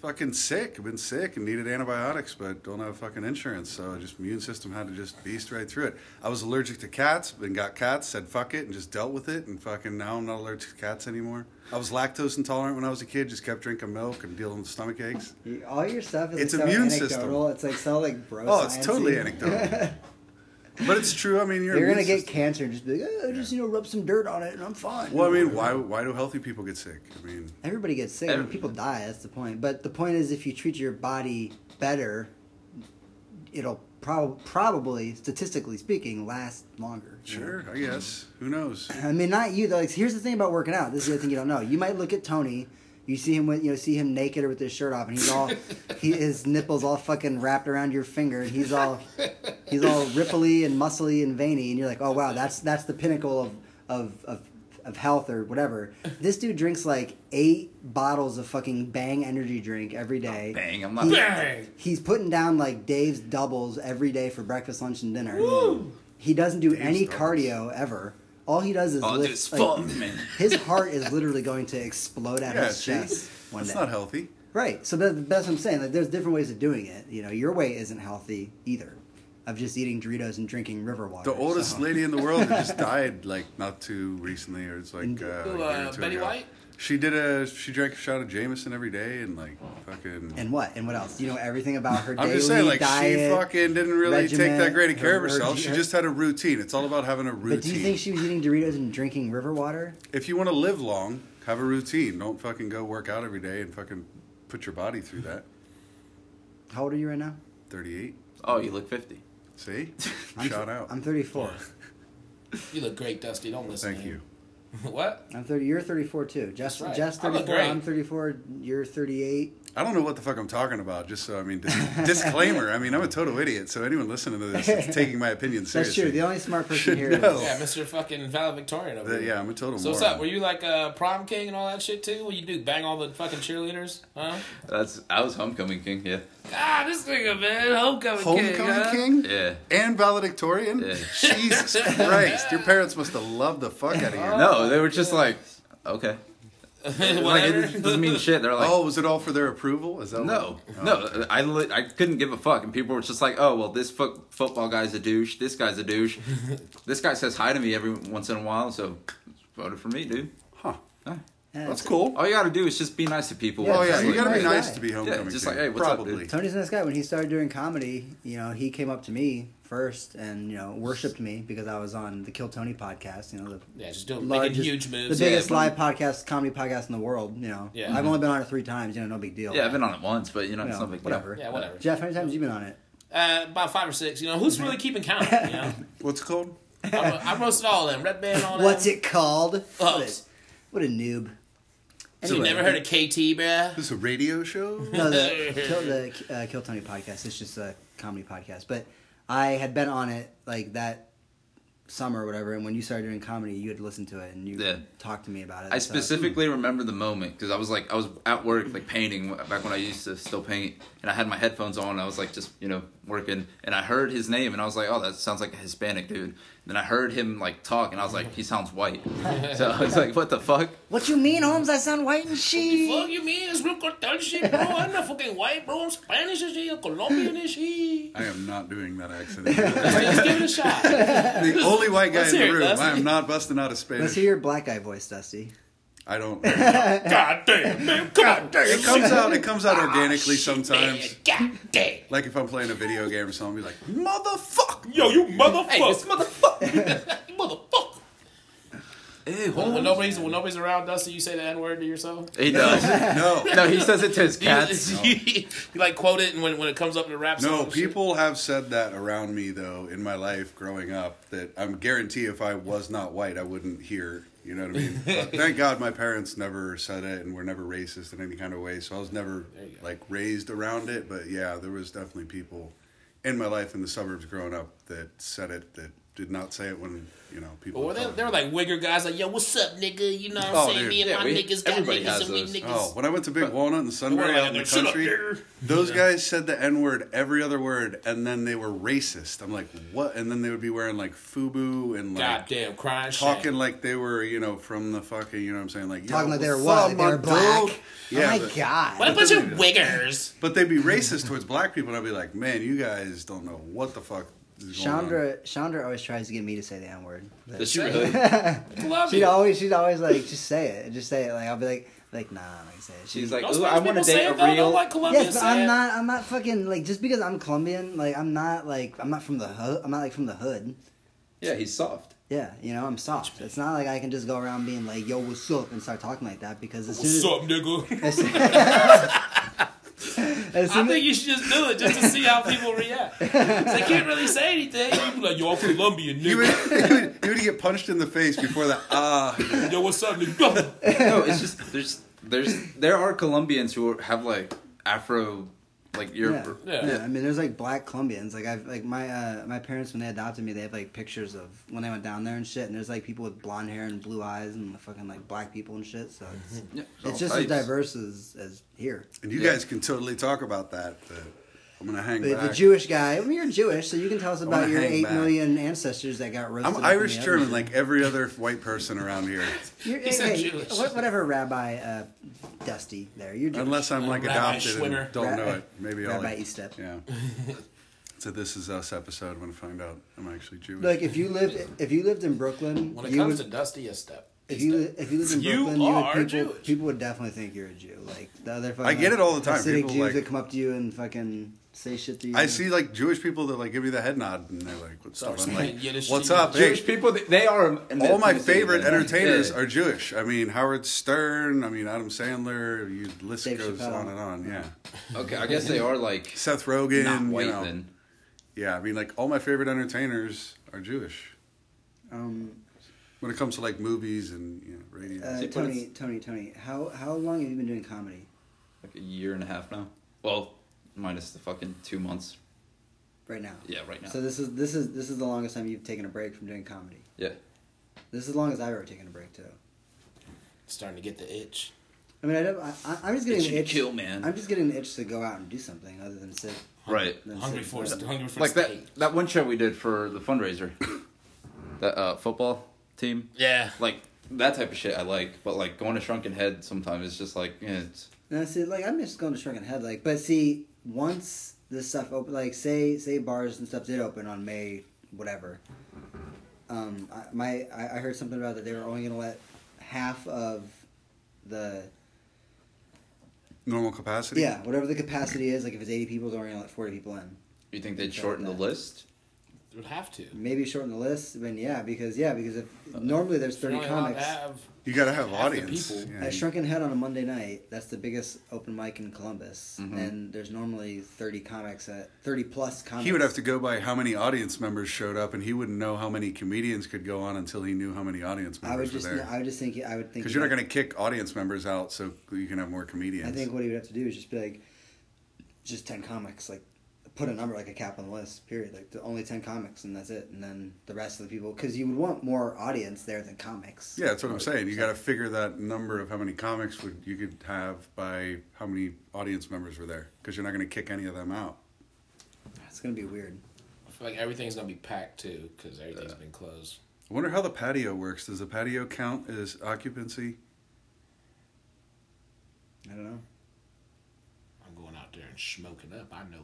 [SPEAKER 3] Fucking sick. I've been sick and needed antibiotics, but don't have fucking insurance, so I just immune system had to just beast right through it. I was allergic to cats, then got cats, said fuck it, and just dealt with it, and fucking now I'm not allergic to cats anymore. I was lactose intolerant when I was a kid, just kept drinking milk and dealing with stomach aches.
[SPEAKER 1] You- All your stuff is
[SPEAKER 3] It's
[SPEAKER 1] like so
[SPEAKER 3] immune system.
[SPEAKER 1] anecdotal. It's like so like bro.
[SPEAKER 3] Oh, it's totally
[SPEAKER 1] science-y.
[SPEAKER 3] anecdotal. But it's true. I mean, your
[SPEAKER 1] You're gonna
[SPEAKER 3] immune
[SPEAKER 1] get
[SPEAKER 3] system-
[SPEAKER 1] cancer and just be like, oh, just you know, rub some dirt on it and I'm fine.
[SPEAKER 3] Well, I mean, why why do healthy people get sick? I mean,
[SPEAKER 1] Everybody gets sick. I mean,
[SPEAKER 2] Every-
[SPEAKER 1] people die. That's the point. But the point is, if you treat your body better, it'll prob- probably, statistically speaking, last longer. you know?
[SPEAKER 3] sure, I guess. Who knows?
[SPEAKER 1] I mean, not you though. Like, here's the thing about working out. This is the other thing you don't know. You might look at Tony. You see him with you know see him naked or with his shirt off, and he's all he, his nipples all fucking wrapped around your finger, and he's all he's all ripply and muscly and veiny, and you're like, oh wow, that's that's the pinnacle of of of, of health or whatever. This dude drinks like eight bottles of fucking Bang energy drink every day.
[SPEAKER 2] Bang! I'm not.
[SPEAKER 1] He-
[SPEAKER 4] Bang!
[SPEAKER 1] He's putting down like Dave's doubles every day for breakfast, lunch, and dinner. He doesn't do any
[SPEAKER 3] doubles.
[SPEAKER 1] cardio ever. All he does is
[SPEAKER 2] Oh,
[SPEAKER 1] lift.
[SPEAKER 2] just
[SPEAKER 1] like,
[SPEAKER 2] fuck, man.
[SPEAKER 1] his heart is literally going to explode out of
[SPEAKER 3] Yeah,
[SPEAKER 1] his
[SPEAKER 3] see,
[SPEAKER 1] chest one
[SPEAKER 3] that's
[SPEAKER 1] day.
[SPEAKER 3] not healthy.
[SPEAKER 1] right. So that, that's what I'm saying. Like, there's different ways of doing it. You know, your way isn't healthy either. Of just eating Doritos and drinking river water.
[SPEAKER 3] The oldest
[SPEAKER 1] so-
[SPEAKER 3] lady in the world that just died, like not too recently, or it's like uh, a year
[SPEAKER 4] Who,
[SPEAKER 3] or
[SPEAKER 4] uh,
[SPEAKER 3] two
[SPEAKER 4] Betty
[SPEAKER 3] ago.
[SPEAKER 4] White?
[SPEAKER 3] She did a. She drank a shot of Jameson every day, and like fucking.
[SPEAKER 1] And what? And what else? You know everything about her
[SPEAKER 3] I'm
[SPEAKER 1] daily
[SPEAKER 3] just saying, like
[SPEAKER 1] diet.
[SPEAKER 3] she fucking didn't really take that
[SPEAKER 1] regimen,
[SPEAKER 3] great of care
[SPEAKER 1] her-
[SPEAKER 3] of herself.
[SPEAKER 1] her-
[SPEAKER 3] she just had a routine. It's all about having a routine.
[SPEAKER 1] but do you think she was eating Doritos and drinking river water?
[SPEAKER 3] if you want to live long, have a routine. Don't fucking go work out every day and fucking put your body through that.
[SPEAKER 1] How old are you right now?
[SPEAKER 3] Thirty-eight.
[SPEAKER 2] Oh, you look fifty.
[SPEAKER 3] See,
[SPEAKER 1] I'm
[SPEAKER 3] shout out.
[SPEAKER 1] I'm 34.
[SPEAKER 4] You look great, Dusty. Don't listen.
[SPEAKER 3] Thank
[SPEAKER 4] to
[SPEAKER 3] you.
[SPEAKER 4] him. what?
[SPEAKER 1] I'm 30. You're 34 too. Just
[SPEAKER 4] That's right.
[SPEAKER 1] just
[SPEAKER 4] I look
[SPEAKER 1] 34. I'm
[SPEAKER 4] great.
[SPEAKER 1] 34. You're 38.
[SPEAKER 3] I don't know what the fuck I'm talking about. Just so I mean, dis- disclaimer. I mean, I'm a total idiot. So anyone listening to this is taking my opinion
[SPEAKER 1] That's
[SPEAKER 3] seriously.
[SPEAKER 1] true. The only smart person here is
[SPEAKER 3] know.
[SPEAKER 4] Yeah, Mr. fucking valedictorian over
[SPEAKER 3] That-
[SPEAKER 4] here.
[SPEAKER 3] yeah, I'm a total.
[SPEAKER 4] So what's
[SPEAKER 3] moron.
[SPEAKER 4] up? Were you like uh, prom king and all that shit too? What you do? Bang all the fucking cheerleaders? Huh?
[SPEAKER 2] That's I was homecoming king. Yeah,
[SPEAKER 4] Ah, this nigga man, homecoming,
[SPEAKER 3] Homecoming
[SPEAKER 4] king. huh?
[SPEAKER 3] king
[SPEAKER 2] yeah.
[SPEAKER 3] and valedictorian.
[SPEAKER 2] Yeah.
[SPEAKER 3] Jesus Christ! Your parents must have loved the fuck out of
[SPEAKER 1] Oh,
[SPEAKER 3] you.
[SPEAKER 2] No, they were just like, okay. Like
[SPEAKER 4] Whatever.
[SPEAKER 2] it doesn't mean shit. They're like,
[SPEAKER 3] Oh, was it all for their approval? Is that
[SPEAKER 2] No,
[SPEAKER 3] what- Oh.
[SPEAKER 2] no, I li- I couldn't give a fuck, and people were just like, "Oh, well, this fo- football guy's a douche. This guy's a douche. this guy says hi to me every once in a while, so voted for me, dude."
[SPEAKER 3] Huh.
[SPEAKER 2] Yeah.
[SPEAKER 1] Yeah,
[SPEAKER 3] That's cool.
[SPEAKER 2] All you gotta do is just be nice to people.
[SPEAKER 1] Yeah,
[SPEAKER 3] Oh yeah,
[SPEAKER 2] Just
[SPEAKER 3] you
[SPEAKER 2] like-
[SPEAKER 3] got to be
[SPEAKER 1] Right.
[SPEAKER 3] nice
[SPEAKER 1] Right.
[SPEAKER 3] to be homecoming.
[SPEAKER 2] Yeah, just
[SPEAKER 3] king.
[SPEAKER 2] like, hey, what's up, dude?
[SPEAKER 3] Probably.
[SPEAKER 1] Tony's a nice guy. When he started doing comedy, you know, he came up to me first and you know worshipped me because I was on the Kill Tony podcast. You know, the
[SPEAKER 4] Yeah, just do
[SPEAKER 1] largest,
[SPEAKER 4] making huge moves.
[SPEAKER 1] the
[SPEAKER 4] Yeah,
[SPEAKER 1] biggest
[SPEAKER 4] but-
[SPEAKER 1] live podcast, comedy podcast in the world. You know,
[SPEAKER 4] Yeah. Mm-hmm.
[SPEAKER 1] I've only been on it three times. You know, no big deal.
[SPEAKER 2] Yeah, I've been on it once, but you know,
[SPEAKER 1] You
[SPEAKER 2] it's
[SPEAKER 1] know,
[SPEAKER 2] not like
[SPEAKER 1] whatever.
[SPEAKER 4] Yeah, whatever.
[SPEAKER 1] Jeff, how many times have you been on it?
[SPEAKER 4] Uh, about five or six. You know, who's really keeping count? You know,
[SPEAKER 3] What's it called?
[SPEAKER 4] I, ro- I roasted all of them. Red Band, all that.
[SPEAKER 1] What's it called? What a,
[SPEAKER 4] Folks.
[SPEAKER 1] what a noob.
[SPEAKER 4] Oh. You never heard of KT, bruh?
[SPEAKER 3] This is a radio show.
[SPEAKER 1] No, the Kill, the uh, Kill Tony podcast. It's just a comedy podcast. But I had been on it like that summer or whatever. And when you started doing comedy, you had listened to it and you
[SPEAKER 2] Yeah.
[SPEAKER 1] talked to me about it.
[SPEAKER 2] I
[SPEAKER 1] So-
[SPEAKER 2] specifically remember the moment because I was like, I was at work, like painting back when I used to still paint, and I had my headphones on. And I was like, just you know, working, and I heard his name, and I was like, oh, that sounds like a Hispanic dude. And then I heard him like talk, and I was like, he sounds white. so I was like, what the fuck?
[SPEAKER 1] What you mean, Holmes? I sound white and she.
[SPEAKER 4] Fuck you mean? It's real cartel shit, bro. I'm not fucking white, bro. I'm Spanish and shit. I'm Colombian and shit.
[SPEAKER 3] I am not doing that accent.
[SPEAKER 4] Let's give it a shot.
[SPEAKER 3] the only white guy
[SPEAKER 4] Let's
[SPEAKER 3] in the
[SPEAKER 4] hear it,
[SPEAKER 3] room.
[SPEAKER 4] Dusty.
[SPEAKER 3] I am not busting out a
[SPEAKER 1] Let's
[SPEAKER 3] Spanish.
[SPEAKER 1] hear your black guy voice, Dusty. Oh
[SPEAKER 3] I don't.
[SPEAKER 4] God damn, man. God damn.
[SPEAKER 3] It comes out. It comes out
[SPEAKER 4] Ah,
[SPEAKER 3] organically sometimes.
[SPEAKER 4] God damn.
[SPEAKER 3] Like if I'm playing a video game or something, I'll be like, motherfucker.
[SPEAKER 4] Yo, you motherfucker.
[SPEAKER 2] Hey, this
[SPEAKER 4] motherfucker. you motherfucker.
[SPEAKER 2] Hey,
[SPEAKER 4] When nobody's, when nobody's around, Dusty, you say the N word to yourself?
[SPEAKER 2] He does.
[SPEAKER 3] No,
[SPEAKER 2] no, he says it to his cats.
[SPEAKER 4] you like quote it, and when, when it comes up in the rap
[SPEAKER 3] no.
[SPEAKER 4] song, shit.
[SPEAKER 3] People have said that around me though in my life growing up. That I'm guarantee if I was not white, I wouldn't hear. You know what I mean? But thank God my parents never said it and were never racist in any kind of way. So I was never like raised around it. But yeah, there was definitely people in my life in the suburbs growing up that said it that did not say it when you know people.
[SPEAKER 4] Or
[SPEAKER 3] of
[SPEAKER 4] they,
[SPEAKER 3] color.
[SPEAKER 4] they were like wigger guys, like, yo, what's up, nigga? You know what I'm
[SPEAKER 3] Oh,
[SPEAKER 4] saying?
[SPEAKER 3] dude.
[SPEAKER 4] Me and
[SPEAKER 2] Yeah,
[SPEAKER 4] my
[SPEAKER 2] we-
[SPEAKER 4] niggas got
[SPEAKER 2] everybody
[SPEAKER 4] niggas,
[SPEAKER 2] has
[SPEAKER 4] and we
[SPEAKER 2] those.
[SPEAKER 4] niggas.
[SPEAKER 3] Oh, when I went to Big Walnut and Sunbury
[SPEAKER 4] We're
[SPEAKER 3] out in the
[SPEAKER 4] like, "Shut up,
[SPEAKER 3] country,
[SPEAKER 4] nigger."
[SPEAKER 3] those guys said the N word every other word, and then they were racist. I'm like, what? And then they would be wearing like FUBU and like
[SPEAKER 4] Goddamn, crying
[SPEAKER 3] talking
[SPEAKER 4] shame.
[SPEAKER 3] like they were, you know, from the fucking, you know what I'm saying? Like,
[SPEAKER 1] Talking
[SPEAKER 3] "Yo,
[SPEAKER 1] like they were
[SPEAKER 3] what's
[SPEAKER 1] what? Like
[SPEAKER 3] up,
[SPEAKER 1] they
[SPEAKER 3] my
[SPEAKER 1] were black.
[SPEAKER 3] dude?" Yeah,
[SPEAKER 1] oh my
[SPEAKER 3] but,
[SPEAKER 1] god.
[SPEAKER 4] What a bunch of wiggers.
[SPEAKER 3] But they'd be racist towards black people, and I'd be like, man, you guys don't know what the fuck is going on.
[SPEAKER 1] Chandra, Chandra always tries to get me to say the N word.
[SPEAKER 2] Does she really?
[SPEAKER 4] Love
[SPEAKER 1] She'd
[SPEAKER 4] you.
[SPEAKER 1] always, she'd always like just say it, just say it. Like I'll be like, like nah, I'm not gonna say it. She'd
[SPEAKER 2] She's
[SPEAKER 1] be-
[SPEAKER 2] like,
[SPEAKER 4] Don't
[SPEAKER 2] ooh,
[SPEAKER 4] Spanish
[SPEAKER 2] I want to
[SPEAKER 4] people say
[SPEAKER 2] date a
[SPEAKER 4] it, though. Don't
[SPEAKER 2] real.
[SPEAKER 4] like Colombians
[SPEAKER 1] Yes, but
[SPEAKER 4] say
[SPEAKER 1] I'm
[SPEAKER 4] it.
[SPEAKER 1] not. I'm not fucking like just because I'm Colombian. Like I'm not like I'm not from the hood. I'm not like from the hood.
[SPEAKER 2] yeah, he's soft.
[SPEAKER 1] Yeah, you know I'm soft. It's not like I can just go around being like, "Yo, what's up?" and start talking like that because as
[SPEAKER 4] What's
[SPEAKER 1] soon
[SPEAKER 4] up, nigga?
[SPEAKER 1] as, as
[SPEAKER 4] I
[SPEAKER 1] soon as
[SPEAKER 4] think you should just do it just to see how people react. 'Cause They can't really say anything. You be like, yo, I'm Colombian,
[SPEAKER 3] You would,
[SPEAKER 4] nigga.
[SPEAKER 3] you, would, you would get punched in the face before the ah.
[SPEAKER 4] Yo, what's up, nigga?
[SPEAKER 2] no, it's just there's there's there are Colombians who have like Afro, like
[SPEAKER 1] yeah,
[SPEAKER 2] Europe.
[SPEAKER 1] yeah.
[SPEAKER 4] Yeah.
[SPEAKER 1] I mean, there's like black Colombians. Like I've like my uh, my parents when they adopted me, they have like pictures of when they went down there and shit. And there's like people with blonde hair and blue eyes and fucking like black people and shit. So it's
[SPEAKER 2] Yeah, Mm-hmm. all
[SPEAKER 1] it's just as
[SPEAKER 2] types.
[SPEAKER 1] diverse as as here.
[SPEAKER 3] And you
[SPEAKER 2] Yeah.
[SPEAKER 3] guys can totally talk about that, but I'm gonna hang
[SPEAKER 1] The,
[SPEAKER 3] back.
[SPEAKER 1] the Jewish guy. I mean, you're Jewish, so you can tell us about
[SPEAKER 3] wanna
[SPEAKER 1] your
[SPEAKER 3] hang
[SPEAKER 1] eight
[SPEAKER 3] back.
[SPEAKER 1] million ancestors that got roasted.
[SPEAKER 3] I'm
[SPEAKER 1] up in the
[SPEAKER 3] Irish
[SPEAKER 1] oven.
[SPEAKER 3] German, like every other white person around here,
[SPEAKER 1] You're,
[SPEAKER 4] He said
[SPEAKER 1] hey, hey,
[SPEAKER 4] Jewish.
[SPEAKER 1] what- whatever, Rabbi uh, Dusty. There, you're Jewish.
[SPEAKER 3] unless I'm like
[SPEAKER 4] Rabbi
[SPEAKER 3] adopted
[SPEAKER 4] Schwimmer.
[SPEAKER 3] and don't know
[SPEAKER 1] Rabbi-
[SPEAKER 3] it. Maybe I'll.
[SPEAKER 1] Rabbi
[SPEAKER 3] Like,
[SPEAKER 1] Eastep.
[SPEAKER 3] yeah. So this is us episode. When I find out I'm actually Jewish.
[SPEAKER 1] Like if you lived if you lived in Brooklyn,
[SPEAKER 4] When it
[SPEAKER 1] you
[SPEAKER 4] comes to
[SPEAKER 1] would,
[SPEAKER 4] Dusty, a step.
[SPEAKER 1] if you li- if you lived in
[SPEAKER 4] You
[SPEAKER 1] Brooklyn, you,
[SPEAKER 4] are
[SPEAKER 1] would, people,
[SPEAKER 4] Jewish.
[SPEAKER 1] people would definitely think you're a Jew. Like the other fucking
[SPEAKER 3] get it all the time.
[SPEAKER 1] Hasidic
[SPEAKER 3] People,
[SPEAKER 1] Jews
[SPEAKER 3] like-
[SPEAKER 1] that come up to you and fucking say shit to you.
[SPEAKER 3] I see like Jewish people that like give me the head nod and they're like, "What's up?" I'm
[SPEAKER 4] Sorry,
[SPEAKER 3] like,
[SPEAKER 4] Yiddish
[SPEAKER 3] "What's
[SPEAKER 4] to you.
[SPEAKER 3] up?"
[SPEAKER 2] Jewish
[SPEAKER 3] Hey,
[SPEAKER 2] people, they- they are an
[SPEAKER 3] all my
[SPEAKER 2] ethnicity,
[SPEAKER 3] favorite
[SPEAKER 2] man.
[SPEAKER 3] entertainers
[SPEAKER 2] Yeah.
[SPEAKER 3] are Jewish. I mean, Howard Stern. I mean, Adam Sandler. You list
[SPEAKER 1] Dave
[SPEAKER 3] goes
[SPEAKER 1] Chappelle.
[SPEAKER 3] on and on. Yeah,
[SPEAKER 2] okay. I guess they are like
[SPEAKER 3] Seth Rogen.
[SPEAKER 2] not white
[SPEAKER 3] you know.
[SPEAKER 2] then.
[SPEAKER 3] Yeah, I mean, like all my favorite entertainers are Jewish.
[SPEAKER 1] Um,
[SPEAKER 3] When it comes to like movies and you know, radio,
[SPEAKER 1] uh,
[SPEAKER 2] See, but
[SPEAKER 1] Tony, Tony, Tony. How how long have you been doing comedy?
[SPEAKER 2] like a year and a half now. Well, minus the fucking two months.
[SPEAKER 1] right now.
[SPEAKER 2] Yeah, right now.
[SPEAKER 1] So this is this is this is the longest time you've taken a break from doing comedy.
[SPEAKER 2] yeah.
[SPEAKER 1] This is as long as I've ever taken a break too.
[SPEAKER 4] Starting to get the itch.
[SPEAKER 1] I mean, I don't, I, I- I'm just getting
[SPEAKER 2] Itching
[SPEAKER 1] an
[SPEAKER 2] to
[SPEAKER 1] itch.
[SPEAKER 2] kill, man.
[SPEAKER 1] I'm just getting an itch to go out and do something other than sit.
[SPEAKER 2] Right.
[SPEAKER 1] Than
[SPEAKER 4] Hungry
[SPEAKER 1] sit-
[SPEAKER 4] for hungry for
[SPEAKER 2] Like
[SPEAKER 4] steak.
[SPEAKER 2] that that one show we did for the fundraiser. that uh, football team.
[SPEAKER 4] Yeah.
[SPEAKER 2] Like that type of shit I like, but like going to Shrunken Head sometimes it's just like yeah, it's
[SPEAKER 1] No, see, like I'm just going to shrunken head, like, but see, once this stuff open, like, say, say bars and stuff did open on May whatever. Um, I, my I, I heard something about that they were only going to let half of the
[SPEAKER 3] Normal capacity.
[SPEAKER 1] yeah whatever the capacity is, like if it's 80 people, they're only going to let 40 people in.
[SPEAKER 2] you think they'd
[SPEAKER 1] Something
[SPEAKER 2] shorten the
[SPEAKER 1] like that.
[SPEAKER 2] list?
[SPEAKER 4] would have to.
[SPEAKER 1] Maybe shorten the list, but yeah, because yeah, because if normally there's 30
[SPEAKER 4] Only allowed to
[SPEAKER 1] comics.
[SPEAKER 4] have-
[SPEAKER 3] You got to have
[SPEAKER 4] Half the
[SPEAKER 3] audience.
[SPEAKER 4] people.
[SPEAKER 3] Yeah.
[SPEAKER 1] At Shrunken Head on a Monday night, that's the biggest open mic in Columbus,
[SPEAKER 3] Mm-hmm.
[SPEAKER 1] and there's normally 30 comics at 30 plus comics.
[SPEAKER 3] He would have to go by how many audience members showed up, and he wouldn't know how many comedians could go on until he knew how many audience
[SPEAKER 1] I would
[SPEAKER 3] members were
[SPEAKER 1] just,
[SPEAKER 3] there.
[SPEAKER 1] I would just think, I would think.
[SPEAKER 3] Because you're not
[SPEAKER 1] that-
[SPEAKER 3] going to kick audience members out so you can have more comedians.
[SPEAKER 1] I think what he would have to do is just be like, just 10 comics, like put a number like a cap on the list. Period. Like the only 10 comics, and that's it. And then the rest of the people, because you would want more audience there than comics.
[SPEAKER 3] yeah, that's what I'm saying. You got to figure that number of how many comics would you could have by how many audience members were there. Because you're not going to kick any of them out.
[SPEAKER 1] It's gonna be weird.
[SPEAKER 4] I feel like everything's gonna be packed too, because everything's been closed.
[SPEAKER 3] I wonder how the patio works. Does the patio count as occupancy?
[SPEAKER 1] I don't know.
[SPEAKER 4] I'm going out there and smoking up. I know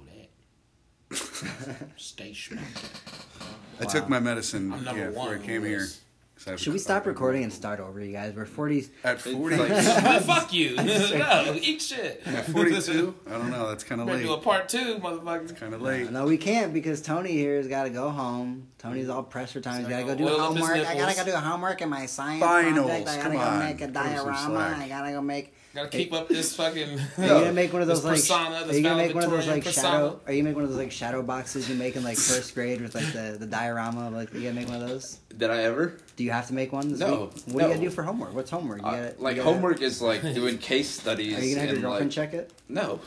[SPEAKER 4] that. Stay smoking.
[SPEAKER 3] I took my medicine
[SPEAKER 4] I'm number
[SPEAKER 3] yeah,
[SPEAKER 4] one
[SPEAKER 3] before I
[SPEAKER 4] on
[SPEAKER 3] came
[SPEAKER 4] the
[SPEAKER 3] here.
[SPEAKER 4] list.
[SPEAKER 3] 'Cause I have-
[SPEAKER 1] Should we stop recording and start over, you guys? We're 40.
[SPEAKER 3] At 40,
[SPEAKER 2] It's like-
[SPEAKER 4] Fuck you. no, eat shit.
[SPEAKER 3] at 42? I don't know. That's kind of
[SPEAKER 4] Better do a
[SPEAKER 3] late.
[SPEAKER 4] part two, motherfucker.
[SPEAKER 3] Kind of late.
[SPEAKER 1] No, we can't because Tony here has got to go home. Tony's all pressure time. He's got to go do
[SPEAKER 4] Oil up his
[SPEAKER 1] homework. I got
[SPEAKER 4] nipples.
[SPEAKER 1] to go do homework in my science
[SPEAKER 3] Finals,
[SPEAKER 1] project. I got to
[SPEAKER 3] come
[SPEAKER 1] go
[SPEAKER 3] on,
[SPEAKER 1] make a
[SPEAKER 3] cut him some
[SPEAKER 1] diorama.
[SPEAKER 3] slack.
[SPEAKER 1] I got to go make.
[SPEAKER 4] Gotta keep up this fucking.
[SPEAKER 1] Are you gonna make one of
[SPEAKER 4] this
[SPEAKER 1] those like?
[SPEAKER 4] persona,
[SPEAKER 1] are
[SPEAKER 4] this
[SPEAKER 1] you gonna make one of
[SPEAKER 4] valedictorian
[SPEAKER 1] those like
[SPEAKER 4] persona.
[SPEAKER 1] shadow? Are you gonna make one of those like shadow boxes you make in like first grade with like the the diorama? Of, like you gotta make one of those.
[SPEAKER 2] Did I ever?
[SPEAKER 1] Do you have to make one? This
[SPEAKER 2] No,
[SPEAKER 1] week? What do you
[SPEAKER 2] no.
[SPEAKER 1] gotta do for homework? What's homework? You
[SPEAKER 2] Uh,
[SPEAKER 1] gotta,
[SPEAKER 2] like
[SPEAKER 1] you gotta-
[SPEAKER 2] homework is like doing case studies.
[SPEAKER 1] Are you gonna have your
[SPEAKER 2] and,
[SPEAKER 1] girlfriend
[SPEAKER 2] like-
[SPEAKER 1] check it?
[SPEAKER 2] No,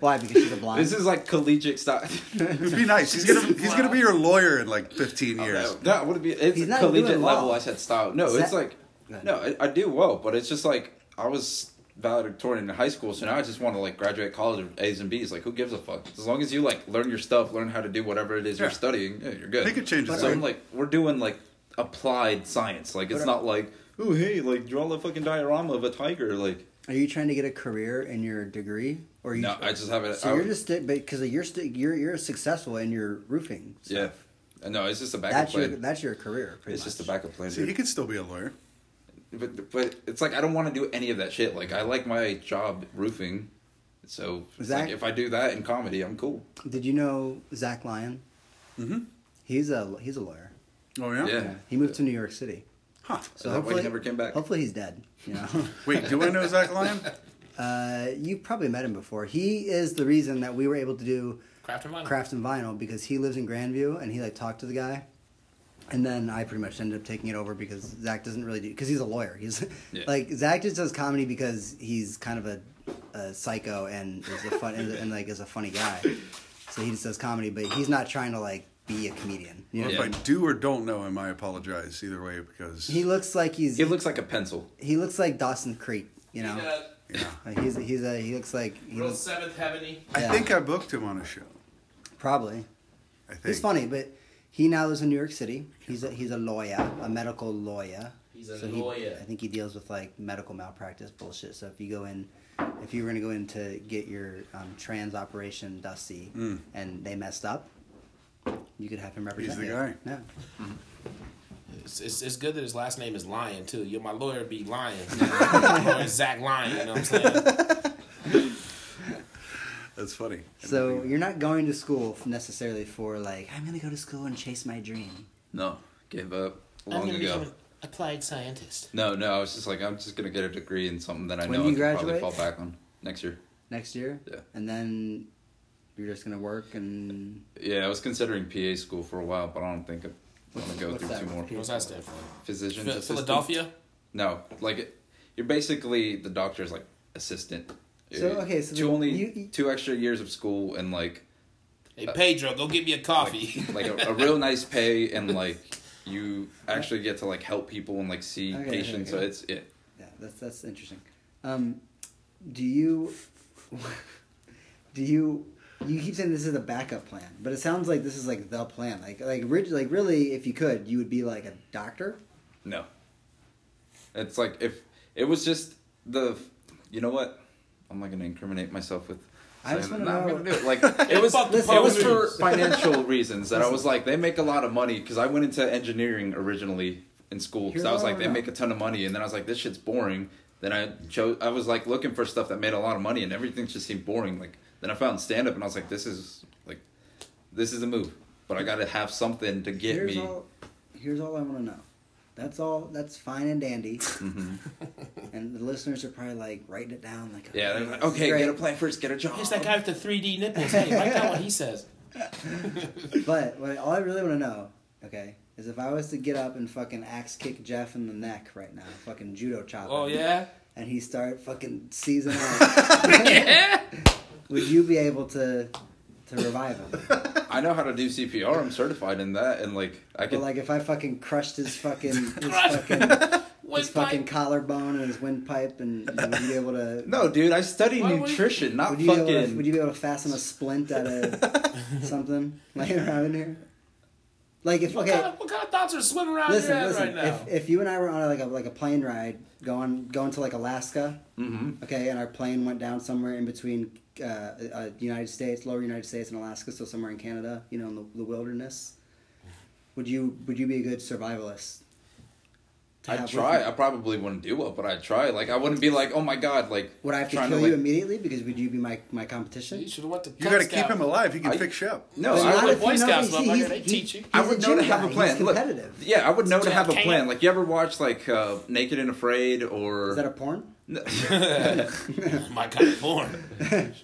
[SPEAKER 1] Why? Because she's a blind.
[SPEAKER 2] this is like collegiate style.
[SPEAKER 3] It'd be nice. He's gonna he's gonna be your lawyer in like 15 years.
[SPEAKER 2] No, Oh, that would be it's
[SPEAKER 1] He's
[SPEAKER 2] a
[SPEAKER 1] not
[SPEAKER 2] collegiate
[SPEAKER 1] doing well.
[SPEAKER 2] level. I said style. No,
[SPEAKER 1] Sa-
[SPEAKER 2] it's like
[SPEAKER 1] Go ahead.
[SPEAKER 2] no, I, I do well, but it's just like I was valedictorian in high school, so now I just want to like graduate college with A's and B's. Like, who gives a fuck? As long as you like learn your stuff, learn how to do whatever it is you're
[SPEAKER 3] Yeah.
[SPEAKER 2] studying, yeah, you're good.
[SPEAKER 3] They could change it,
[SPEAKER 2] So
[SPEAKER 3] right?
[SPEAKER 2] I'm like, we're doing like applied science. Like, it's
[SPEAKER 1] But- uh,
[SPEAKER 2] not like oh hey, like draw a fucking diorama of a tiger. Like,
[SPEAKER 1] Are you trying to get a career in your degree, or are you?
[SPEAKER 2] no, I just have it.
[SPEAKER 1] So
[SPEAKER 2] I,
[SPEAKER 1] you're just because you're st- you're you're successful in your roofing. Stuff.
[SPEAKER 2] yeah. No, it's just a backup
[SPEAKER 1] that's your
[SPEAKER 2] plan.
[SPEAKER 1] that's your career. Pretty
[SPEAKER 2] it's
[SPEAKER 1] much.
[SPEAKER 2] just a backup plan.
[SPEAKER 3] See,
[SPEAKER 2] dude.
[SPEAKER 3] he could still be a lawyer.
[SPEAKER 2] But but it's like I don't want to do any of that shit. Like I like my job roofing, so it's
[SPEAKER 1] Zach-
[SPEAKER 2] like if I do that in comedy, I'm cool.
[SPEAKER 1] Did you know Zach Lyon?
[SPEAKER 3] Mhm.
[SPEAKER 1] He's a he's a lawyer.
[SPEAKER 3] Oh yeah.
[SPEAKER 2] Mm-hmm. Yeah.
[SPEAKER 1] He moved to New York City.
[SPEAKER 3] Huh.
[SPEAKER 1] So
[SPEAKER 2] that why he
[SPEAKER 1] hopefully
[SPEAKER 2] never came back?
[SPEAKER 1] Hopefully he's dead. You know,
[SPEAKER 3] Wait, do I know Zach Lyon?
[SPEAKER 1] uh, you probably met him before. He is the reason that we were able to do
[SPEAKER 4] Craft and vinyl.
[SPEAKER 1] Craft and Vinyl because he lives in Grandview and he like talked to the guy. And then I pretty much ended up taking it over because Zach doesn't really do because he's a lawyer. He's
[SPEAKER 2] Yeah.
[SPEAKER 1] like Zach just does comedy because he's kind of a, a psycho and is a fun and, and like is a funny guy. So he just does comedy, but he's not trying to like be a comedian. You know?
[SPEAKER 3] If I do or don't know him, I apologize either way because
[SPEAKER 1] He looks like he's
[SPEAKER 2] He looks like a pencil.
[SPEAKER 1] he looks like Dawson Creek. You
[SPEAKER 4] You
[SPEAKER 1] know,
[SPEAKER 4] know,
[SPEAKER 1] Like, he's he's a he looks like he
[SPEAKER 4] real
[SPEAKER 1] looks,
[SPEAKER 4] seventh heaveny.
[SPEAKER 3] I
[SPEAKER 1] yeah.
[SPEAKER 3] think I booked him on a show.
[SPEAKER 1] probably
[SPEAKER 3] I think
[SPEAKER 1] he's funny, but he now lives in New York City. He's a, he's a lawyer, a medical lawyer.
[SPEAKER 4] He's a
[SPEAKER 1] he-
[SPEAKER 4] lawyer.
[SPEAKER 1] I think he deals with like medical malpractice bullshit. So if you go in, if you were gonna go in to get your um, trans operation Dusty and they messed up, you could have him represent.
[SPEAKER 3] Mm. the
[SPEAKER 1] you.
[SPEAKER 3] guy.
[SPEAKER 1] Yeah.
[SPEAKER 4] It's, it's, it's good that his last name is Lion too. Yo, my lawyer be Lion. my lawyer Zach Lion. You know what I'm saying?
[SPEAKER 3] That's funny.
[SPEAKER 1] So you're not going to school necessarily for like I'm gonna go to school and chase my dream.
[SPEAKER 2] No, gave up long
[SPEAKER 4] gonna
[SPEAKER 2] ago.
[SPEAKER 4] become an applied scientist.
[SPEAKER 2] No, no, I was just like I'm just gonna get a degree in something that I
[SPEAKER 1] When
[SPEAKER 2] know I
[SPEAKER 1] do
[SPEAKER 2] can
[SPEAKER 1] you
[SPEAKER 2] probably fall
[SPEAKER 1] graduate?
[SPEAKER 2] back on next year.
[SPEAKER 1] next year.
[SPEAKER 2] Yeah.
[SPEAKER 1] And then you're just gonna work and
[SPEAKER 2] Yeah, I was considering PA school for a while, but I don't think I want to go
[SPEAKER 1] what's
[SPEAKER 2] through
[SPEAKER 1] that?
[SPEAKER 2] two more
[SPEAKER 4] What's that stand for?
[SPEAKER 2] physicians.
[SPEAKER 4] Phil-
[SPEAKER 2] assistant.
[SPEAKER 4] Philadelphia.
[SPEAKER 2] No, like it, you're basically the doctor's like assistant.
[SPEAKER 1] So, okay, so
[SPEAKER 2] two
[SPEAKER 1] the-
[SPEAKER 2] only
[SPEAKER 1] you-
[SPEAKER 2] two extra years of school and like
[SPEAKER 4] Hey Pedro, go get me a coffee.
[SPEAKER 2] Uh, like a, a real nice pay and like you actually get to like help people and like see
[SPEAKER 1] Okay, okay,
[SPEAKER 2] patients.
[SPEAKER 1] okay.
[SPEAKER 2] So it's it.
[SPEAKER 1] Yeah, that's that's interesting. Um, do you do you you keep saying this is a backup plan, but it sounds like this is like the plan. Like like rid- like really, if you could, you would be like a doctor.
[SPEAKER 2] No. It's like if it was just the, you know what? I'm not gonna incriminate myself with.
[SPEAKER 1] I just
[SPEAKER 2] saying
[SPEAKER 1] wanna
[SPEAKER 2] that. No,
[SPEAKER 1] know-
[SPEAKER 2] I'm gonna do it. Like it was.
[SPEAKER 4] Fuck the
[SPEAKER 2] it was for
[SPEAKER 4] posers.
[SPEAKER 2] financial reasons that I was like, they make a lot of money because I went into engineering originally in school because I was like, they make a ton of money, and then I was like, this shit's boring. Then I chose. I was like looking for stuff that made a lot of money, and everything just seemed boring. Like then I found stand up, and I was like, this is like, this is a move. But I gotta have something to get
[SPEAKER 1] here's
[SPEAKER 2] me.
[SPEAKER 1] all here's all I want to know. That's all. That's fine and dandy.
[SPEAKER 2] Mm-hmm.
[SPEAKER 1] and the listeners are probably like writing it down. Like
[SPEAKER 2] yeah, they're like,
[SPEAKER 1] this is
[SPEAKER 2] okay,
[SPEAKER 1] great."
[SPEAKER 2] get a plan first, get a job.
[SPEAKER 4] Here's that guy with the 3D nipples. Hey, write down what he says.
[SPEAKER 1] But what, all I really want to know, okay, is if I was to get up and fucking axe kick Jeff in the neck right now, fucking judo chop.
[SPEAKER 4] Oh
[SPEAKER 1] him,
[SPEAKER 4] yeah.
[SPEAKER 1] and he started fucking seizing up. Would you be able to to revive him?
[SPEAKER 2] I know how to do CPR. I'm certified in that, and like I
[SPEAKER 1] But
[SPEAKER 2] can.
[SPEAKER 1] like if I fucking crushed his fucking his
[SPEAKER 4] Crushed-
[SPEAKER 1] fucking his
[SPEAKER 4] Windpipe.
[SPEAKER 1] fucking collarbone and his windpipe, and would you be able to?
[SPEAKER 2] no, dude, I study
[SPEAKER 4] Why would-
[SPEAKER 2] nutrition, not
[SPEAKER 1] Would you, be able to,
[SPEAKER 2] fucking.
[SPEAKER 1] would you be able to fasten a splint out of something laying around in here? Like if
[SPEAKER 4] What,
[SPEAKER 1] okay,
[SPEAKER 4] kind of, what kind of thoughts are swimming around
[SPEAKER 1] listen,
[SPEAKER 4] your head
[SPEAKER 1] listen.
[SPEAKER 4] right now?
[SPEAKER 1] if if you and I were on a, like a like a plane ride going going to like Alaska,
[SPEAKER 2] Mhm.
[SPEAKER 1] okay, and our plane went down somewhere in between uh, uh, United States, lower United States, and Alaska, so somewhere in Canada, you know, in the, the wilderness. Would you would you be a good survivalist? to have
[SPEAKER 2] I'd
[SPEAKER 1] with
[SPEAKER 2] try.
[SPEAKER 1] you?
[SPEAKER 2] I probably wouldn't do well, but I'd try. Like I wouldn't be like, oh my god, like.
[SPEAKER 1] Would I have to
[SPEAKER 2] trying
[SPEAKER 1] kill you
[SPEAKER 2] like-
[SPEAKER 1] immediately because would you be my my competition?
[SPEAKER 4] you should have went to.
[SPEAKER 3] You got to keep
[SPEAKER 4] Scout.
[SPEAKER 3] him alive. He can
[SPEAKER 2] I-
[SPEAKER 3] fix you up.
[SPEAKER 2] No,
[SPEAKER 1] But
[SPEAKER 2] I
[SPEAKER 1] not
[SPEAKER 2] would.
[SPEAKER 1] if you
[SPEAKER 4] Boy
[SPEAKER 1] know
[SPEAKER 4] Scouts,
[SPEAKER 1] he's-
[SPEAKER 4] motherfucker,
[SPEAKER 1] he's-
[SPEAKER 4] they
[SPEAKER 1] he's-
[SPEAKER 4] teach you.
[SPEAKER 1] he's
[SPEAKER 2] I
[SPEAKER 1] a
[SPEAKER 2] would know
[SPEAKER 1] gym
[SPEAKER 2] to have
[SPEAKER 1] guy.
[SPEAKER 2] a plan.
[SPEAKER 1] He's
[SPEAKER 2] Look,
[SPEAKER 1] competitive.
[SPEAKER 2] yeah, I would know to have a
[SPEAKER 4] Can't.
[SPEAKER 2] plan. Like you ever watch like uh, Naked and Afraid or
[SPEAKER 1] Is that a porn?
[SPEAKER 4] My kind of porn.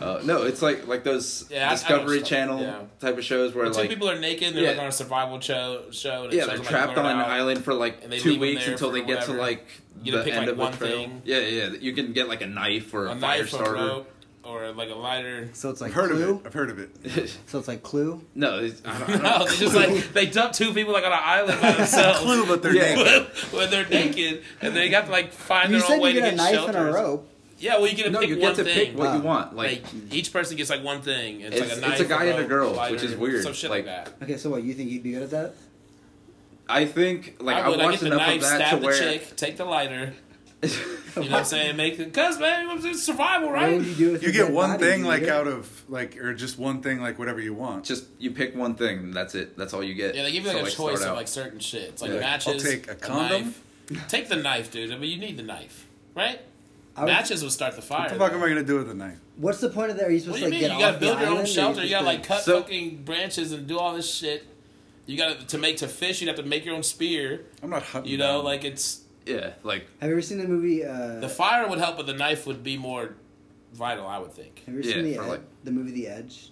[SPEAKER 2] uh, no? It's like like those
[SPEAKER 4] Yeah, I- I know
[SPEAKER 2] Discovery
[SPEAKER 4] stuff.
[SPEAKER 2] Channel
[SPEAKER 4] Yeah.
[SPEAKER 2] type of shows where
[SPEAKER 4] Two
[SPEAKER 2] like
[SPEAKER 4] people are naked. They're like
[SPEAKER 2] Yeah.
[SPEAKER 4] on a survival show. Show. And it
[SPEAKER 2] yeah, they're
[SPEAKER 4] shows them, like,
[SPEAKER 2] trapped
[SPEAKER 4] blurred
[SPEAKER 2] on an
[SPEAKER 4] out.
[SPEAKER 2] island for like
[SPEAKER 4] and they
[SPEAKER 2] two
[SPEAKER 4] leave 'em
[SPEAKER 2] weeks
[SPEAKER 4] there
[SPEAKER 2] until
[SPEAKER 4] for
[SPEAKER 2] they get
[SPEAKER 4] whatever.
[SPEAKER 2] to like
[SPEAKER 4] You
[SPEAKER 2] the
[SPEAKER 4] gotta pick,
[SPEAKER 2] end
[SPEAKER 4] like,
[SPEAKER 2] of
[SPEAKER 4] one
[SPEAKER 2] the trail.
[SPEAKER 4] thing.
[SPEAKER 2] Yeah, yeah, you can get like a knife or a,
[SPEAKER 4] A
[SPEAKER 2] fire
[SPEAKER 4] knife, a
[SPEAKER 2] starter.
[SPEAKER 4] rope, or like a lighter.
[SPEAKER 1] So it's like
[SPEAKER 3] I've heard
[SPEAKER 1] Clue.
[SPEAKER 3] of it. I've heard of it.
[SPEAKER 1] So it's like Clue.
[SPEAKER 2] No, it's, I don't, I don't
[SPEAKER 4] No, they just like they dumped two people like on an island by themselves
[SPEAKER 3] Clue, but they're
[SPEAKER 2] Yeah.
[SPEAKER 3] naked.
[SPEAKER 4] when they're naked, and they got to like find
[SPEAKER 1] You
[SPEAKER 4] their own
[SPEAKER 1] said
[SPEAKER 4] way
[SPEAKER 1] you
[SPEAKER 4] to
[SPEAKER 1] get
[SPEAKER 4] get
[SPEAKER 1] a knife
[SPEAKER 4] shelter.
[SPEAKER 1] and a rope.
[SPEAKER 4] Yeah, well, you get to
[SPEAKER 2] no,
[SPEAKER 4] pick
[SPEAKER 2] you
[SPEAKER 4] one
[SPEAKER 2] get to
[SPEAKER 4] thing.
[SPEAKER 2] pick what you
[SPEAKER 1] Wow.
[SPEAKER 2] want. Like,
[SPEAKER 4] like, each person gets like one thing. It's,
[SPEAKER 2] It's-
[SPEAKER 4] like a
[SPEAKER 2] it's
[SPEAKER 4] knife,
[SPEAKER 2] a guy and a
[SPEAKER 4] rope,
[SPEAKER 2] girl,
[SPEAKER 4] lighter,
[SPEAKER 2] which is weird.
[SPEAKER 4] Some shit like,
[SPEAKER 2] Like-
[SPEAKER 4] that.
[SPEAKER 1] Okay, so what you think you'd be good at that?
[SPEAKER 2] I think like I,
[SPEAKER 4] would. I get
[SPEAKER 2] watched
[SPEAKER 4] the
[SPEAKER 2] enough
[SPEAKER 4] knife,
[SPEAKER 2] of that
[SPEAKER 4] stab
[SPEAKER 2] to
[SPEAKER 4] the
[SPEAKER 2] where
[SPEAKER 4] chick, take the lighter. You know what I'm saying? Make the cause man, it's survival,
[SPEAKER 1] What
[SPEAKER 4] right?
[SPEAKER 1] would you do if
[SPEAKER 3] You get one thing
[SPEAKER 1] you
[SPEAKER 3] like
[SPEAKER 1] get-
[SPEAKER 3] out of like, or just one thing like whatever you want.
[SPEAKER 2] just you pick one thing. and That's it. That's all you get.
[SPEAKER 4] Yeah, they give you like
[SPEAKER 2] So,
[SPEAKER 4] a choice
[SPEAKER 2] start
[SPEAKER 4] of
[SPEAKER 2] out.
[SPEAKER 4] like certain shit. It's like
[SPEAKER 2] Yeah.
[SPEAKER 4] matches.
[SPEAKER 3] I'll take a condom?
[SPEAKER 4] knife. take the knife, dude. I mean, you need the knife, right?
[SPEAKER 1] I would-
[SPEAKER 4] matches would start the fire.
[SPEAKER 3] What the fuck
[SPEAKER 4] though.
[SPEAKER 3] am I gonna do with a knife?
[SPEAKER 1] What's the point of that? Are you
[SPEAKER 4] What
[SPEAKER 1] supposed
[SPEAKER 4] do
[SPEAKER 1] to
[SPEAKER 4] you
[SPEAKER 1] like get
[SPEAKER 4] mean? You
[SPEAKER 1] off
[SPEAKER 4] gotta build
[SPEAKER 1] the
[SPEAKER 4] your own
[SPEAKER 1] island or
[SPEAKER 4] shelter. You
[SPEAKER 1] just
[SPEAKER 4] gotta
[SPEAKER 1] gonna-
[SPEAKER 4] like cut
[SPEAKER 2] So-
[SPEAKER 4] fucking branches and do all this shit. You gotta to make to fish. You'd have to make your own spear.
[SPEAKER 3] I'm not hunting.
[SPEAKER 4] You know,
[SPEAKER 3] down.
[SPEAKER 4] like it's
[SPEAKER 2] yeah, like
[SPEAKER 1] Have you ever seen the movie? Uh,
[SPEAKER 4] the fire would help, but the knife would be more vital. I would think.
[SPEAKER 1] have you ever seen
[SPEAKER 2] Yeah,
[SPEAKER 1] the,
[SPEAKER 2] for,
[SPEAKER 1] Ed-
[SPEAKER 2] like-
[SPEAKER 1] the movie The Edge?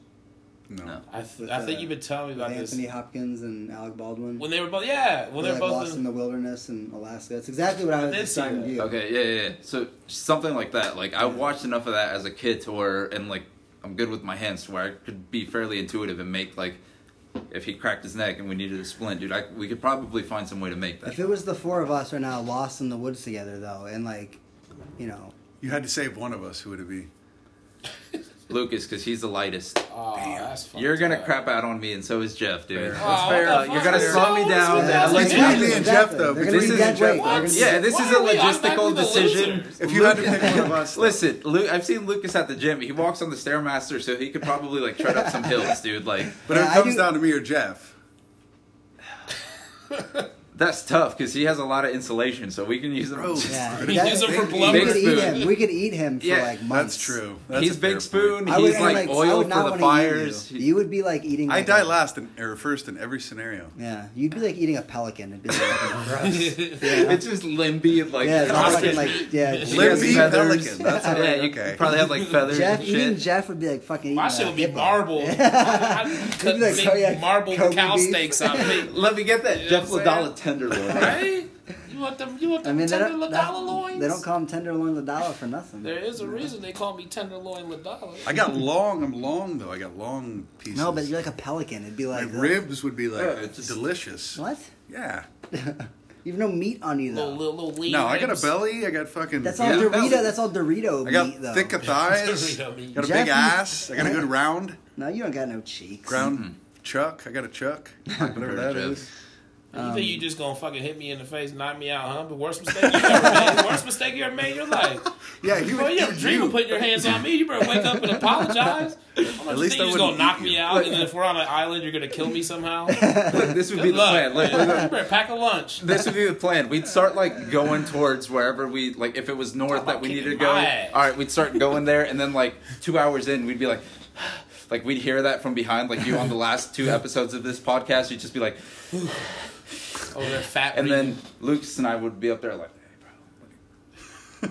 [SPEAKER 3] no.
[SPEAKER 2] no.
[SPEAKER 4] I, th-
[SPEAKER 1] With,
[SPEAKER 4] I think
[SPEAKER 1] uh,
[SPEAKER 4] you've been telling me
[SPEAKER 1] With
[SPEAKER 4] about this
[SPEAKER 1] Anthony Hopkins and Alec Baldwin.
[SPEAKER 4] when they were both yeah when they
[SPEAKER 1] They're,
[SPEAKER 4] were
[SPEAKER 1] like
[SPEAKER 4] both
[SPEAKER 1] lost in the wilderness in Alaska. That's exactly what I was
[SPEAKER 4] did see
[SPEAKER 1] describing
[SPEAKER 4] that.
[SPEAKER 1] to you.
[SPEAKER 2] Okay, yeah, yeah, yeah. So something like that. Like I watched enough of that as a kid to where, and like I'm good with my hands to where I could be fairly intuitive and make like, if he cracked his neck and we needed a splint, dude, I, we could probably find some way to make that.
[SPEAKER 1] If it was the four of us right now, lost in the woods together, though, and like, you know,
[SPEAKER 3] You had to save one of us. Who would it be?
[SPEAKER 2] Lucas, because he's the lightest.
[SPEAKER 4] oh, that's fucked
[SPEAKER 2] You're gonna
[SPEAKER 4] up.
[SPEAKER 2] crap out on me, and so is Jeff, dude.
[SPEAKER 3] Fair.
[SPEAKER 4] Oh, what the
[SPEAKER 2] Uh, you're
[SPEAKER 4] fuck
[SPEAKER 2] gonna
[SPEAKER 4] is
[SPEAKER 2] slow
[SPEAKER 4] wrong
[SPEAKER 2] me
[SPEAKER 4] with
[SPEAKER 2] down.
[SPEAKER 4] you
[SPEAKER 2] and
[SPEAKER 4] guys?
[SPEAKER 2] I'll let
[SPEAKER 3] It's
[SPEAKER 2] you-
[SPEAKER 3] Between me and Jeff, though,
[SPEAKER 1] They're
[SPEAKER 3] between
[SPEAKER 1] gonna
[SPEAKER 2] me
[SPEAKER 1] be
[SPEAKER 2] and
[SPEAKER 1] dead
[SPEAKER 2] Jeff.
[SPEAKER 1] weight. They're gonna be-
[SPEAKER 2] Yeah, this
[SPEAKER 4] Why
[SPEAKER 2] is a
[SPEAKER 4] are we
[SPEAKER 2] logistical
[SPEAKER 4] automatically the
[SPEAKER 2] decision.
[SPEAKER 4] losers?
[SPEAKER 3] If you had to pick one of us,
[SPEAKER 2] Listen, Lu I've seen Lucas at the gym. He walks on the stairmaster, so he could probably like tread up some hills, dude. Like
[SPEAKER 3] but if
[SPEAKER 1] Yeah,
[SPEAKER 3] it
[SPEAKER 1] I
[SPEAKER 3] comes
[SPEAKER 1] do-
[SPEAKER 3] down to me or Jeff,
[SPEAKER 2] that's tough because he has a lot of insulation, so we can use him.
[SPEAKER 3] bro,
[SPEAKER 1] Yeah,
[SPEAKER 3] I
[SPEAKER 1] we
[SPEAKER 3] didn't
[SPEAKER 1] use them
[SPEAKER 3] think
[SPEAKER 4] for
[SPEAKER 3] he-
[SPEAKER 4] blood.
[SPEAKER 1] we
[SPEAKER 2] Big
[SPEAKER 1] could eat
[SPEAKER 2] spoon.
[SPEAKER 1] him. We could eat him for
[SPEAKER 2] Yeah,
[SPEAKER 1] like months.
[SPEAKER 3] That's true. That's
[SPEAKER 2] he's
[SPEAKER 3] a fair
[SPEAKER 2] big spoon.
[SPEAKER 3] point.
[SPEAKER 1] I
[SPEAKER 2] He's
[SPEAKER 1] would,
[SPEAKER 2] like,
[SPEAKER 1] and,
[SPEAKER 2] oil for
[SPEAKER 1] not
[SPEAKER 2] the
[SPEAKER 1] wanna eat
[SPEAKER 2] fires.
[SPEAKER 1] You. You would be like eating.
[SPEAKER 3] I
[SPEAKER 1] like,
[SPEAKER 3] die
[SPEAKER 1] a-
[SPEAKER 3] last in, or first in every scenario.
[SPEAKER 1] Yeah, you'd be like eating a pelican. It'd be like, gross.
[SPEAKER 2] It's just limby, like
[SPEAKER 1] Yeah, it's not
[SPEAKER 2] ostrich.
[SPEAKER 1] fucking like yeah.
[SPEAKER 2] She has
[SPEAKER 1] Jeff,
[SPEAKER 3] Limby
[SPEAKER 2] feathers.
[SPEAKER 3] pelican. That's all
[SPEAKER 2] yeah,
[SPEAKER 3] right,
[SPEAKER 2] you
[SPEAKER 3] okay.
[SPEAKER 2] probably have like feathers
[SPEAKER 1] Jeff
[SPEAKER 2] and
[SPEAKER 1] even
[SPEAKER 2] shit.
[SPEAKER 1] Jeff would be like fucking.
[SPEAKER 4] My
[SPEAKER 1] eating
[SPEAKER 4] shit
[SPEAKER 1] a
[SPEAKER 4] would be
[SPEAKER 1] hippo.
[SPEAKER 4] marble. I
[SPEAKER 1] You'd
[SPEAKER 4] could
[SPEAKER 1] be like,
[SPEAKER 4] make
[SPEAKER 1] oh, yeah,
[SPEAKER 4] marble
[SPEAKER 1] Kobe
[SPEAKER 4] cow
[SPEAKER 1] beef.
[SPEAKER 4] steaks out of me.
[SPEAKER 2] Let me get that
[SPEAKER 4] You know
[SPEAKER 2] Jeff
[SPEAKER 4] what I'm saying?
[SPEAKER 2] LaDolla tenderloin.
[SPEAKER 4] Right? You want them? You want
[SPEAKER 1] I
[SPEAKER 4] them
[SPEAKER 1] mean, they
[SPEAKER 4] tender
[SPEAKER 1] don't,
[SPEAKER 4] Ladala loins?
[SPEAKER 1] they don't call them tenderloin Ladala for nothing.
[SPEAKER 4] There is a reason they call me tenderloin Ladala.
[SPEAKER 3] I got long. I'm long though. I got long pieces.
[SPEAKER 1] No, but you're like a pelican. It'd be
[SPEAKER 3] my
[SPEAKER 1] like uh,
[SPEAKER 3] ribs would be like
[SPEAKER 2] Yeah, it's just-
[SPEAKER 3] delicious.
[SPEAKER 1] What?
[SPEAKER 3] Yeah.
[SPEAKER 1] You've no meat on you
[SPEAKER 4] Little
[SPEAKER 1] though.
[SPEAKER 4] little little wee
[SPEAKER 3] No, I got a
[SPEAKER 4] ribs.
[SPEAKER 3] belly. I got fucking.
[SPEAKER 1] That's all
[SPEAKER 2] Yeah,
[SPEAKER 1] Dorito.
[SPEAKER 2] belly.
[SPEAKER 1] That's all Dorito
[SPEAKER 3] I got
[SPEAKER 1] meat though.
[SPEAKER 3] thicker thighs. got a
[SPEAKER 4] Dorito meat.
[SPEAKER 1] Jeff,
[SPEAKER 3] big
[SPEAKER 1] you-
[SPEAKER 3] ass. I got a good round.
[SPEAKER 1] no, you don't got no cheeks.
[SPEAKER 3] Ground chuck. I got a chuck. Whatever that
[SPEAKER 2] Jeff.
[SPEAKER 3] is.
[SPEAKER 4] you
[SPEAKER 3] Um,
[SPEAKER 4] think you just gonna fucking hit me in the face, knock me out, huh? The worst mistake you ever made. worst mistake you ever made in your life.
[SPEAKER 3] Yeah, you
[SPEAKER 4] Bro,
[SPEAKER 3] would
[SPEAKER 4] you ever
[SPEAKER 3] eat
[SPEAKER 4] Oh, dream
[SPEAKER 3] you.
[SPEAKER 4] of putting your hands on me? You better wake up and apologize. I'm not
[SPEAKER 3] least
[SPEAKER 4] just thinking
[SPEAKER 3] I
[SPEAKER 4] you're just
[SPEAKER 3] wouldn't
[SPEAKER 4] gonna knock
[SPEAKER 3] eat
[SPEAKER 4] me
[SPEAKER 3] you.
[SPEAKER 4] out, and then if we're on an island, you're gonna kill me somehow. Good
[SPEAKER 2] this would be the
[SPEAKER 4] luck,
[SPEAKER 2] plan. Like,
[SPEAKER 4] man. you better pack a lunch.
[SPEAKER 2] this would be the plan. We'd start like going towards wherever we like. If it was north that we
[SPEAKER 4] kicking
[SPEAKER 2] needed to go,
[SPEAKER 4] my ass.
[SPEAKER 2] all right, we'd start going there, and then like two hours in, we'd be like, like we'd hear that from behind, like you on the last two episodes of this podcast. You'd just be like,
[SPEAKER 4] Oh, they're fat.
[SPEAKER 2] and
[SPEAKER 4] breathing.
[SPEAKER 2] then Lucas and I would be up there like, hey,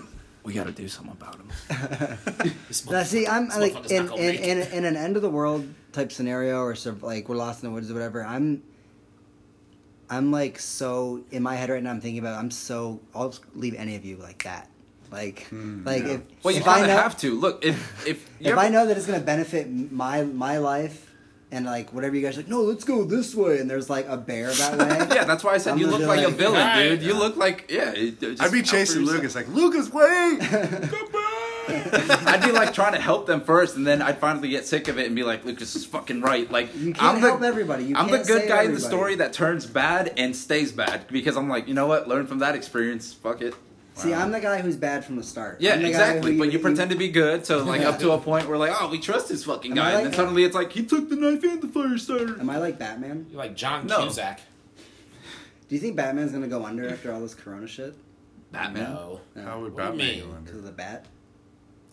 [SPEAKER 2] bro, like, we got to do something about him.
[SPEAKER 4] This
[SPEAKER 1] Now, see, I'm
[SPEAKER 4] This
[SPEAKER 1] like
[SPEAKER 4] motherfucker's
[SPEAKER 1] in
[SPEAKER 4] not gonna
[SPEAKER 1] in,
[SPEAKER 4] make
[SPEAKER 1] in in an end of the world type scenario, or sur- like we're lost in the woods or whatever. I'm I'm like so in my head right now. I'm thinking about I'm so I'll leave any of you like that. Like like
[SPEAKER 3] yeah.
[SPEAKER 1] if
[SPEAKER 2] Hmm, Well, you
[SPEAKER 1] if I
[SPEAKER 2] kind of
[SPEAKER 1] know-
[SPEAKER 2] have to look if if
[SPEAKER 1] if
[SPEAKER 2] you ever-
[SPEAKER 1] I know that it's gonna benefit my my life and like whatever you guys are like, no, let's go this way, and there's like a bear that way.
[SPEAKER 2] Yeah, that's why I said
[SPEAKER 1] I'm
[SPEAKER 2] you
[SPEAKER 1] gonna
[SPEAKER 2] look
[SPEAKER 1] be
[SPEAKER 2] like, a
[SPEAKER 1] like,
[SPEAKER 2] villain,
[SPEAKER 4] "Alright."
[SPEAKER 2] dude. You look like yeah. it- it- just
[SPEAKER 3] I'd be
[SPEAKER 2] out for
[SPEAKER 3] chasing
[SPEAKER 2] yourself.
[SPEAKER 3] Lucas, like Lucas, wait!
[SPEAKER 2] I'd be like trying to help them first, and then I'd finally get sick of it and be like, "Lucas is fucking right." Like
[SPEAKER 1] You can't
[SPEAKER 2] I'm the
[SPEAKER 1] help everybody. You
[SPEAKER 2] I'm the
[SPEAKER 1] can't
[SPEAKER 2] good
[SPEAKER 1] save
[SPEAKER 2] guy in the
[SPEAKER 1] everybody.
[SPEAKER 2] story that turns bad and stays bad because I'm like, you know what? Learn from that experience. Fuck it.
[SPEAKER 1] See, I'm the guy who's bad from the start.
[SPEAKER 2] Yeah,
[SPEAKER 1] I'm the guy
[SPEAKER 2] exactly.
[SPEAKER 1] who
[SPEAKER 2] But you pretend to be good, so like up to a point where like, oh, we trust this fucking
[SPEAKER 1] Am I
[SPEAKER 2] guy, and
[SPEAKER 1] like-
[SPEAKER 2] then suddenly it's like he took the knife and the fire starter.
[SPEAKER 1] Am I like Batman?
[SPEAKER 4] You're like John
[SPEAKER 2] No.
[SPEAKER 4] Cusack.
[SPEAKER 1] Do you think Batman's gonna go under after all this Corona shit?
[SPEAKER 2] Batman.
[SPEAKER 4] No.
[SPEAKER 3] How would
[SPEAKER 4] What do you
[SPEAKER 3] Batman
[SPEAKER 4] mean?
[SPEAKER 3] go
[SPEAKER 1] Because
[SPEAKER 3] under?
[SPEAKER 1] of the bat?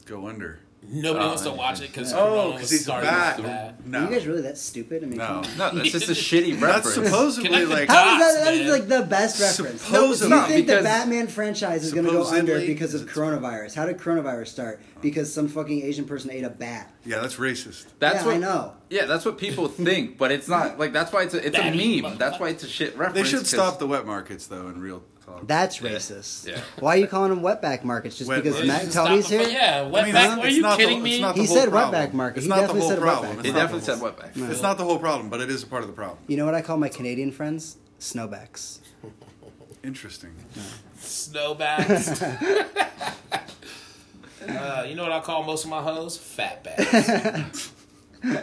[SPEAKER 3] Go under.
[SPEAKER 4] Nobody
[SPEAKER 2] Oh,
[SPEAKER 4] wants to
[SPEAKER 2] that
[SPEAKER 4] watch it because
[SPEAKER 3] Oh, because he's
[SPEAKER 4] started
[SPEAKER 3] back.
[SPEAKER 4] with that.
[SPEAKER 1] Are you
[SPEAKER 3] No,
[SPEAKER 1] guys really that stupid? I mean, come
[SPEAKER 3] no.
[SPEAKER 1] on.
[SPEAKER 2] No, that's just a shitty
[SPEAKER 3] That's
[SPEAKER 2] reference.
[SPEAKER 3] supposedly
[SPEAKER 4] Connected
[SPEAKER 3] like
[SPEAKER 4] dots.
[SPEAKER 1] How is that? That
[SPEAKER 4] man.
[SPEAKER 1] is like the best reference.
[SPEAKER 3] Supposedly-
[SPEAKER 1] no, you think the
[SPEAKER 2] because-
[SPEAKER 1] Batman franchise is going to go under
[SPEAKER 3] Supposedly,
[SPEAKER 1] because of
[SPEAKER 3] it's-
[SPEAKER 1] coronavirus? How did coronavirus start? Because some fucking Asian person ate a bat.
[SPEAKER 3] yeah, that's racist.
[SPEAKER 2] That's
[SPEAKER 1] yeah,
[SPEAKER 2] what
[SPEAKER 1] I know.
[SPEAKER 2] Yeah, that's what people think, but it's not like that's why it's a, it's
[SPEAKER 4] Daddy,
[SPEAKER 2] a meme. That's why it's a shit reference.
[SPEAKER 3] They should
[SPEAKER 2] 'cause-
[SPEAKER 3] stop the wet markets though in real talk.
[SPEAKER 1] That's racist.
[SPEAKER 2] Yeah.
[SPEAKER 1] Why are you calling them wetback markets? Just
[SPEAKER 3] Wet
[SPEAKER 1] because
[SPEAKER 3] markets.
[SPEAKER 1] Matt
[SPEAKER 4] Stop
[SPEAKER 1] Tully's
[SPEAKER 4] the-
[SPEAKER 1] here?
[SPEAKER 4] Yeah, wet
[SPEAKER 3] I mean,
[SPEAKER 4] back.
[SPEAKER 3] it's-
[SPEAKER 4] Are
[SPEAKER 3] it's
[SPEAKER 4] you
[SPEAKER 3] not the-
[SPEAKER 4] kidding
[SPEAKER 3] it's
[SPEAKER 4] me?
[SPEAKER 3] not the
[SPEAKER 1] He
[SPEAKER 3] whole
[SPEAKER 1] said
[SPEAKER 3] problem.
[SPEAKER 1] wetback market.
[SPEAKER 3] It's
[SPEAKER 1] He
[SPEAKER 3] not the
[SPEAKER 1] definitely
[SPEAKER 3] whole
[SPEAKER 1] said
[SPEAKER 3] problem.
[SPEAKER 1] wetback.
[SPEAKER 3] It's
[SPEAKER 2] He
[SPEAKER 3] not the
[SPEAKER 2] definitely said
[SPEAKER 3] whole-
[SPEAKER 2] wetback.
[SPEAKER 3] It's not the whole problem, but it is part of the problem.
[SPEAKER 1] You know what I call my Canadian friends? Snowbacks.
[SPEAKER 3] Interesting.
[SPEAKER 4] Snowbacks. uh, you know what I call most of my hoes? Fat backs. yeah.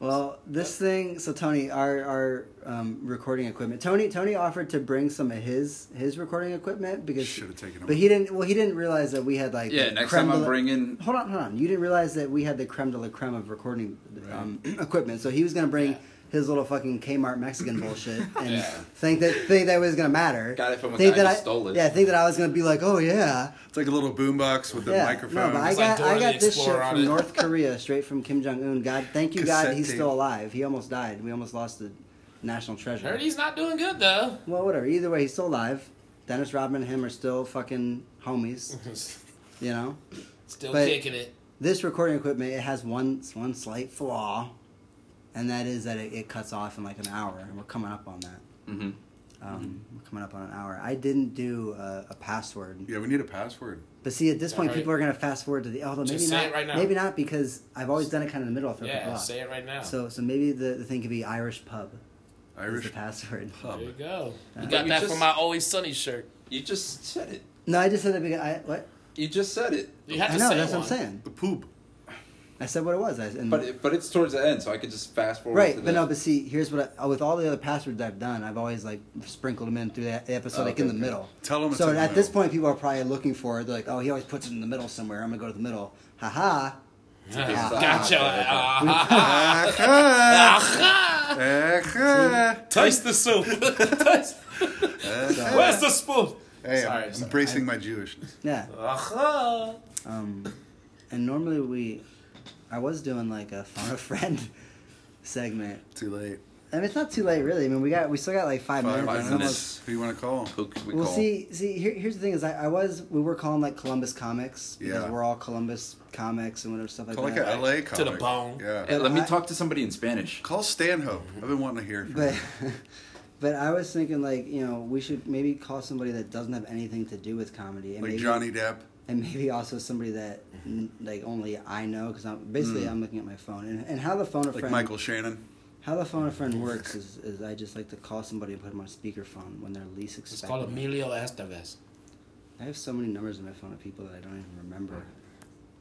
[SPEAKER 1] Well, this thing. So Tony, our our um, recording equipment. Tony Tony offered to bring some of his his recording equipment because
[SPEAKER 3] Should've taken
[SPEAKER 1] But he didn't. Well, he didn't realize that we had like
[SPEAKER 2] Yeah,
[SPEAKER 1] the
[SPEAKER 2] next
[SPEAKER 1] creme
[SPEAKER 2] time
[SPEAKER 1] de
[SPEAKER 2] I'm
[SPEAKER 1] la-
[SPEAKER 2] bringing.
[SPEAKER 1] Hold on, hold on. You didn't realize that we had the creme de la creme of recording um, equipment. So he was gonna bring
[SPEAKER 4] Yeah.
[SPEAKER 1] his little fucking Kmart Mexican bullshit and
[SPEAKER 4] Yeah.
[SPEAKER 1] think that think that was gonna matter.
[SPEAKER 2] Got it from a
[SPEAKER 1] think
[SPEAKER 2] guy
[SPEAKER 1] that
[SPEAKER 2] who stole it.
[SPEAKER 1] Yeah, think that I was gonna be like, oh yeah,
[SPEAKER 3] It's like a little boombox with a
[SPEAKER 1] yeah.
[SPEAKER 3] microphone.
[SPEAKER 1] No, but I
[SPEAKER 4] It's
[SPEAKER 1] got
[SPEAKER 4] like Dora
[SPEAKER 1] I
[SPEAKER 4] the
[SPEAKER 1] got this shit
[SPEAKER 4] Explorer on
[SPEAKER 1] from
[SPEAKER 4] it.
[SPEAKER 1] North Korea, straight from Kim Jong Un. God, thank you, God,
[SPEAKER 3] Cassette
[SPEAKER 1] he's
[SPEAKER 3] tape.
[SPEAKER 1] still alive. He almost died. We almost lost the national treasure.
[SPEAKER 4] Heard he's not doing good though.
[SPEAKER 1] Well, whatever. Either way, he's still alive. Dennis Rodman and him are still fucking homies. You know.
[SPEAKER 4] Still
[SPEAKER 1] But-
[SPEAKER 4] kicking it.
[SPEAKER 1] this recording equipment it has one one slight flaw, and that is that it, it cuts off in like an hour, and we're coming up on that.
[SPEAKER 4] Mm-hmm.
[SPEAKER 2] Mhm.
[SPEAKER 1] Um, We're coming up on an hour. I didn't do a, a password,
[SPEAKER 3] yeah, we need a password.
[SPEAKER 1] but see, at this point,
[SPEAKER 4] Alright.
[SPEAKER 1] people are gonna fast forward to the although maybe
[SPEAKER 4] Just say
[SPEAKER 1] not,
[SPEAKER 4] it right now.
[SPEAKER 1] maybe not because I've always done it kind of in the middle. If
[SPEAKER 4] Yeah, say it right now.
[SPEAKER 1] So, so maybe the, the thing could be Irish pub. Irish
[SPEAKER 3] Irish
[SPEAKER 1] the password.
[SPEAKER 4] there
[SPEAKER 3] pub.
[SPEAKER 4] you go. You
[SPEAKER 2] But
[SPEAKER 4] got
[SPEAKER 2] you
[SPEAKER 4] that
[SPEAKER 2] just-
[SPEAKER 4] from my Always Sunny shirt.
[SPEAKER 2] You just said it.
[SPEAKER 1] No, I just said that because I what
[SPEAKER 2] You just said it.
[SPEAKER 4] You have
[SPEAKER 1] I
[SPEAKER 4] to
[SPEAKER 1] know
[SPEAKER 4] say
[SPEAKER 1] that's
[SPEAKER 4] one.
[SPEAKER 1] what I'm saying.
[SPEAKER 3] The poop.
[SPEAKER 1] I said what it was. I, and
[SPEAKER 2] But it, but it's towards the end, so I could just fast forward.
[SPEAKER 1] Mm. Right,
[SPEAKER 2] to
[SPEAKER 1] but
[SPEAKER 2] that.
[SPEAKER 1] no, but see, here's what I, with all the other passwords I've done, I've always like sprinkled them in through that episode,
[SPEAKER 2] Oh,
[SPEAKER 1] like
[SPEAKER 2] okay,
[SPEAKER 1] in the
[SPEAKER 2] okay.
[SPEAKER 1] middle.
[SPEAKER 3] Tell 'em it's
[SPEAKER 1] So
[SPEAKER 3] in the
[SPEAKER 1] at this
[SPEAKER 3] middle.
[SPEAKER 1] point, people are probably looking for. it. They're like, oh, he always puts it in the middle somewhere. I'm gonna go to the middle. Haha.
[SPEAKER 4] Ah, gotcha. Ah,
[SPEAKER 3] Aha!
[SPEAKER 4] ah,
[SPEAKER 3] Aha!
[SPEAKER 4] Taste the soup. Taste- Where's the spoon?
[SPEAKER 3] Hey,
[SPEAKER 4] Sorry,
[SPEAKER 3] I'm
[SPEAKER 4] sorry.
[SPEAKER 3] embracing my Jewishness.
[SPEAKER 1] Yeah.
[SPEAKER 4] Ah,
[SPEAKER 1] Um, and normally we, I was doing like a phone a friend segment.
[SPEAKER 3] Too late.
[SPEAKER 1] I mean, it's not too late, really. I mean, we got we still got like five,
[SPEAKER 3] Five
[SPEAKER 1] minutes.
[SPEAKER 3] minutes.
[SPEAKER 1] It's almost-
[SPEAKER 3] Who you want to call?
[SPEAKER 2] Who could we
[SPEAKER 1] Well,
[SPEAKER 2] call?
[SPEAKER 1] see, see, here, here's the thing: is I, I was we were calling like Columbus Comics because
[SPEAKER 3] Yeah.
[SPEAKER 1] we're all Columbus comics and whatever stuff like
[SPEAKER 3] Call like
[SPEAKER 1] that.
[SPEAKER 3] a LA comic.
[SPEAKER 4] To the bone.
[SPEAKER 3] Yeah.
[SPEAKER 2] Hey, let me
[SPEAKER 1] I-
[SPEAKER 2] talk to somebody in Spanish.
[SPEAKER 1] Mm-hmm.
[SPEAKER 3] Call Stanhope. I've been wanting to hear. From
[SPEAKER 1] But But I was thinking, like, you know, we should maybe call somebody that doesn't have anything to do with comedy, and
[SPEAKER 3] Like
[SPEAKER 1] maybe,
[SPEAKER 3] Johnny Mm-hmm. Depp.
[SPEAKER 1] and maybe also somebody that n- like only I know, because I'm basically I'm looking at my phone, and, and how the phone a
[SPEAKER 3] Mm. Like
[SPEAKER 1] friend
[SPEAKER 3] Michael Shannon.
[SPEAKER 1] how the phone a friend works is, is I just like to call somebody and put them on speakerphone when they're least
[SPEAKER 4] It's
[SPEAKER 1] expected.
[SPEAKER 4] called Emilio Estevez.
[SPEAKER 1] I have so many numbers in my phone of people that I don't even remember.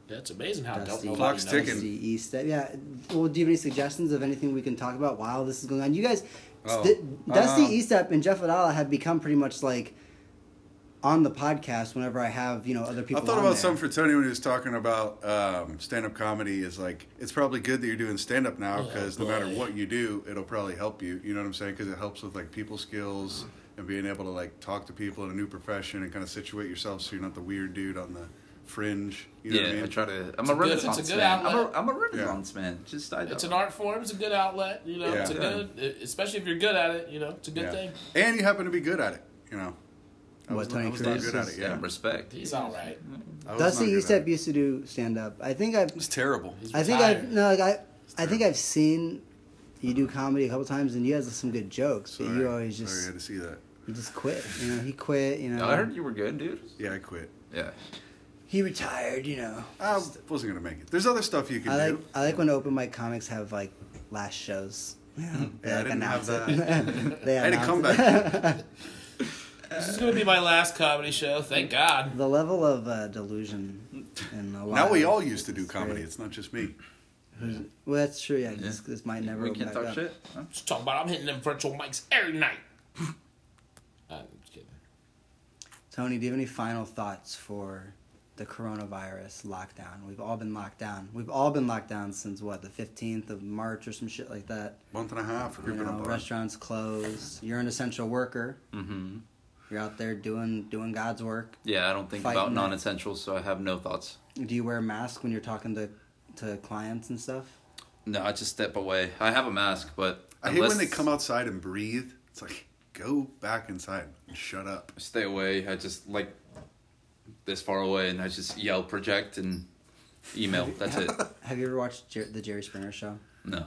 [SPEAKER 4] That's amazing how don't
[SPEAKER 1] Dusty,
[SPEAKER 4] nobody
[SPEAKER 3] Clock's
[SPEAKER 4] knows.
[SPEAKER 3] ticking.
[SPEAKER 1] Dusty East. Yeah. Well, do you have any suggestions of anything we can talk about while this is going on? You guys,
[SPEAKER 3] Oh.
[SPEAKER 1] D- Dusty
[SPEAKER 3] Um,
[SPEAKER 1] Eastep and Jeff Adala have become pretty much like on the podcast whenever I have you know other people.
[SPEAKER 3] I thought
[SPEAKER 1] on
[SPEAKER 3] about
[SPEAKER 1] there.
[SPEAKER 3] something for Tony when he was talking about um, stand up comedy. Is like, it's probably good that you're doing stand up now
[SPEAKER 4] Oh,
[SPEAKER 3] because no matter
[SPEAKER 4] boy.
[SPEAKER 3] what you do, it'll probably help you. You know what I'm saying? Because it helps with like people skills
[SPEAKER 4] Mm-hmm.
[SPEAKER 3] and being able to like talk to people in a new profession and kind of situate yourself so you're not the weird dude on the fringe. You know
[SPEAKER 2] yeah,
[SPEAKER 3] what I mean?
[SPEAKER 2] I try to. I'm
[SPEAKER 4] It's a
[SPEAKER 2] a
[SPEAKER 4] good- it's a
[SPEAKER 2] renaissance
[SPEAKER 4] good
[SPEAKER 2] man. I'm a,
[SPEAKER 4] outlet.
[SPEAKER 2] I'm a renaissance man. Just I.
[SPEAKER 4] It's an art form. It's a good outlet. You know, it's a
[SPEAKER 3] Yeah.
[SPEAKER 4] good, especially if you're good at it. You know, it's a good
[SPEAKER 3] Yeah.
[SPEAKER 4] thing.
[SPEAKER 3] And you happen to be good at it, you know? I
[SPEAKER 1] What,
[SPEAKER 3] was, not- I
[SPEAKER 1] Tony
[SPEAKER 3] was not
[SPEAKER 1] Cruz?
[SPEAKER 3] good at it, yeah.
[SPEAKER 2] Respect.
[SPEAKER 4] He's all right.
[SPEAKER 3] I was
[SPEAKER 1] Dusty
[SPEAKER 3] not good at
[SPEAKER 1] Eastep
[SPEAKER 3] it.
[SPEAKER 1] used to do stand up. I think I've
[SPEAKER 3] It's terrible.
[SPEAKER 4] He's
[SPEAKER 1] I think
[SPEAKER 4] retired.
[SPEAKER 1] I've no like I I think I've seen you do comedy a couple times and you guys have some good jokes. but
[SPEAKER 3] Sorry.
[SPEAKER 1] you always
[SPEAKER 3] Sorry, I
[SPEAKER 1] just
[SPEAKER 3] had to see that.
[SPEAKER 1] you just quit. You know he quit. You know
[SPEAKER 2] I heard you were good, dude.
[SPEAKER 3] Yeah, I quit.
[SPEAKER 2] Yeah.
[SPEAKER 1] he retired. You know.
[SPEAKER 3] I wasn't gonna make it. There's other stuff you can
[SPEAKER 1] I
[SPEAKER 3] do.
[SPEAKER 1] like I like when open mic comics have like last shows.
[SPEAKER 3] Yeah, I
[SPEAKER 1] like,
[SPEAKER 3] didn't
[SPEAKER 1] announce
[SPEAKER 3] have
[SPEAKER 1] it. they
[SPEAKER 3] I had a
[SPEAKER 1] announce it.
[SPEAKER 3] comeback.
[SPEAKER 4] This is gonna be my last comedy show. Thank God.
[SPEAKER 1] the level of uh, delusion and a lot
[SPEAKER 3] Now we
[SPEAKER 1] of-
[SPEAKER 3] all used to do
[SPEAKER 1] it's
[SPEAKER 3] comedy.
[SPEAKER 1] great.
[SPEAKER 3] It's not just me.
[SPEAKER 1] Well, that's true. Yeah, This, this might never.
[SPEAKER 2] we
[SPEAKER 1] open
[SPEAKER 2] can't
[SPEAKER 1] back
[SPEAKER 2] talk
[SPEAKER 1] up.
[SPEAKER 2] shit. Huh?
[SPEAKER 4] Just talking about I'm hitting them virtual mics every night. I'm just kidding.
[SPEAKER 1] Tony, do you have any final thoughts for the coronavirus lockdown? We've all been locked down. We've all been locked down since what the fifteenth of March or some shit like that.
[SPEAKER 3] Month and a half.
[SPEAKER 1] You
[SPEAKER 3] creeping
[SPEAKER 1] know,
[SPEAKER 3] up on it.
[SPEAKER 1] restaurants closed. You're an essential worker.
[SPEAKER 2] Mm-hmm.
[SPEAKER 1] You're out there doing doing God's work.
[SPEAKER 2] Yeah, I don't think
[SPEAKER 1] Fighting
[SPEAKER 2] about
[SPEAKER 1] it.
[SPEAKER 2] non-essentials, so I have no thoughts.
[SPEAKER 1] Do you wear a mask when you're talking to to clients and stuff?
[SPEAKER 2] No, I just step away. I have a mask, but
[SPEAKER 3] I hate when they come outside and breathe. It's like go back inside and shut up.
[SPEAKER 2] Stay away. I just like this far away, and I just yell, project, and email. That's it.
[SPEAKER 1] Have you ever watched Jer- the Jerry Springer show?
[SPEAKER 2] No.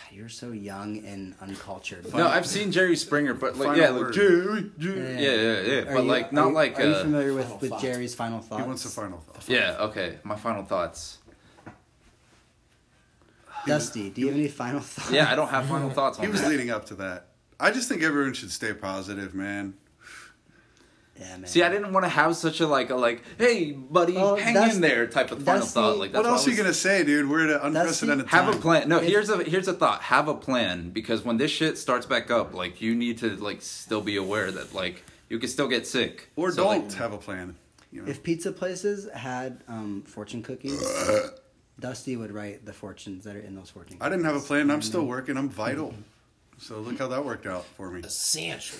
[SPEAKER 1] God, you're so young and uncultured.
[SPEAKER 2] No, I've seen Jerry Springer, but like
[SPEAKER 3] Final
[SPEAKER 2] yeah, like
[SPEAKER 3] word.
[SPEAKER 2] Jerry, Jerry. yeah, yeah, yeah,
[SPEAKER 1] Are
[SPEAKER 2] but
[SPEAKER 1] you-
[SPEAKER 2] like
[SPEAKER 1] are
[SPEAKER 2] not
[SPEAKER 1] you-
[SPEAKER 2] like
[SPEAKER 1] Are you
[SPEAKER 2] uh,
[SPEAKER 1] familiar
[SPEAKER 4] Final
[SPEAKER 1] with, with
[SPEAKER 4] thoughts.
[SPEAKER 1] Jerry's final thoughts?
[SPEAKER 3] He wants the final thought.
[SPEAKER 2] yeah. Okay, my final thoughts.
[SPEAKER 1] Dusty, do you have any final thoughts?
[SPEAKER 2] Yeah, I don't have final thoughts
[SPEAKER 3] He
[SPEAKER 2] on
[SPEAKER 3] was
[SPEAKER 2] that.
[SPEAKER 3] leading up to that. I just think everyone should stay positive, man.
[SPEAKER 1] Yeah, man.
[SPEAKER 2] See, I didn't want to have such a like a like, hey, buddy,
[SPEAKER 1] Oh,
[SPEAKER 2] hang
[SPEAKER 1] that's-
[SPEAKER 2] in there type of final
[SPEAKER 1] that's
[SPEAKER 2] thought.
[SPEAKER 1] the-
[SPEAKER 2] Like,
[SPEAKER 3] What
[SPEAKER 2] that's
[SPEAKER 3] else are you
[SPEAKER 2] I was-
[SPEAKER 3] gonna say, dude? We're at an
[SPEAKER 1] That's
[SPEAKER 3] unprecedented time.
[SPEAKER 2] have a plan? No,
[SPEAKER 1] If-
[SPEAKER 2] here's a here's a thought. Have a plan because when this shit starts back up, like you need to like still be aware that like you can still get sick
[SPEAKER 3] or
[SPEAKER 2] So,
[SPEAKER 3] don't
[SPEAKER 2] like,
[SPEAKER 3] have a plan. You know?
[SPEAKER 1] If pizza places had um, fortune cookies, Dusty would write the fortunes that are in those fortune cookies.
[SPEAKER 3] I didn't have a plan. I'm still working. I'm vital. So look how that worked out for me.
[SPEAKER 4] Essential.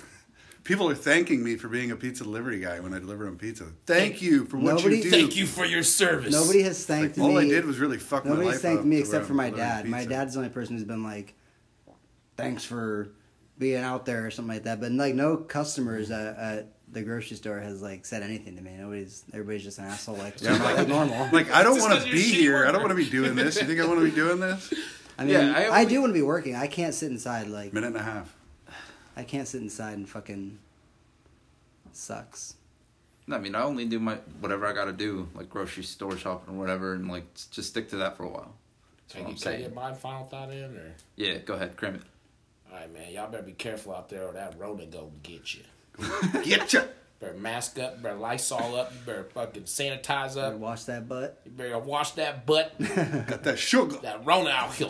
[SPEAKER 3] People are thanking me for being a pizza delivery guy when I deliver them pizza. Thank you for what
[SPEAKER 1] Nobody-
[SPEAKER 3] you do.
[SPEAKER 4] Thank you for your service.
[SPEAKER 1] Nobody has thanked
[SPEAKER 3] Like, all
[SPEAKER 1] me.
[SPEAKER 3] I did was really fuck my
[SPEAKER 1] Nobody's
[SPEAKER 3] life
[SPEAKER 1] thanked
[SPEAKER 3] up
[SPEAKER 1] me
[SPEAKER 3] to
[SPEAKER 1] except
[SPEAKER 3] where
[SPEAKER 1] for my
[SPEAKER 3] I'm delivering
[SPEAKER 1] dad. My
[SPEAKER 3] pizza.
[SPEAKER 1] dad's the only person who's been like, "Thanks for being out there" or something like that. But like, no customers at, at the grocery store has like said anything to me. Nobody's. Everybody's just an asshole. Like,
[SPEAKER 3] Yeah,
[SPEAKER 1] like,
[SPEAKER 3] like-
[SPEAKER 1] normal.
[SPEAKER 3] Like I don't
[SPEAKER 4] Just
[SPEAKER 3] want
[SPEAKER 4] 'cause
[SPEAKER 3] to
[SPEAKER 4] you're
[SPEAKER 3] be
[SPEAKER 4] a shitty
[SPEAKER 3] here. I
[SPEAKER 4] worker.
[SPEAKER 3] don't want to be doing this. You think I want to be doing this?
[SPEAKER 1] I mean,
[SPEAKER 2] yeah, I
[SPEAKER 1] I,
[SPEAKER 2] only-
[SPEAKER 1] do want to be working. I can't sit inside. Like,
[SPEAKER 3] Minute and a half.
[SPEAKER 1] I can't sit inside and fucking sucks.
[SPEAKER 2] No, I mean, I only do my whatever I got to do, like grocery store shopping or whatever, and like s- just stick to that for a while. That's
[SPEAKER 4] Can
[SPEAKER 2] what
[SPEAKER 4] you
[SPEAKER 2] I'm
[SPEAKER 4] can I get
[SPEAKER 2] saying.
[SPEAKER 4] my final thought in or?
[SPEAKER 2] Yeah, go ahead, cram it.
[SPEAKER 4] All right, man. Y'all better be careful out there, or that Rona gonna get you.
[SPEAKER 3] Get ya.
[SPEAKER 4] Better mask up. Better Lysol up. You better fucking sanitize
[SPEAKER 1] Better
[SPEAKER 4] up.
[SPEAKER 1] wash that butt.
[SPEAKER 4] You better wash that butt.
[SPEAKER 3] Got that sugar.
[SPEAKER 4] That Rona out here.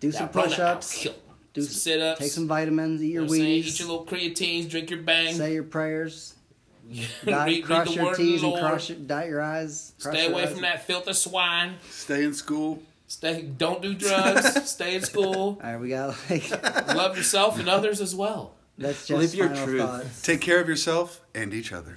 [SPEAKER 1] Do some
[SPEAKER 4] That Rona out
[SPEAKER 1] push-ups.
[SPEAKER 4] here.
[SPEAKER 1] Do
[SPEAKER 4] Do some sit-ups.
[SPEAKER 1] Take some vitamins. Eat
[SPEAKER 4] You know
[SPEAKER 1] your
[SPEAKER 4] what I'm saying?
[SPEAKER 1] Wheaties.
[SPEAKER 4] Eat your little creatines. Drink your bang.
[SPEAKER 1] say your prayers. Dot,
[SPEAKER 4] read, read
[SPEAKER 1] cross
[SPEAKER 4] the
[SPEAKER 1] your
[SPEAKER 4] word of the
[SPEAKER 1] T's and
[SPEAKER 4] Lord.
[SPEAKER 1] cross your, dot your I's. cross
[SPEAKER 4] Stay
[SPEAKER 1] your
[SPEAKER 4] away
[SPEAKER 1] I's.
[SPEAKER 4] from that filth of swine.
[SPEAKER 3] Stay in school.
[SPEAKER 4] Stay. Don't do drugs. Stay in school.
[SPEAKER 1] All right, we got like
[SPEAKER 4] Love yourself and others as well.
[SPEAKER 1] that's just
[SPEAKER 2] Live your
[SPEAKER 1] final
[SPEAKER 2] truth.
[SPEAKER 1] thoughts.
[SPEAKER 3] Take care of yourself and each other.